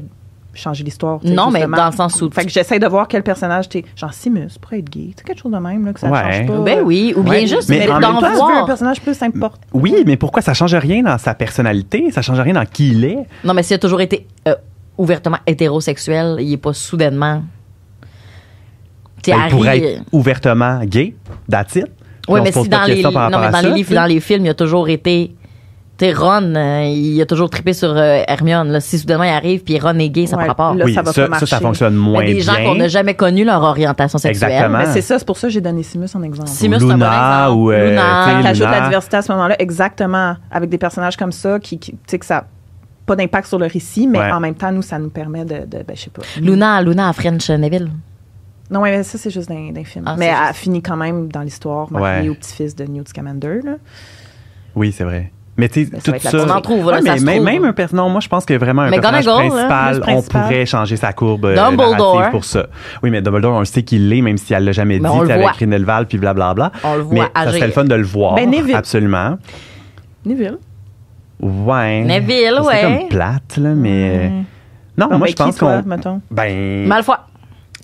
changer l'histoire. tu sais, Non, mais justement. dans le sens où- Fait que j'essaie de voir quel personnage t'es. Genre, Simus pourrait être gay. Tu sais, quelque chose de même, là, que ça Ouais. change pas. Ben oui, ou bien Ouais, juste mais Mais en en d'en même temps, tu veux un voir. personnage plus important. Oui, mais pourquoi ça change rien dans sa personnalité? Ça change rien dans qui il est? Non, mais s'il a toujours été euh, ouvertement hétérosexuel, il est pas soudainement. T'sais, Ben, il Harry, pourrait euh, être ouvertement gay, that's it. Puis Oui, on mais se pose si pas de dans les, questions par non, rapport mais à dans ça, les livres, tu sais. dans les films, il a toujours été. Tu sais, Ron, euh, il a toujours trippé sur euh, Hermione. là. Si soudainement il arrive puis Ron est gay, ça n'a Ouais, pas rapport. là, oui, ça va ça, pas ça, ça marcher. fonctionne Mais moins Ben, des bien. gens qu'on n'a jamais connu leur orientation sexuelle. Exactement. Mais Ben, c'est ça, c'est pour ça que j'ai donné Simus en exemple. Simus, c'est Ou un bon Luna, exemple. ou, euh, Luna. tu sais, Fait que t'ajoutes Luna. la diversité à ce moment-là, exactement, avec des personnages comme ça, qui, qui- tu sais, que ça n'a pas d'impact sur le récit, mais Ouais. en même temps, nous, ça nous permet de, de- ben, je sais pas. Luna, Luna à French Neville. Non, ouais, mais ça, c'est juste d'un film. Ah, mais c'est elle juste- finit quand même dans l'histoire, mariée Ouais. au petit-fils de Newt Scamander, là. Oui, c'est vrai. Mais tu sais, Mais ça tout va être la ça. On en trouve, là, Ouais, ça mais se même, trouve. même un personnage. Non, moi, je pense que vraiment un Mais personnage Gonagal, hein, principal, le on principal. pourrait changer sa courbe euh, Dumbledore. hein. narrative pour ça. Oui, mais Dumbledore, on le sait qu'il l'est, même si elle l'a jamais Mais dit, on le c'est voit. avec Rinelval, puis blablabla. On le voit mais ça agir. serait le fun de le voir. Ben, Neville. absolument. Neville. Ouais. Neville, C'est ouais. comme plate, là, mais. Non, moi, mais je pense qui, toi, qu'on. mettons? Ben. Malfoy.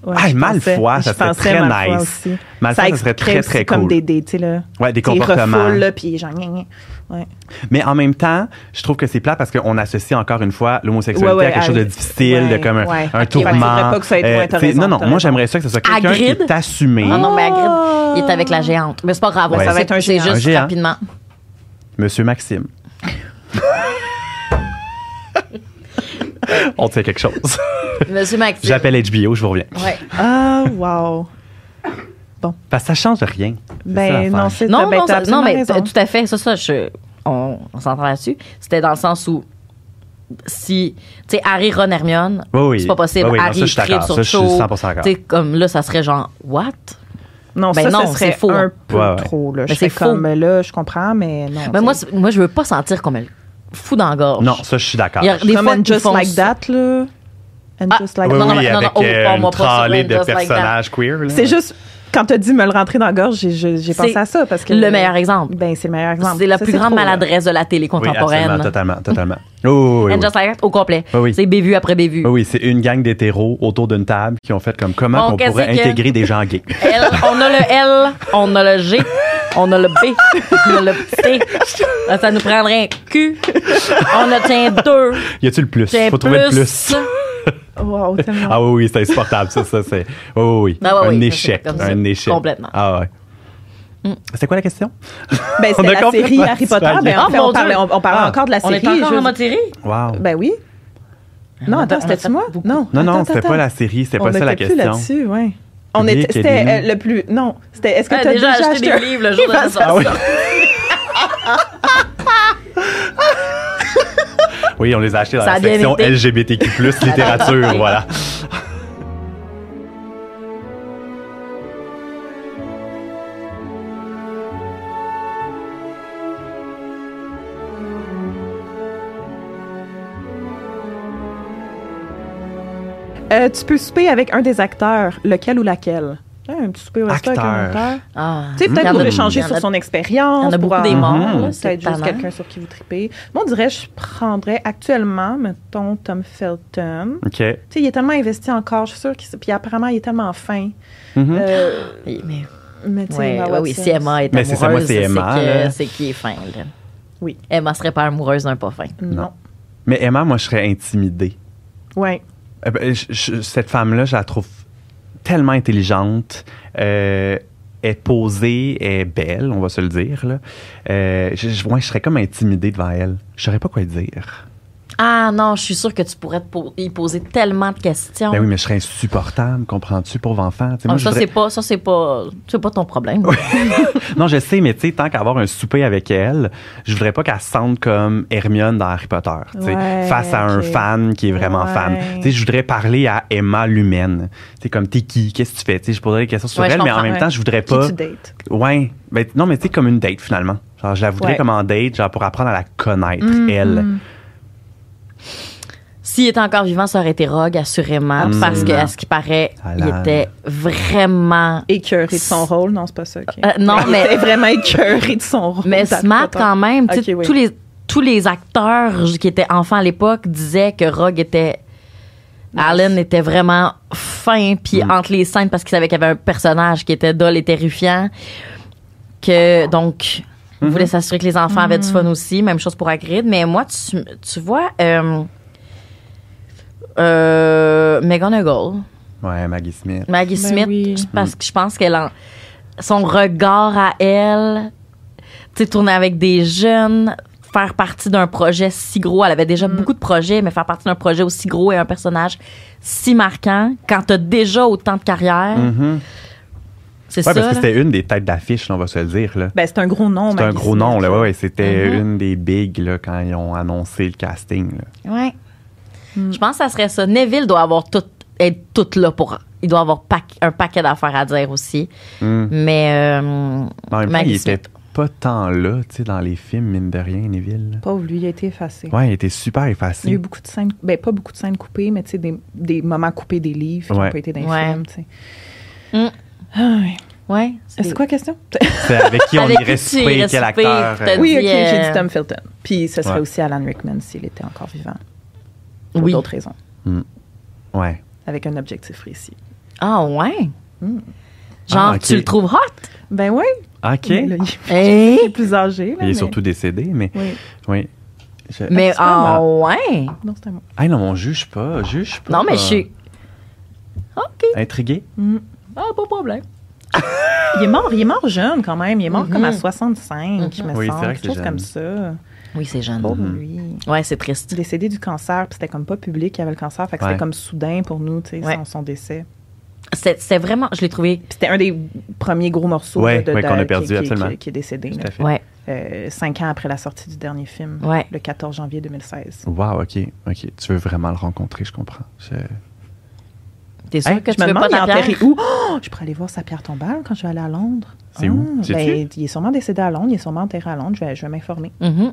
Ouais, Ah, je Malfoy, pensais- ça je serait pensais très Malfoy nice. aussi. Malfoy, ça serait très, expliquerait très aussi comme cool. des, des, tu sais, là. Ouais, des tu sais, il comportements. refoule, là, puis genre, gna, gna. Ouais. Mais en même temps, je trouve que c'est plat parce qu'on associe encore une fois l'homosexualité Ouais, ouais, à quelque chose de à- difficile, ouais, de comme un, ouais. un Ok, tourment. ouais, faudrait pas que ça ait- ouais, t'as t'sais, raison, non, non, t'as moi raison. j'aimerais ça que ce soit quelqu'un qui Hagrid? est assumé. Ah Non, non, mais Hagrid, il est avec la géante. Mais c'est pas grave, Ah. ça Ouais. Ça va va être être un C'est géant. Un juste géant. rapidement. Monsieur Maxime. On sait quelque chose. Monsieur Maxime. J'appelle HBO, je vous reviens. Ouais. Ah, wow. Parce que ça change rien. C'est ça, Ben, l'affaire. non, c'est Non, ben, non, t'as ça- non, absolument mais euh, raison. t- tout à fait. Ça, ça, je- on, on s'entend là-dessus. C'était dans le sens où si, tu sais, Harry, Ron, Hermione, Oui, oui. c'est pas possible. Oui, oui, non, Harry, ça, je suis tripe d'accord. sur Ça, je suis Cho. 100% d'accord. Tu sais, comme là, ça serait genre, what? Non, Ben ça, non, ça c'est serait faux. un peu Ouais, ouais. trop. Là. Mais je fais c'est faux. comme là, je comprends, mais non. Mais tu Ben, moi, sais. c'est- moi, je veux pas sentir qu'on me le fout dans la gorge. Non, ça, je suis d'accord. Il y a des comme fois, and ils just font like ça. that, là. And Ah, just like Oui, Non, that. non, oui, non, non, avec oh, euh, on une m'a pas sur trolley Windows de like that. personnages queer. là. C'est juste quand t'as dit me le rentrer dans la gorge, j'ai- j'ai j'ai pensé C'est à ça parce que le meilleur exemple. Ben c'est le meilleur exemple. C'est la Ça, plus grande trop, là. maladresse de la télé hein. Oui, absolument, contemporaine. totalement, totalement. Oh, oui, oui, And oui. Just Like That au complet. Oui, oui. C'est bévu après bévu. Oui, Bah oui, c'est une gang d'hétéros autour d'une table qui ont fait comme comment Bon, on pourrait qu'est-ce que- intégrer des gens gays. L, on a le L, on a le G, on a le B, on a le T. Ça nous prendrait un Q. On a tiens deux, Y a-tu le plus? tiens Faut plus. trouver le plus. Oh, Wow, tellement. Ah oui, oui, c'est insupportable, ça, ça, c'est. Oh, oui, oui. Ah, ouais, un oui, ça, c'est échec. pas comme ça. Un échec. Complètement. Mm. Ah, ouais. C'est quoi la question? Ben, On a c'était la complètement série Harry Potter. disparu. Ben, en Oh, fait, mon on parlait, Dieu. on, on parlait Ah. encore de la On est série. encore en je- mode série? Wow. Ben oui. Non, On a- on attends, a c'était-tu fait moi? beaucoup. Non. Non, non, attends, c'était attends, pas la série, c'était On pas ça la n'était plus question. là-dessus, ouais. On Public était, et c'était des euh, le plus. Non, c'était. Est-ce que Ah, t'as déjà acheté des un- livres le jour de sa Ah oui. sortie. oui, on les a achetés dans Ça a la bien section été. LGBTQ, littérature, voilà. Euh, tu peux souper avec un des acteurs, lequel ou laquelle? Hein, un petit souper au resto avec un Acteur. acteur. Ah, Tu sais, il y peut-être en pour a- échanger il y en sur a- son expérience. il y en a pour beaucoup des en- morts, là, c'est Peut-être juste tannant. quelqu'un sur qui vous tripez. Moi, on dirait, je prendrais actuellement, mettons, Tom Felton. OK. Tu sais, il est tellement investi encore, je suis sûre qu'il s- Puis apparemment, il est tellement fin. Mhm. Euh, Oui, mais- mais tu sais, Ouais, Emma ouais, oui, Watson, si Emma est Mais c'est amoureuse, ça, moi, c'est Emma, que- là. c'est qui est fin. Là. Oui. Emma serait pas amoureuse d'un pas fin. Non. Mais Emma, moi, je serais intimidée. Ouais. Euh, ben, je- je- cette femme-là, je la trouve tellement intelligente. Euh, elle est posée, elle est belle, on va se le dire. Là. Euh, je, je- ouais, je serais comme intimidée devant elle. Je saurais pas quoi dire. Ah non, je suis sûre que tu pourrais te po- y poser tellement de questions. Ben oui, mais je serais insupportable, comprends-tu, pauvre enfant. Tu sais, Ah, moi, je ça, voudrais- c'est pas, ça, c'est pas, c'est pas ton problème. Non, je sais, mais tu sais, tant qu'avoir un souper avec elle, je voudrais pas qu'elle se sente comme Hermione dans Harry Potter, tu sais, Ouais, face à un ok. fan qui est vraiment Ouais. fan. Tu sais, je voudrais parler à Emma l'humaine. Tu sais, comme t'es qui, qu'est-ce que tu fais, tu sais, je poserais des questions sur Ouais, je elle, mais en comprends, même ouais. temps, je voudrais Qui pas. tu dates? Ouais, mais non, mais tu sais, comme une date finalement. Genre, je la voudrais Ouais. comme en date, genre pour apprendre à la connaître, Mhm. elle. S'il était encore vivant, ça aurait été Rogue, assurément, Absolument. parce que, à ce qui paraît, il Alan. était vraiment. Écœuré de son rôle? Non, c'est pas ça. ok. Euh, non, Il mais- était vraiment écœuré de son rôle. Mais d'Harry smart Potter. quand même. Tu sais, Ok, oui. tous, les, tous les acteurs qui étaient enfants à l'époque disaient que Rogue était. Alan était vraiment fin, puis entre les scènes, parce qu'il savait qu'il y avait un personnage qui était dole et terrifiant. Que, donc, il voulait s'assurer que les enfants avaient du Mm. fun aussi. Même chose pour Hagrid. Mais moi, tu, tu vois, euh, euh, McGonagall, Ouais, Maggie Smith. Maggie Ben Smith, oui. je- Mm. parce que je pense qu'elle en- son regard à elle, tu sais, tourner avec des jeunes, faire partie d'un projet si gros, elle avait déjà beaucoup de projets, mais faire partie d'un projet aussi gros et un personnage si marquant, quand t'as déjà autant de carrière, Mhm. c'est ça. Ouais, parce que là. Oh, c'était une des têtes d'affiche, là, on va se le dire là. Ben, c'est un gros nom. C'était un Maggie gros nom, Smith, là. Ouais, ouais, c'était Mhm. une des bigs, là, quand ils ont annoncé le casting, là. Ouais. Mm. Je pense que ça serait ça. Neville doit avoir tout, être tout là pour. Il doit avoir pac- un paquet d'affaires à dire aussi. Mm. Mais. euh, En même temps, Maggie il était Smith. pas tant là, tu sais, dans les films, mine de rien, Neville. Pauvre, lui, il a été effacé. Ouais, il était super Il y a eu effacé. beaucoup de scènes, ben pas beaucoup de scènes coupées, mais tu sais, des, des moments coupés des livres qui Ouais. n'ont pas été dans les Ouais. films, tu sais. Mm. Ah ouais. Ouais. C'est quoi la question? C'est avec qui on Avec irait qui tu irais souper, quel souper, acteur. peut-être. euh, oui, ok, euh, j'ai dit Tom Felton. Puis ce serait Ouais. aussi Alan Rickman s'il était encore vivant. Pour Oui. d'autres raisons. Ouais. Avec un objectif précis. Ah ouais. Hmm. Genre, Ah, ok. tu le trouves hot? Ben oui. OK. mais là, il est- Hey. il est plus âgé. là, Il mais- est surtout décédé, mais. Oui. Oui. Je- Mais Ben, c'est pas ah ouais. Non, c'est un mot. Ah non, on juge pas, juge pas. Non, mais je suis. OK. Intrigué? Ah, pas de problème. Il est mort, il est mort jeune quand même. Il est mort Mhm. comme à Mm-hmm. 65, me Oui, c'est semble. vrai que Quelque chose c'est Mm-hmm. comme ça. Oui, c'est jeune. Pauvre lui. Ouais, c'est triste. Décédé du cancer, puis c'était comme pas public qu'il avait le cancer, fait que Ouais. c'était comme soudain pour nous, tu sais, Ouais. son- son décès. C'est c'est vraiment. Je l'ai trouvé. Puis C'était un des premiers gros morceaux Ouais, là, de, ouais, de- qu'on a qui- perdu, qui, absolument. Qui, qui est décédé Tout là. à fait. Ouais. Euh, cinq ans après la sortie du dernier film, Ouais. le 14 janvier 2016. Wow, OK. OK. Tu veux vraiment le rencontrer, je comprends. Je- euh, T'es sûr Hey, que je tu me veux pas demande, il est ta enterré pierre? où? Oh, je pourrais aller voir sa pierre tombale quand je vais aller à Londres. C'est où? Sais-tu? ben, il est sûrement décédé à Londres, il est sûrement enterré à Londres, je vais, je vais m'informer. Mhm.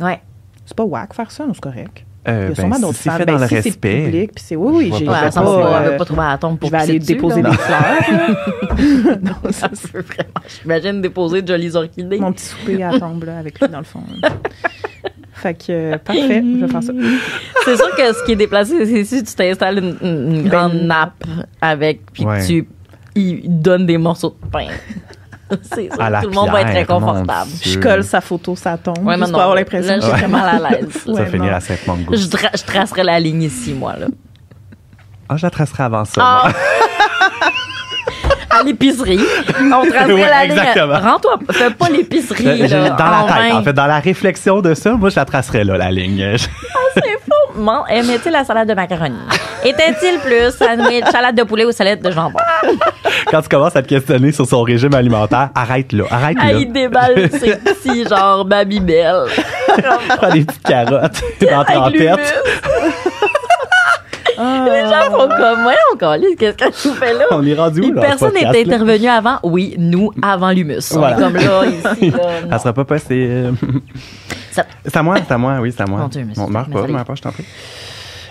Ouais. C'est pas whack faire ça, non, c'est correct. Euh, Il y a ben, sûrement d'autres si c'est femmes. fait Ben, dans si le c'est respect. public, puis c'est oui, oui, Je j'ai vois Ouais, pas j'ai elle ça, s'en fout, pas, elle euh, veut pas trouver à la tombe pour je vais aller pisser dessus, déposer là. des fleurs. Non, ça, Ça peut vraiment. J'imagine déposer de jolies orchidées. mon petit souper à la tombe, là, avec lui, dans le fond. Fait que, euh, parfait, je vais faire ça. C'est sûr que ce qui est déplacé, c'est si tu t'installes une, une- une Ben, grande une nappe avec, puis Ouais. que tu y donnes des morceaux de pain. c'est sûr À la que tout le monde va être pierre, inconfortable. mon Je Dieu. colle sa photo, sa tombe. Ouais, juste non, pour avoir l'impression là, que j'ai j'ai très vraiment mal à l'aise. Ça Ouais, finit non. à Sainte-Mongo. Je, tra- je tracerai la ligne ici, moi, là. Ah, je la tracerai avant ça. moi. Ah! à l'épicerie. On tracerait Ouais, la ligne. exactement. Rends-toi, fais pas Je- l'épicerie. je- là, Ah, dans la en tête, main. en fait, dans la réflexion de ça, moi, je la tracerai là, la ligne. Ah, C'est faux. Mon- Aimait-il la salade de macaroni? Était-il plus sandwich, salade de poulet ou salade de jambon? Quand tu commences à te questionner sur son régime alimentaire, arrête là, arrête Ah, là. il déballe ses petits, genre, Babybel. Prends des petites carottes dans ta Avec l'humus. tête. Les Ah. gens sont comme, ouais, on calisse, qu'est-ce que tu fais là? On est rendu où, Puis là, ce personne n'est podcast-là? intervenu avant. Oui, nous, avant l'humus. Voilà. On est comme là, ici, là. Ça sera pas possible. Ça- C'est à moi, c'est à moi, oui, c'est à moi. Mon Dieu, mais Bon, c'est- meurs mais pas, ça l'est. meurs pas, je t'en prie.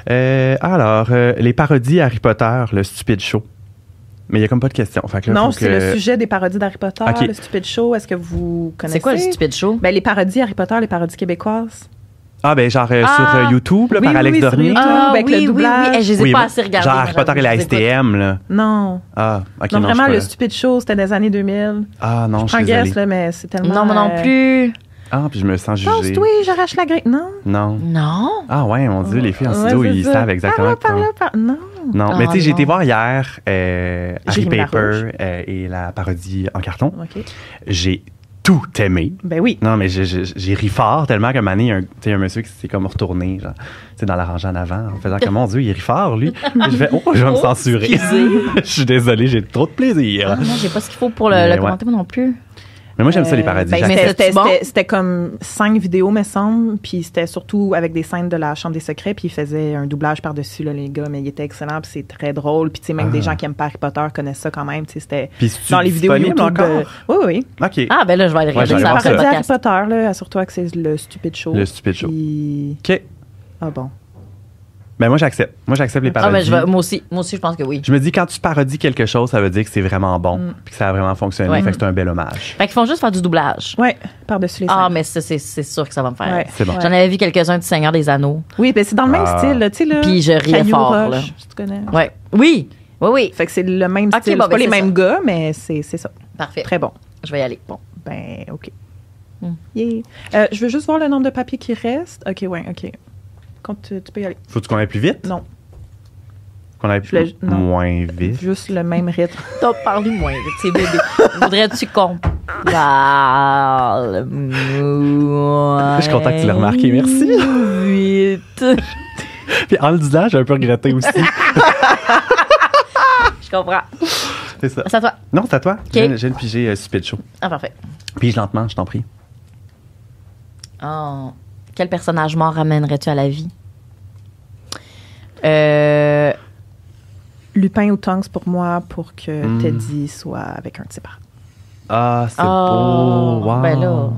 Euh, alors, euh, les parodies Harry Potter, le stupide show. Mais il n'y a comme pas de question. Fait que là, Non, faut c'est que- le sujet des parodies d'Harry Potter, Ok. le Stupid Show. Est-ce que vous connaissez? C'est quoi le stupide show? Ben, les parodies Harry Potter, les parodies québécoises. Ah, ben, genre euh, Ah! sur euh, YouTube, là, Oui, par oui, Ben, Alex oui, Ah, sur Dornier. YouTube. avec le oui, oui, doublage. oui. Eh, Je les ai Oui, pas mais- assez regardés. Genre moi, Harry Potter et j'avoue, la je les écoute. STM, là. Non. Ah, ok. non, je vraiment, peux- le Stupid Show, c'était des années 2000. Ah, non, je Je suis en désolée. guess, là, mais c'est tellement... Non, moi non euh, plus. Ah, puis je me sens jugée. Pense-toi, j'arrache la grille. Non. Non. Non. Ah, ouais, mon Dieu, les filles en Ouais, studio, c'est ils ça. savent exactement. Par là, par là, par... Non. Non, Ah, mais tu sais, j'ai non. été voir hier euh, Harry Jérémy Paper Larouche. euh, et la parodie en carton. OK. J'ai tout aimé. Ben oui. Non, mais j'ai- j'ai j'ai ri fort tellement qu'à un moment donné, il y a un, tu sais, un monsieur qui s'est comme retourné, genre, tu sais, dans la rangée en avant, en faisant comme, mon Dieu, il rit fort, lui. je fais, oh, je vais me Oh, censurer. excusez. Je suis désolé, j'ai trop de plaisir. Ah, non, j'ai pas ce qu'il faut pour Mais le, le ouais. commenter, moi non plus. Mais moi, j'aime ça, les Euh, paradis. ben, J'aime- mais c'était- c'était-tu c'était bon? c'était- c'était comme cinq vidéos, me semble. Puis c'était surtout avec des scènes de la Chambre des secrets. Puis ils faisaient un doublage par-dessus, là, les gars. Mais il était excellent. Puis c'est très drôle. Puis tu sais, même Ah. des gens qui aiment pas Harry Potter connaissent ça quand même. Tu sais, c'était Puis c'est-tu dans les vidéos disponible YouTube. encore? euh, oui, oui. OK. Ah, ben là, je vais aller regarder j'allais ça voir Parodie après le ça. Harry podcast. Potter, là, assure-toi que c'est le stupide show. Le stupide show. Puis- OK. Ah bon. Ben, moi, j'accepte. Moi, j'accepte les Ah, paradis. ben, je vais- moi aussi, moi aussi, je pense que oui. Je me dis, quand tu parodies quelque chose, ça veut dire que c'est vraiment bon, puis que ça a vraiment fonctionné, Ouais. fait que c'est un bel hommage. Fait qu'ils font juste faire du doublage. Ouais, par-dessus les Ah, scènes. mais ça, c'est c'est sûr que ça va me faire. Ouais. C'est bon. J'en avais vu quelques-uns du Seigneur des Anneaux. Oui, ben c'est dans le même Ah. style, là, tu sais, là. Puis je riais Caillou fort, Roche, là. Tu te connais. Ouais. Oui, oui, oui. Fait que c'est le même Ok, style. bon, c'est pas ben, les c'est mêmes ça. gars, mais c'est c'est ça. Parfait. Très bon. Je vais y aller. Bon. Ben, OK. Hmm. Yeah. Euh, je veux juste voir le nombre de papiers qui reste. OK, ouais, OK. Quand tu, tu peux y aller. Faut-tu qu'on aille plus vite? Non, Qu'on aille Je voulais- non. moins vite? juste le même rythme. T'as parlé moins vite, c'est bébé. Voudrais-tu qu'on parle moins Je suis content que tu l'aies remarqué, merci. Vite. Puis en le disant, j'ai un peu regretté aussi. Je comprends. c'est ça. C'est à toi. Non, c'est à toi. J'ai J'ai le pigé euh, Stupid Show. Ah, parfait. Pige lentement, je t'en prie. Oh. Quel personnage mort ramènerais-tu à la vie? Euh, Lupin ou Tonks pour moi pour que Hmm. Teddy soit avec un de ses parents. Ah, c'est oh, beau. Wow. Ben là,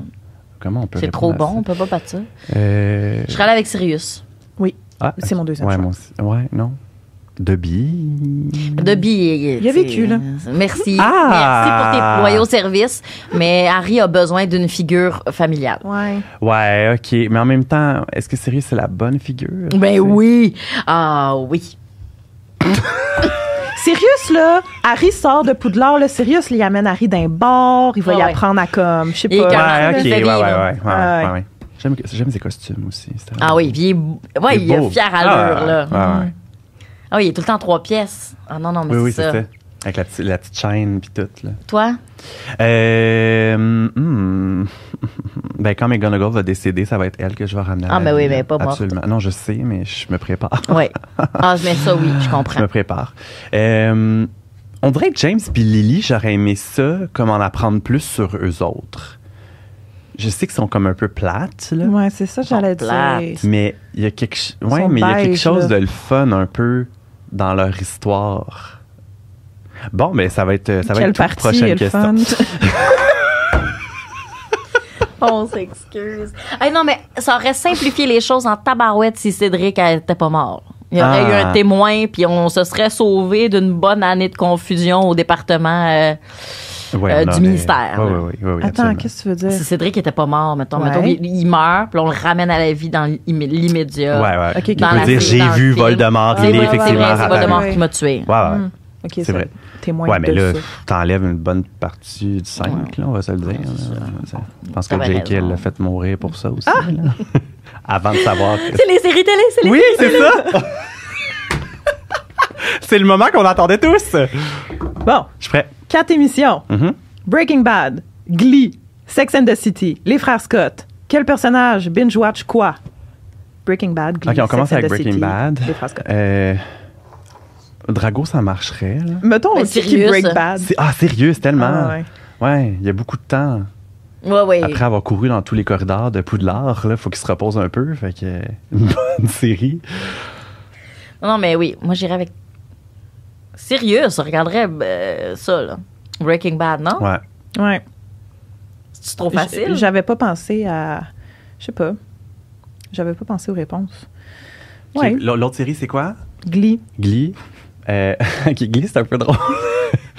Comment on peut c'est trop répondre à bon, on peut pas battre ça. ça? Euh, Je serais allée avec Sirius. ah, C'est mon deuxième ouais, choix. moi aussi. Ouais, non. De billes. De billes. Il a vécu, là. Merci. Ah! Merci pour tes loyaux services. Mais Harry a besoin d'une figure familiale. Ouais. Ouais, OK. Mais en même temps, est-ce que sérieux, c'est la bonne figure? Ben oui. Ah oui. Sirius, là, Harry sort de Poudlard. Là, Sirius, il amène Harry d'un bar. Il va Ah y ouais. apprendre à comme, je sais Et quand- pas. Ouais, Carmen OK. Ouais, ouais, Février, ouais. là. ouais, ouais, Ouais. ouais. J'aime, j'aime ses costumes aussi. c'était- Ah oui, puis il est, beau. ouais, il, est beau. est fier allure, Ah, là. ouais, ouais. Ah oui, il est tout le temps en trois pièces. Ah non, non, mais Oui, oui, c'est c'est ça. ça. Avec la, petite- la petite chaîne puis tout, là. Toi? Euh, hmm. ben, quand McGonagall va décéder, ça va être elle que je vais ramener. à Ah, la mais oui, vie, mais pas morte. Absolument. Non, je sais, mais je me prépare. Oui. Ah, mais ça, oui, je je me comprends. prépare. Euh, on dirait que James puis Lily, j'aurais aimé ça, comme en apprendre plus sur eux autres. Je sais qu'ils sont comme un peu plates, là. Ouais, c'est ça que Ils j'allais sont plates. dire. Mais il y a quelque, ch- ouais, sont mais il y a quelque beige, chose là. de le fun un peu dans leur histoire. Bon, mais ça va être, ça va Quelle être tout. partie prochaine est le question. fun? On s'excuse. Hey, non, mais ça aurait simplifié les choses en tabarouette si Cédric n'était pas mort. Il y aurait Ah. eu un témoin, puis on se serait sauvé d'une bonne année de confusion au département euh, Ouais, euh, non, du mais- ministère. Oui, là. oui, oui. oui, Attends, absolument. qu'est-ce que tu veux dire? Si Cédric n'était pas mort, mettons, Ouais. mettons il, il meurt, puis on le ramène à la vie dans l'immé- l'immédiat. Ouais, ouais. Ok, ok. Dans On la peut dire série, j'ai dans le vu film. Voldemort, C'est il est vrai, c'est effectivement vrai, c'est apparu. Voldemort apparu. qui m'a tué. Ouais, ouais. Hmm. Ok, C'est vrai. Témoin Ouais, mais de là, ça. t'enlèves une bonne partie du 5, là, on va se le dire. là. Je pense que T'avais Jake raison. l'a fait mourir pour ça aussi. Ah! là. Avant de savoir que C'est les séries télé, c'est les Oui, c'est ça. c'est le moment qu'on attendait tous. Je Bon, suis prêt. quatre émissions. Mhm. Breaking Bad, Glee, Sex and the City, Les Frères Scott. Quel personnage binge-watch quoi? Breaking Bad, Glee, OK, on commence Sex and avec the Breaking City, Bad. Les Frères Scott. Euh, Drago, ça marcherait. là. Mettons Mais aussi Sirius. Break Bad. C'est- Ah, sérieux, c'est tellement. Ah, ouais. ouais, il y a beaucoup de temps. Ouais, ouais. Après avoir couru dans tous les corridors de Poudlard, là, faut qu'il se repose un peu. Fait que une bonne série. Non, non, mais oui, moi j'irais avec. Sérieux, on regarderait euh, ça, là. Breaking Bad, Ah. non? Ouais. Ouais. C'est trop J- facile. J'avais pas pensé à. Je sais pas. J'avais pas pensé aux réponses. Ouais. Ok, l- L'autre série, c'est quoi? Glee. Glee. Euh, ok, Glee, c'est un peu drôle.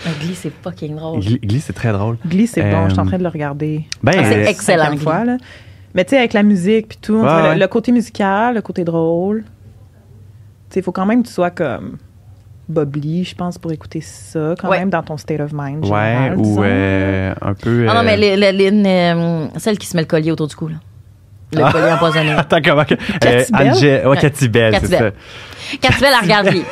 Un Glee, c'est fucking drôle. Glee, Glee, c'est très drôle. Glee, c'est bon. Euh, Je suis en train de le regarder. Ben, Ah, c'est euh, ex- Excellent, cinquième Glee. fois, là. Mais tu sais, avec la musique puis tout, on Ouais, dirait le- ouais. le, côté musical, le côté drôle. Tu sais, il faut quand même que tu sois comme Bob Lee, je pense, pour écouter ça, quand Ouais. même, dans ton state of mind. ouais, général, ou disons. euh, un peu. Ah non, euh, mais les- les- les- euh, celle qui se met le collier autour du cou, là. Le Ah. collier empoisonné. Attends, comment que. Cathy Bell? Angel- ouais, Cathy Bell, Cathy c'est ça. Bell. Catibel, elle regarde Glee.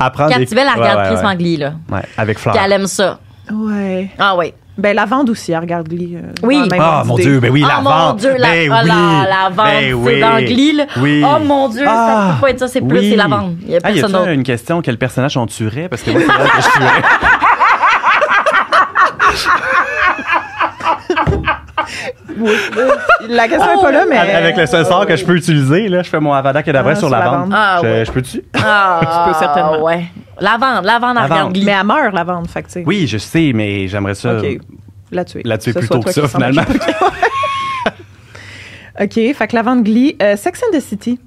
Apprendre Ah, des- Catibel, elle Ouais, regarde ouais, Chris ouais. Ah. Mangli, là. Ouais, avec Fleur. Puis elle aime ça. Ouais. Ah oui. Ben, la vente aussi, elle regarde Glee. euh, Oui. dans la même Ah, mon idée. Dieu, ben oui, oh la mon vente. Dieu, la, ben oh, oui. la, la vente, Ben c'est oui. dans Glee, là. Oui. Ah. Oh mon Dieu, ça peut pas être ça, c'est plus, oui. c'est la vente. Il y a Ah, personne a-t-il d'autre. une question, quel personnage on tuerait? Parce que moi, c'est vrai que je tuerais. La question est pas là, mais. Oh, Avec le seul sort que je peux utiliser, là, je fais mon avada kedavra Ah, sur la vente. Ah, je, ouais. je peux-tu? Ah, Tu peux certainement. Ouais. La vente, la vente, elle La regarde vente. Glee. Mais elle meurt, la vente, fait que, tu sais. Oui, je sais, mais j'aimerais ça OK. La tuer. euh, la tuer Que ce plus soit tôt que toi ça, qui s'en occupe. finalement. OK, fait que la vente Glee. Euh, Sex and the City.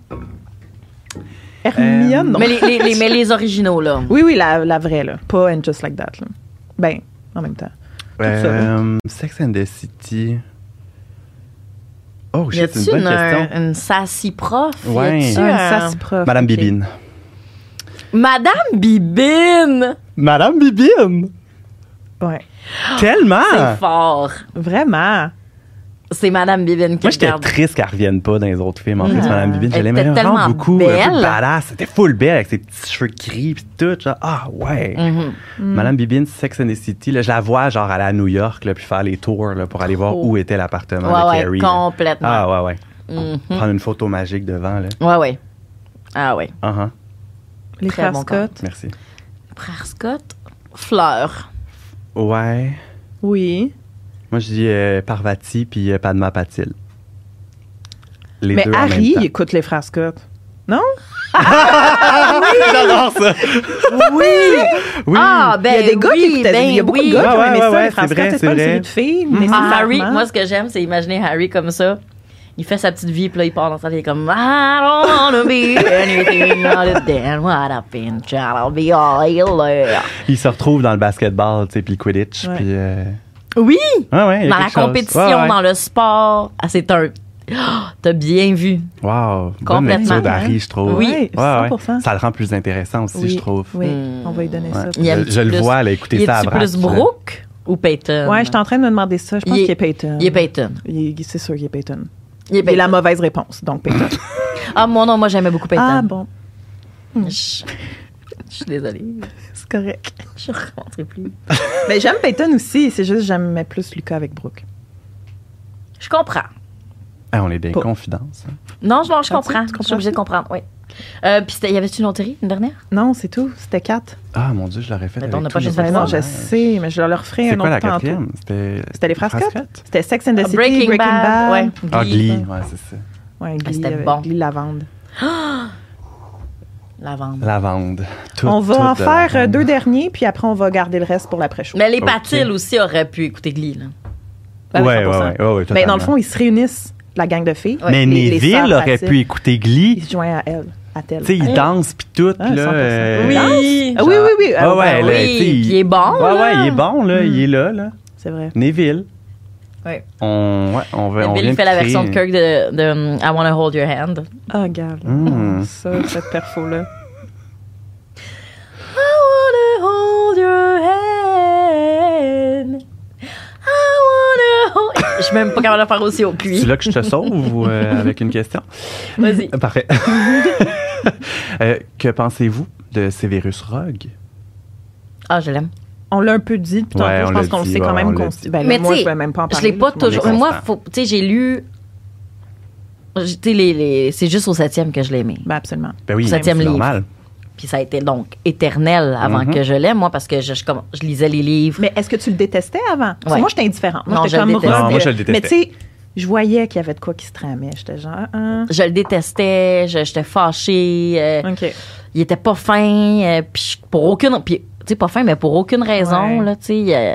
Hermione, Euh, non. Mais les, les, les- mais les originaux, là. Oui, oui, la, la vraie, là. Pas And Just Like That, là. Ben, en même temps. ça, Euh, Sex and the City. Oh, Y shit, c'est a-tu une bonne une, un- question. une sassy prof? Ouais. Ah, Y a-tu Un un- sassiprof, Madame ok. Bibine. Madame Bibine! Madame Bibine? Ouais. Tellement! Ah, C'est fort. Vraiment. C'est Madame Bibine qui Moi, j'étais regarde. Ah, triste qu'elle revienne pas dans les autres films. En fait, Madame Bibine, je Elle l'aimais était vraiment tellement beaucoup. Elle belle. était badass. C'était full belle avec ses petits cheveux gris pis tout. Genre, ah ouais. Mhm. Madame Bibine, Sex and the City, là, je la vois genre aller à New York là, puis faire les tours là, pour aller voir Oh. où était l'appartement de Ouais, Carrie. ouais, là. complètement. Ah ouais, ouais. Mhm. Prendre une photo magique devant. Là. Ouais, ouais. Ah, ouais. Ah, ah, Les Très frères bon Scott. Merci. Frère Scott, Fleur. Ouais. Oui. Moi, je dis euh, Parvati puis euh, Padma Patil. Les mais deux en même Harry, temps. il écoute les frères Scott. Non? J'adore ça. Oui! Oui. Ah, ben il y a des gars qui oui, écoutaient ben Il y a beaucoup oui. de gars qui ont Ouais, aimé ouais, ça, ouais, les frères c'est Scott. vrai, C'est pas une c'est série vrai. de filles, Ah, nécessairement. Harry, moi, ce que j'aime, c'est imaginer Harry comme ça. Il fait sa petite vie, puis là, il part dans sa vie, il est comme I don't wanna be anything other than what I've been trying to be all year. Ils se retrouvent dans le basketball, tu sais, puis le Quidditch, Ouais. puis. euh, Oui! Ouais, ouais, il y a Dans la quelque chose. compétition, Ouais, ouais. dans le sport. Ah, c'est un. Ah, T'as bien vu. Wow, bonne Complètement. lecture d'Harry, je trouve. Oui, Ouais, ouais. 100%. Ça le rend plus intéressant aussi, Oui, je trouve. Oui, Hmm. on va lui donner Ouais. ça. Il y a un Je, petit je le plus. vois, elle a écouté Il ça à est-tu plus Braque, là. Brooke ou Peyton? Ouais, je suis en train de me demander ça. Je pense Il est- qu'il est Peyton. Il est Peyton. Il est- C'est sûr qu'il est Peyton. Il est Il est la Peyton. mauvaise réponse, donc Peyton. Ah, moi, non, moi, j'aimais beaucoup Peyton. ah bon, Je je suis désolée. c'est correct. Je ne rencontrerai plus. Mais j'aime Peyton aussi, c'est juste que j'aimais plus Lucas avec Brooke. Je comprends. Ah, on est des Pas- confidences. hein. Non, je, non, je Comprends-tu? comprends. Tu Je suis obligée de comprendre, oui. Euh, puis, c'était- y avait-tu une autre série, une dernière? Non, c'est tout, c'était quatre. Ah, mon Dieu, je l'aurais fait. Mais avec on n'a tous pas les juste Ben fait non, ça. je personnages. sais, mais je leur ferai C'est un quoi la autre tantôt. quatrième? C'était C'était les frasques. Frasquette? Ben, C'était Sex and the City, Breaking, Bad. Ah, ouais. Ah, Glee, Glee, ouais, c'est ça. Ouais, Glee, c'était avec bon. Glee Lavande. Lavande. Lavande. Tout- on va tout en de faire euh, lavande. deux derniers, puis après, on va garder le reste pour l'après-show. Mais les Ok. Patil aussi auraient pu écouter Glee, là. à ouais, 100%. ouais, ouais, ouais, ouais, Mais Ben, dans le totalement. fond, ils se réunissent, la gang de filles. Ouais. mais les- les Neville sœurs aurait Fatima. pu écouter Glee. Ils se joignent à elle, à telle. Tu sais, il Ouais. danse puis tout, Ah, là. 100%. euh, Oui. Oui. Ah, oui, oui, oui. Ah Ah, ouais, ben là, oui, tu sais, puis il est bon, Ouais, là. Hmm. ouais, il est bon, là. Il est là, là. C'est vrai. Neville. Ouais. On, ouais, on va. on vient Billy de fait la créer version de une- Kirk de, de, hum, I Wanna Hold Your Hand. Ah, regarde. Hmm. Ça, cette perfo-là. I wanna hold your hand. I wanna hold. Je suis même pas capable de faire aussi au C'est puits. là que je te sauve ou, euh, avec une question? Vas-y. Parfait. Euh, que pensez-vous de Severus Rogue? Ah, je l'aime. On l'a un peu dit, puis tantôt, Ouais, on je l'a pense qu'on le dit, sait ouais, quand on même. l'a qu'on dit. se- ben, Mais moi, tu je sais, peux même pas en Je parler. l'ai pas tout le monde toujours. est mais Moi, constant. faut, tu sais, j'ai lu. j- Tu sais, les, les- c'est juste au septième que je l'ai aimé. le- Ben, absolument. Ben oui, Septième c'est livre. normal. Puis ça a été donc éternel avant Mhm. que je l'aime, moi, parce que je, je, comm- je lisais les livres. Mais est-ce que tu le détestais avant? Parce que Ouais. Moi, j'étais indifférente. Moi, Non, j'étais je le comme déteste. Rob, Non, moi, je le euh, détestais. Mais tu sais, je voyais qu'il y avait de quoi qui se tramait. J'étais genre, ah, Je le détestais, je- j'étais fâchée, euh, OK. il était pas fin, euh, puis je- pour aucune. Puis, tu sais, pas fin, mais pour aucune raison, Ouais. là, tu sais. euh,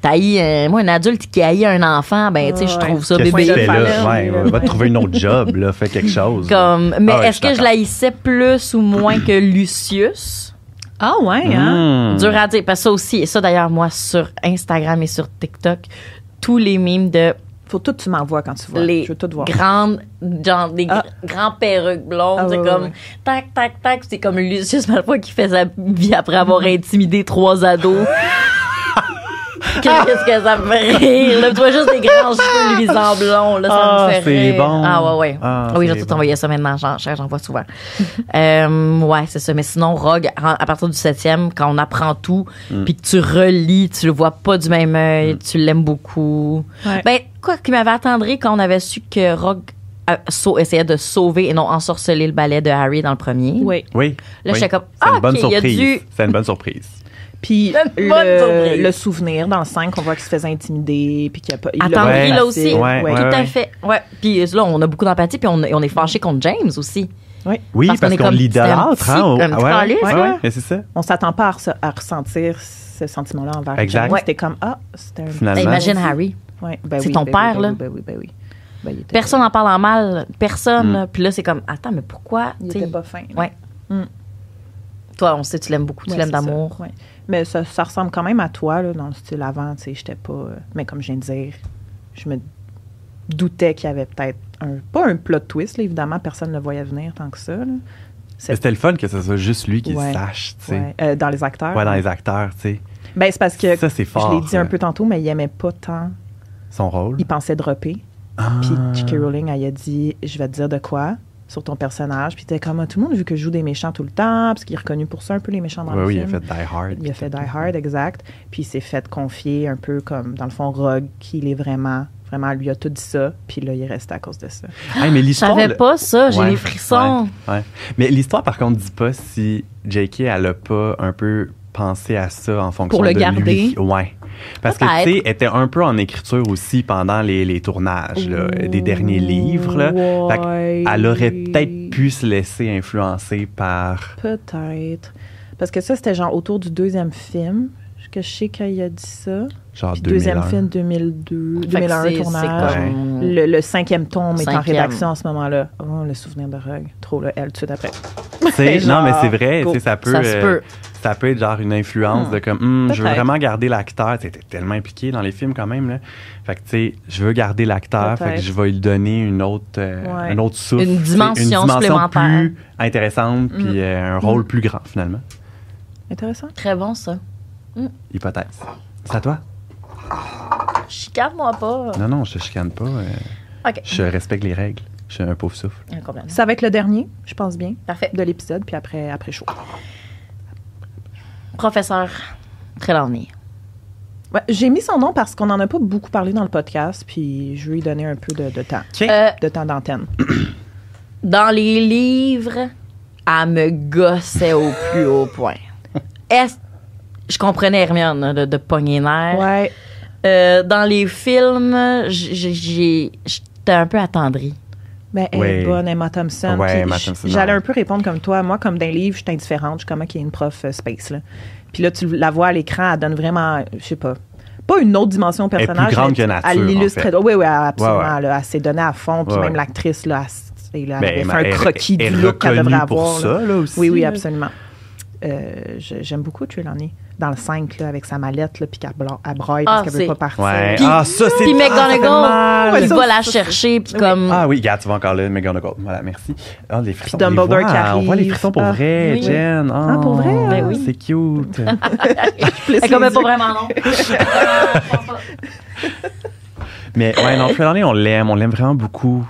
t'haïs, euh, moi, un adulte qui haït un enfant, ben, tu sais, je Ouais. trouve ça Qu'est-ce que tu bébé. fais là? Fallait, Ouais, euh, ouais, va te trouver un autre job, là. Fais quelque chose. Comme, mais Ah ouais, est-ce je que je t'entends. l'haïssais plus ou moins que Lucius? Ah, ouais, hein? Hmm. Dur à dire. Parce que ça aussi, et ça d'ailleurs, moi, sur Instagram et sur TikTok, tous les mimes de Faut tout que tu m'envoies quand tu vois. les Je veux tout voir. grandes, genre des Ah. gr- grands perruques blondes, Ah, c'est ouais, comme ouais. tac, tac, tac. C'est comme Lucius Malfoy qui fait sa vie après avoir Mm-hmm. intimidé trois ados. Qu'est-ce que ça me fait rire? Là, tu vois juste des grands cheveux luisants blonds, là, ça Ah, me fait c'est rire. bon. Ah, ouais, ouais. Ah, oui, c'est j'ai tout bon. envoyé ça maintenant, j'en, j'en vois souvent. Euh, ouais, c'est ça. Mais sinon, Rogue, en- à partir du septième, quand on apprend tout, Mm. puis que tu relis, tu le vois pas du même œil, tu l'aimes beaucoup. Ouais. Ben, quoi qui m'avait attendri quand on avait su que Rogue euh, sau- essayait de sauver et non ensorceler le ballet de Harry dans le premier. Oui. Oui. Là, oui. j'étais comme, C'est ah, une bonne ok, il y a surprise. du- C'est une bonne surprise. Puis Bonne le, surprise. le souvenir dans le 5, on voit qu'il se faisait intimider, puis qu'il a pas. il l'a Attendri, pas Ouais. là effacé. aussi. Ouais, ouais. Tout à ouais. fait. Ouais. Puis euh, là, on a beaucoup d'empathie, puis on, on est fâché contre James aussi. Oui, Parce parce, qu'on est qu'on comme- l'idolâtre, c'est un petit- hein. au- un petit ouais, calice, ouais, là. ouais, mais c'est ça. On s'attend pas à, re- à ressentir ce sentiment-là envers Exact. James. Ouais. C'était comme, ah, c'était un. Finalement. Allemand. Ben, Imagine Harry. Ouais, ben C'est oui, ton ben oui, père, ben là. oui, ben oui, ben oui. Ben, il était- Personne n'en parle en mal. Personne. Mm. là. Puis là, c'est comme, attends, mais pourquoi? Il T'sais, était pas fin. là. Ouais. Toi, on sait, tu l'aimes beaucoup, tu Ouais, l'aimes c'est ça, d'amour. ouais. Mais ça, ça ressemble quand même à toi, là, dans le style avant. Tu sais, j'étais pas. euh, mais comme je viens de dire, je me doutais qu'il y avait peut-être un. Pas un plot twist, là, évidemment, personne ne le voyait venir tant que ça. là. Mais C'était le fun que ce soit juste lui qui le Ouais. sache, tu sais. Ouais. Euh, dans les acteurs. Ouais, dans les acteurs, tu sais. Ben, c'est parce que. Ça, c'est fort, Je l'ai dit euh. un peu tantôt, mais il aimait pas tant. Son rôle. Il pensait dropper. Ah. Puis J.K. Rowling, elle a dit Je vais te dire de quoi sur ton personnage. Puis t'es comme Ah, Tout le monde a vu que je joue des méchants tout le temps, parce qu'il est reconnu pour ça un peu les méchants dans Ouais, le oui, il film. a fait Die Hard. Il a fait Die Hard, exact. Puis il s'est fait confier un peu comme, dans le fond, Rogue, qu'il est vraiment, vraiment, lui a tout dit ça. Puis là, il est resté à cause de ça. Ah, mais Je l'histoire. savais le- pas ça, j'ai Ouais, les frissons. ouais, ouais. Mais l'histoire, par contre, dit pas si J.K. elle a pas un peu pensé à ça en fonction le de garder. lui. Ouais. Parce que, Peut-être. tu sais, elle était un peu en écriture aussi pendant les, les tournages là, euh, des derniers livres. Là. Fait Ouais. Elle aurait peut-être pu se laisser influencer par. Peut-être. Parce que ça, c'était genre autour du deuxième film. Que je sais qu'il a dit ça. Genre Puis 2001. deuxième film, 2002, Fait que 2001, c'est- tournage. c'est comme- Le, le cinquième tome est en Cinquième. rédaction en ce moment-là. Oh, le souvenir de Rogue. Trop, là, elle, tout de suite après. Tu sais, Genre, non, mais c'est vrai, go. tu sais, ça peut, Ça se euh, peut. ça peut être genre une influence de comme, Hum, je veux Hmm. Peut-être. vraiment garder l'acteur. Tu sais, t'es tellement impliqué dans les films quand même, là. Fait que, tu sais, je veux garder l'acteur, fait que Peut-être. je vais lui donner une autre, euh, Ouais. un autre souffle. Une tu sais, dimension supplémentaire. plus intéressante, Hmm. puis euh, un rôle plus grand, finalement. Intéressant. Très bon, ça. Hypothèse. C'est à toi? Chicane-moi pas. Non, non, je te chicane pas. euh, OK. je Hmm. respecte les règles. Je suis un pauvre souffle. Ah, complètement. Ça va être le dernier, je pense bien, Parfait. de l'épisode, puis après, après chaud. Professeur Trelawney. Ouais, j'ai mis son nom parce qu'on n'en a pas beaucoup parlé dans le podcast, puis je vais lui donner un peu de, de temps, Euh, de temps d'antenne. dans les livres, elle me gossait au plus haut point. Est je comprenais Hermione là, de, de pogner les nerfs. Ouais, Euh, dans les films, j- j- j'ai j'étais un peu attendrie. ben, elle Ouais. est bonne, Emma Thompson. Ouais, puis Emma j- Thompson, J'allais ouais. un peu répondre comme toi. Moi, comme dans les livres, je suis indifférente. Je suis comme qu'il y a une prof euh, space, là. Puis là, tu la vois à l'écran, elle donne vraiment, je sais pas, pas une autre dimension au Elle est plus personnage. grande que nature, Elle l'illustre. en fait. très- Oui, oui, absolument. Ouais, ouais. là, elle s'est donnée à fond. Puis Ouais, même ouais. l'actrice, là, elle, elle Ben, avait elle- fait un elle- croquis elle du look qu'elle reconnue devrait avoir. pour là. ça, là, aussi, oui, oui, là. absolument. Euh, je- J'aime beaucoup Trelawney dans le 5 là, avec sa mallette là, puis qu'elle bla- elle broye parce Ah, qu'elle veut c'est- pas partir. Ouais. Puis- ah, ça, c'est. Puis mal. McGonagall, Ouais, il ça va aussi, la ça, chercher, puis comme. Ah oui, regarde, tu vas encore là, McGonagall. Voilà, merci. Ah, les frissons. on les Dumbledore voit, qui On voit les arrive. frissons pour Ah, vrai, oui. Jen. Ah, pour vrai, Oh, Ben oui. C'est cute. Elle est comme, pas vraiment, non. Mais ouais, non, Trelawney, on l'aime. On l'aime vraiment beaucoup.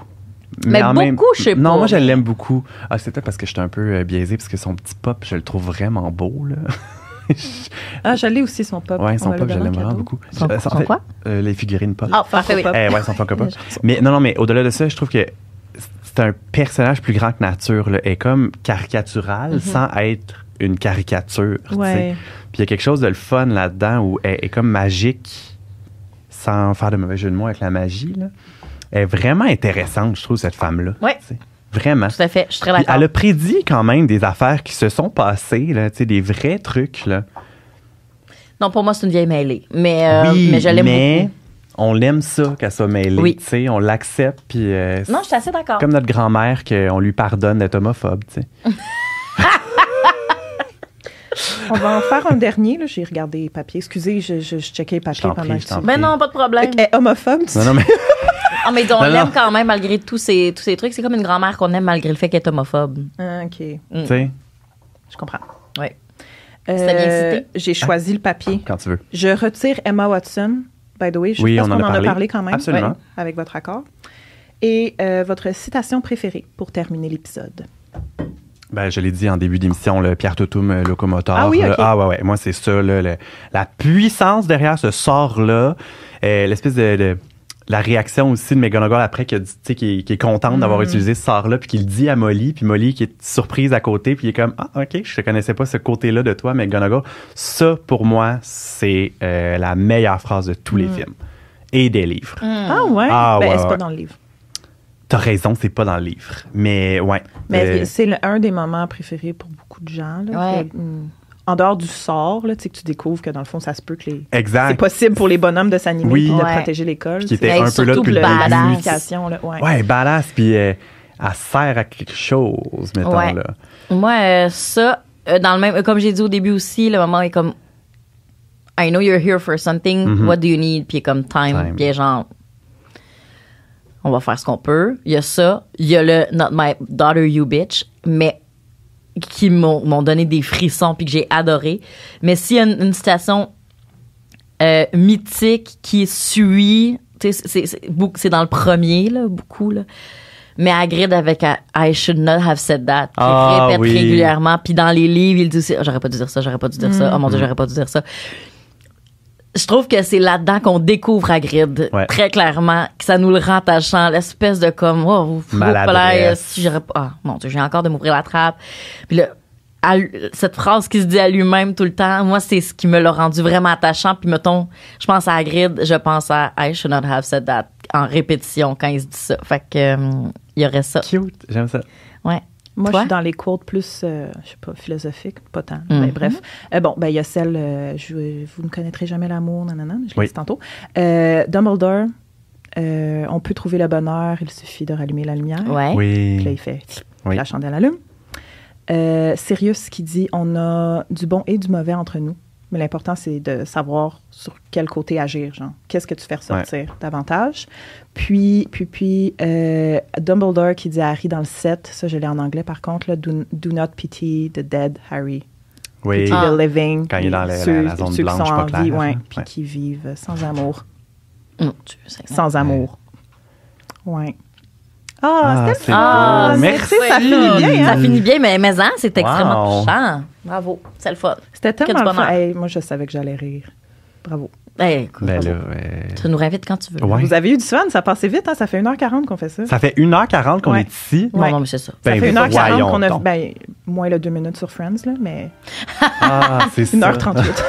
Mais en beaucoup, je sais Non, pas. moi, je l'aime beaucoup. Ah, c'est peut-être parce que j'étais un peu euh, biaisé, parce que son petit pop, je le trouve vraiment beau, là. Ah, j'allais aussi son pop. Ouais, On son me pop, l'a je donné en l'aime vraiment cadeau. beaucoup. Son- Je- euh, ça, en son fait, quoi? euh, les figurines pop. Ah, parfait, oui. Pop. Eh ouais, son Funko Pop. Les gens sont- Mais non, non, mais au-delà de ça, je trouve que c'est un personnage plus grand que nature. Là, est comme caricatural Mm-hmm. sans être une caricature. tu sais. Ouais. Puis il y a quelque chose de le fun là-dedans où elle est comme magique sans faire de mauvais jeu de mots avec la magie. Là. Elle est vraiment intéressante, je trouve, cette femme-là. Ouais. tu sais. Vraiment. Tout à fait, je suis très Puis d'accord. elle a prédit quand même des affaires qui se sont passées, là, tu sais, des vrais trucs. Là. Non, pour moi, c'est une vieille mêlée. Mais, euh, oui, mais je l'aime mais beaucoup. on l'aime ça qu'elle soit mêlée. Oui. tu sais, On l'accepte. Puis, euh, Non, je suis assez d'accord. Comme notre grand-mère qu'on lui pardonne d'être homophobe, tu sais. On va en faire un dernier. là. J'ai regardé les papiers. Excusez, je, je, je checkais les Je papiers t'en pendant prie, je que tu... t'en prie. Ben non, pas de problème. Elle est homophobe, tu Non, non, mais Ah, mais on Non, non. l'aime quand même malgré tous ces, tous ces trucs. C'est comme une grand-mère qu'on aime malgré le fait qu'elle est homophobe. Ah, OK, tu sais, je comprends. Oui. C'était bien Euh, cité. J'ai choisi le papier. quand tu veux. Je retire Emma Watson, by the way. Je Oui, pense on qu'on en a parlé. quand même. Absolument. Ouais, avec votre accord. Et euh, votre citation préférée pour terminer l'épisode. Ben, je l'ai dit en début d'émission, le Pierre Toutoum euh, Locomotor. Ah oui, là. ok. ah ouais, ouais. Moi, c'est ça, là, le- la puissance derrière ce sort-là. euh, L'espèce de, de- La réaction aussi de McGonagall après, que, tu sais, qui, est- qui est contente d'avoir Mm-hmm. utilisé ce sort-là, puis qu'il dit à Molly, puis Molly qui est surprise à côté, puis il est comme Ah, ok, je te connaissais pas ce côté-là de toi, McGonagall. Ça, pour moi, c'est euh, la meilleure phrase de tous les Mm. films et des livres. Hmm. Ah ouais? Ah ben, ouais, c'est ouais. pas dans le livre. T'as raison, c'est pas dans le livre. Mais ouais. Mais Euh, c'est le- un des moments préférés pour beaucoup de gens. là. Ouais. Que, hum, en dehors du sort, là, tu sais, que tu découvres que dans le fond, ça se peut que les... C'est exact. possible pour les bonhommes de s'animer Oui. et de Ouais. protéger l'école. Qui c'est- était Mais un peu là surtout depuis le badass. la début. signification, là, ouais. Ouais, badass, puis euh, elle sert à quelque chose, mettons, Ouais. là. Moi, euh, ça, euh, dans le même, euh, comme j'ai dit au début aussi, le moment est comme I know you're here for something, what do you need? Puis il est comme time, Mm-hmm. Time. puis il est genre on va faire ce qu'on peut. Il y a ça, il y a le not my daughter you bitch, mais qui m'ont m'ont donné des frissons puis que j'ai adoré. Mais s'il y a une, une citation euh, mythique qui suit. tu sais, C'est c'est- beaucoup- c'est dans le premier, là, beaucoup. Là. Mais Hagrid avec I I should not have said that. qu'il Ah, répète oui. régulièrement. Puis dans les livres, il dit aussi, j'aurais pas dû dire ça, j'aurais pas dû dire ça. Oh mon Dieu, j'aurais pas dû dire ça. Je trouve que c'est là-dedans qu'on découvre Hagrid, Ouais. très clairement, que ça nous le rend attachant, l'espèce de comme, oh, ouf, Maladresse. là, euh, si j'aurais pas- ah, mon Dieu, j'ai encore de m'ouvrir la trappe. Puis là, à l- cette phrase qui se dit à lui-même tout le temps, moi, c'est ce qui me l'a rendu vraiment attachant. Puis mettons, je pense à Hagrid, je pense à I should not have said that en répétition quand il se dit ça. Fait que, euh, il y aurait ça. Cute, j'aime ça. Ouais. Moi, Toi? je suis dans les quotes plus, euh, je sais pas, philosophiques, pas tant. Mhm. mais bref, Euh, bon, ben il y a celle, euh, je- vous ne connaîtrez jamais l'amour, nanana, je l'ai Oui. dit tantôt. Euh, Dumbledore, euh, on peut trouver le bonheur, il suffit de rallumer la lumière. Ouais. Hein? Puis là, Oui. il fait Mm. Oui. la chandelle allume. Euh, Sirius qui dit on a du bon et du mauvais entre nous, mais l'important c'est de savoir sur quel côté agir, genre qu'est-ce que tu fais ressortir davantage. Puis puis puis euh, Dumbledore qui dit à Harry dans le 7, ça je l'ai en anglais par contre là, do, do not pity the dead Harry, Oui. pity Ah. the living. Quand il est dans la- Ceux- la- la zone ceux qui blanche, sont pas en claire, vie, là. ouais, puis Ouais. qui vivent sans amour, Mon Dieu, c'est- sans amour. Ouais. Ah, c'était c'est Ah, beau. c'est- Oh, Merci. ça finit bien, Ça hein? finit bien, mais, mais hein, c'est extrêmement Wow. touchant. Bravo, c'est le fun. C'était Que du tellement le fun. bonheur. Hey, moi, je savais que j'allais rire. Bravo. Hey, écoute, Ben là, bravo. euh, Tu nous réinvites quand tu veux. Ouais. Vous avez eu du fun, ça passait vite, hein? Ça fait 1h40 qu'on fait ça. Ça, ça fait 1h40 qu'on Ouais. est ici. Non, Ouais. non, mais c'est ça. Ben, fait 1h40 voyons qu'on a. donc. Ben, moins le 2 minutes sur Friends, là, mais Ah, c'est ça. 1h38.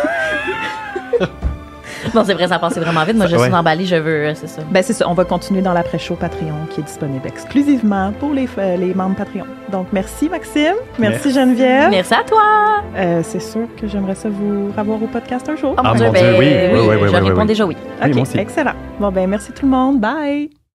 Non, c'est vrai, ça a passé vraiment vite. Moi, je Ouais. suis emballée, je veux, euh, c'est ça. Ben c'est ça, on va continuer dans l'après-show Patreon qui est disponible exclusivement pour les, euh, les membres Patreon. Donc merci Maxime, merci, Merci. Geneviève. Merci à toi! Euh, c'est sûr que j'aimerais ça vous revoir au podcast un jour. Oh mon Ah, Dieu, mon ben, Dieu, oui, oui, oui, je oui, oui, réponds oui. déjà oui. oui, ok, moi aussi. excellent. Bon ben merci tout le monde, bye.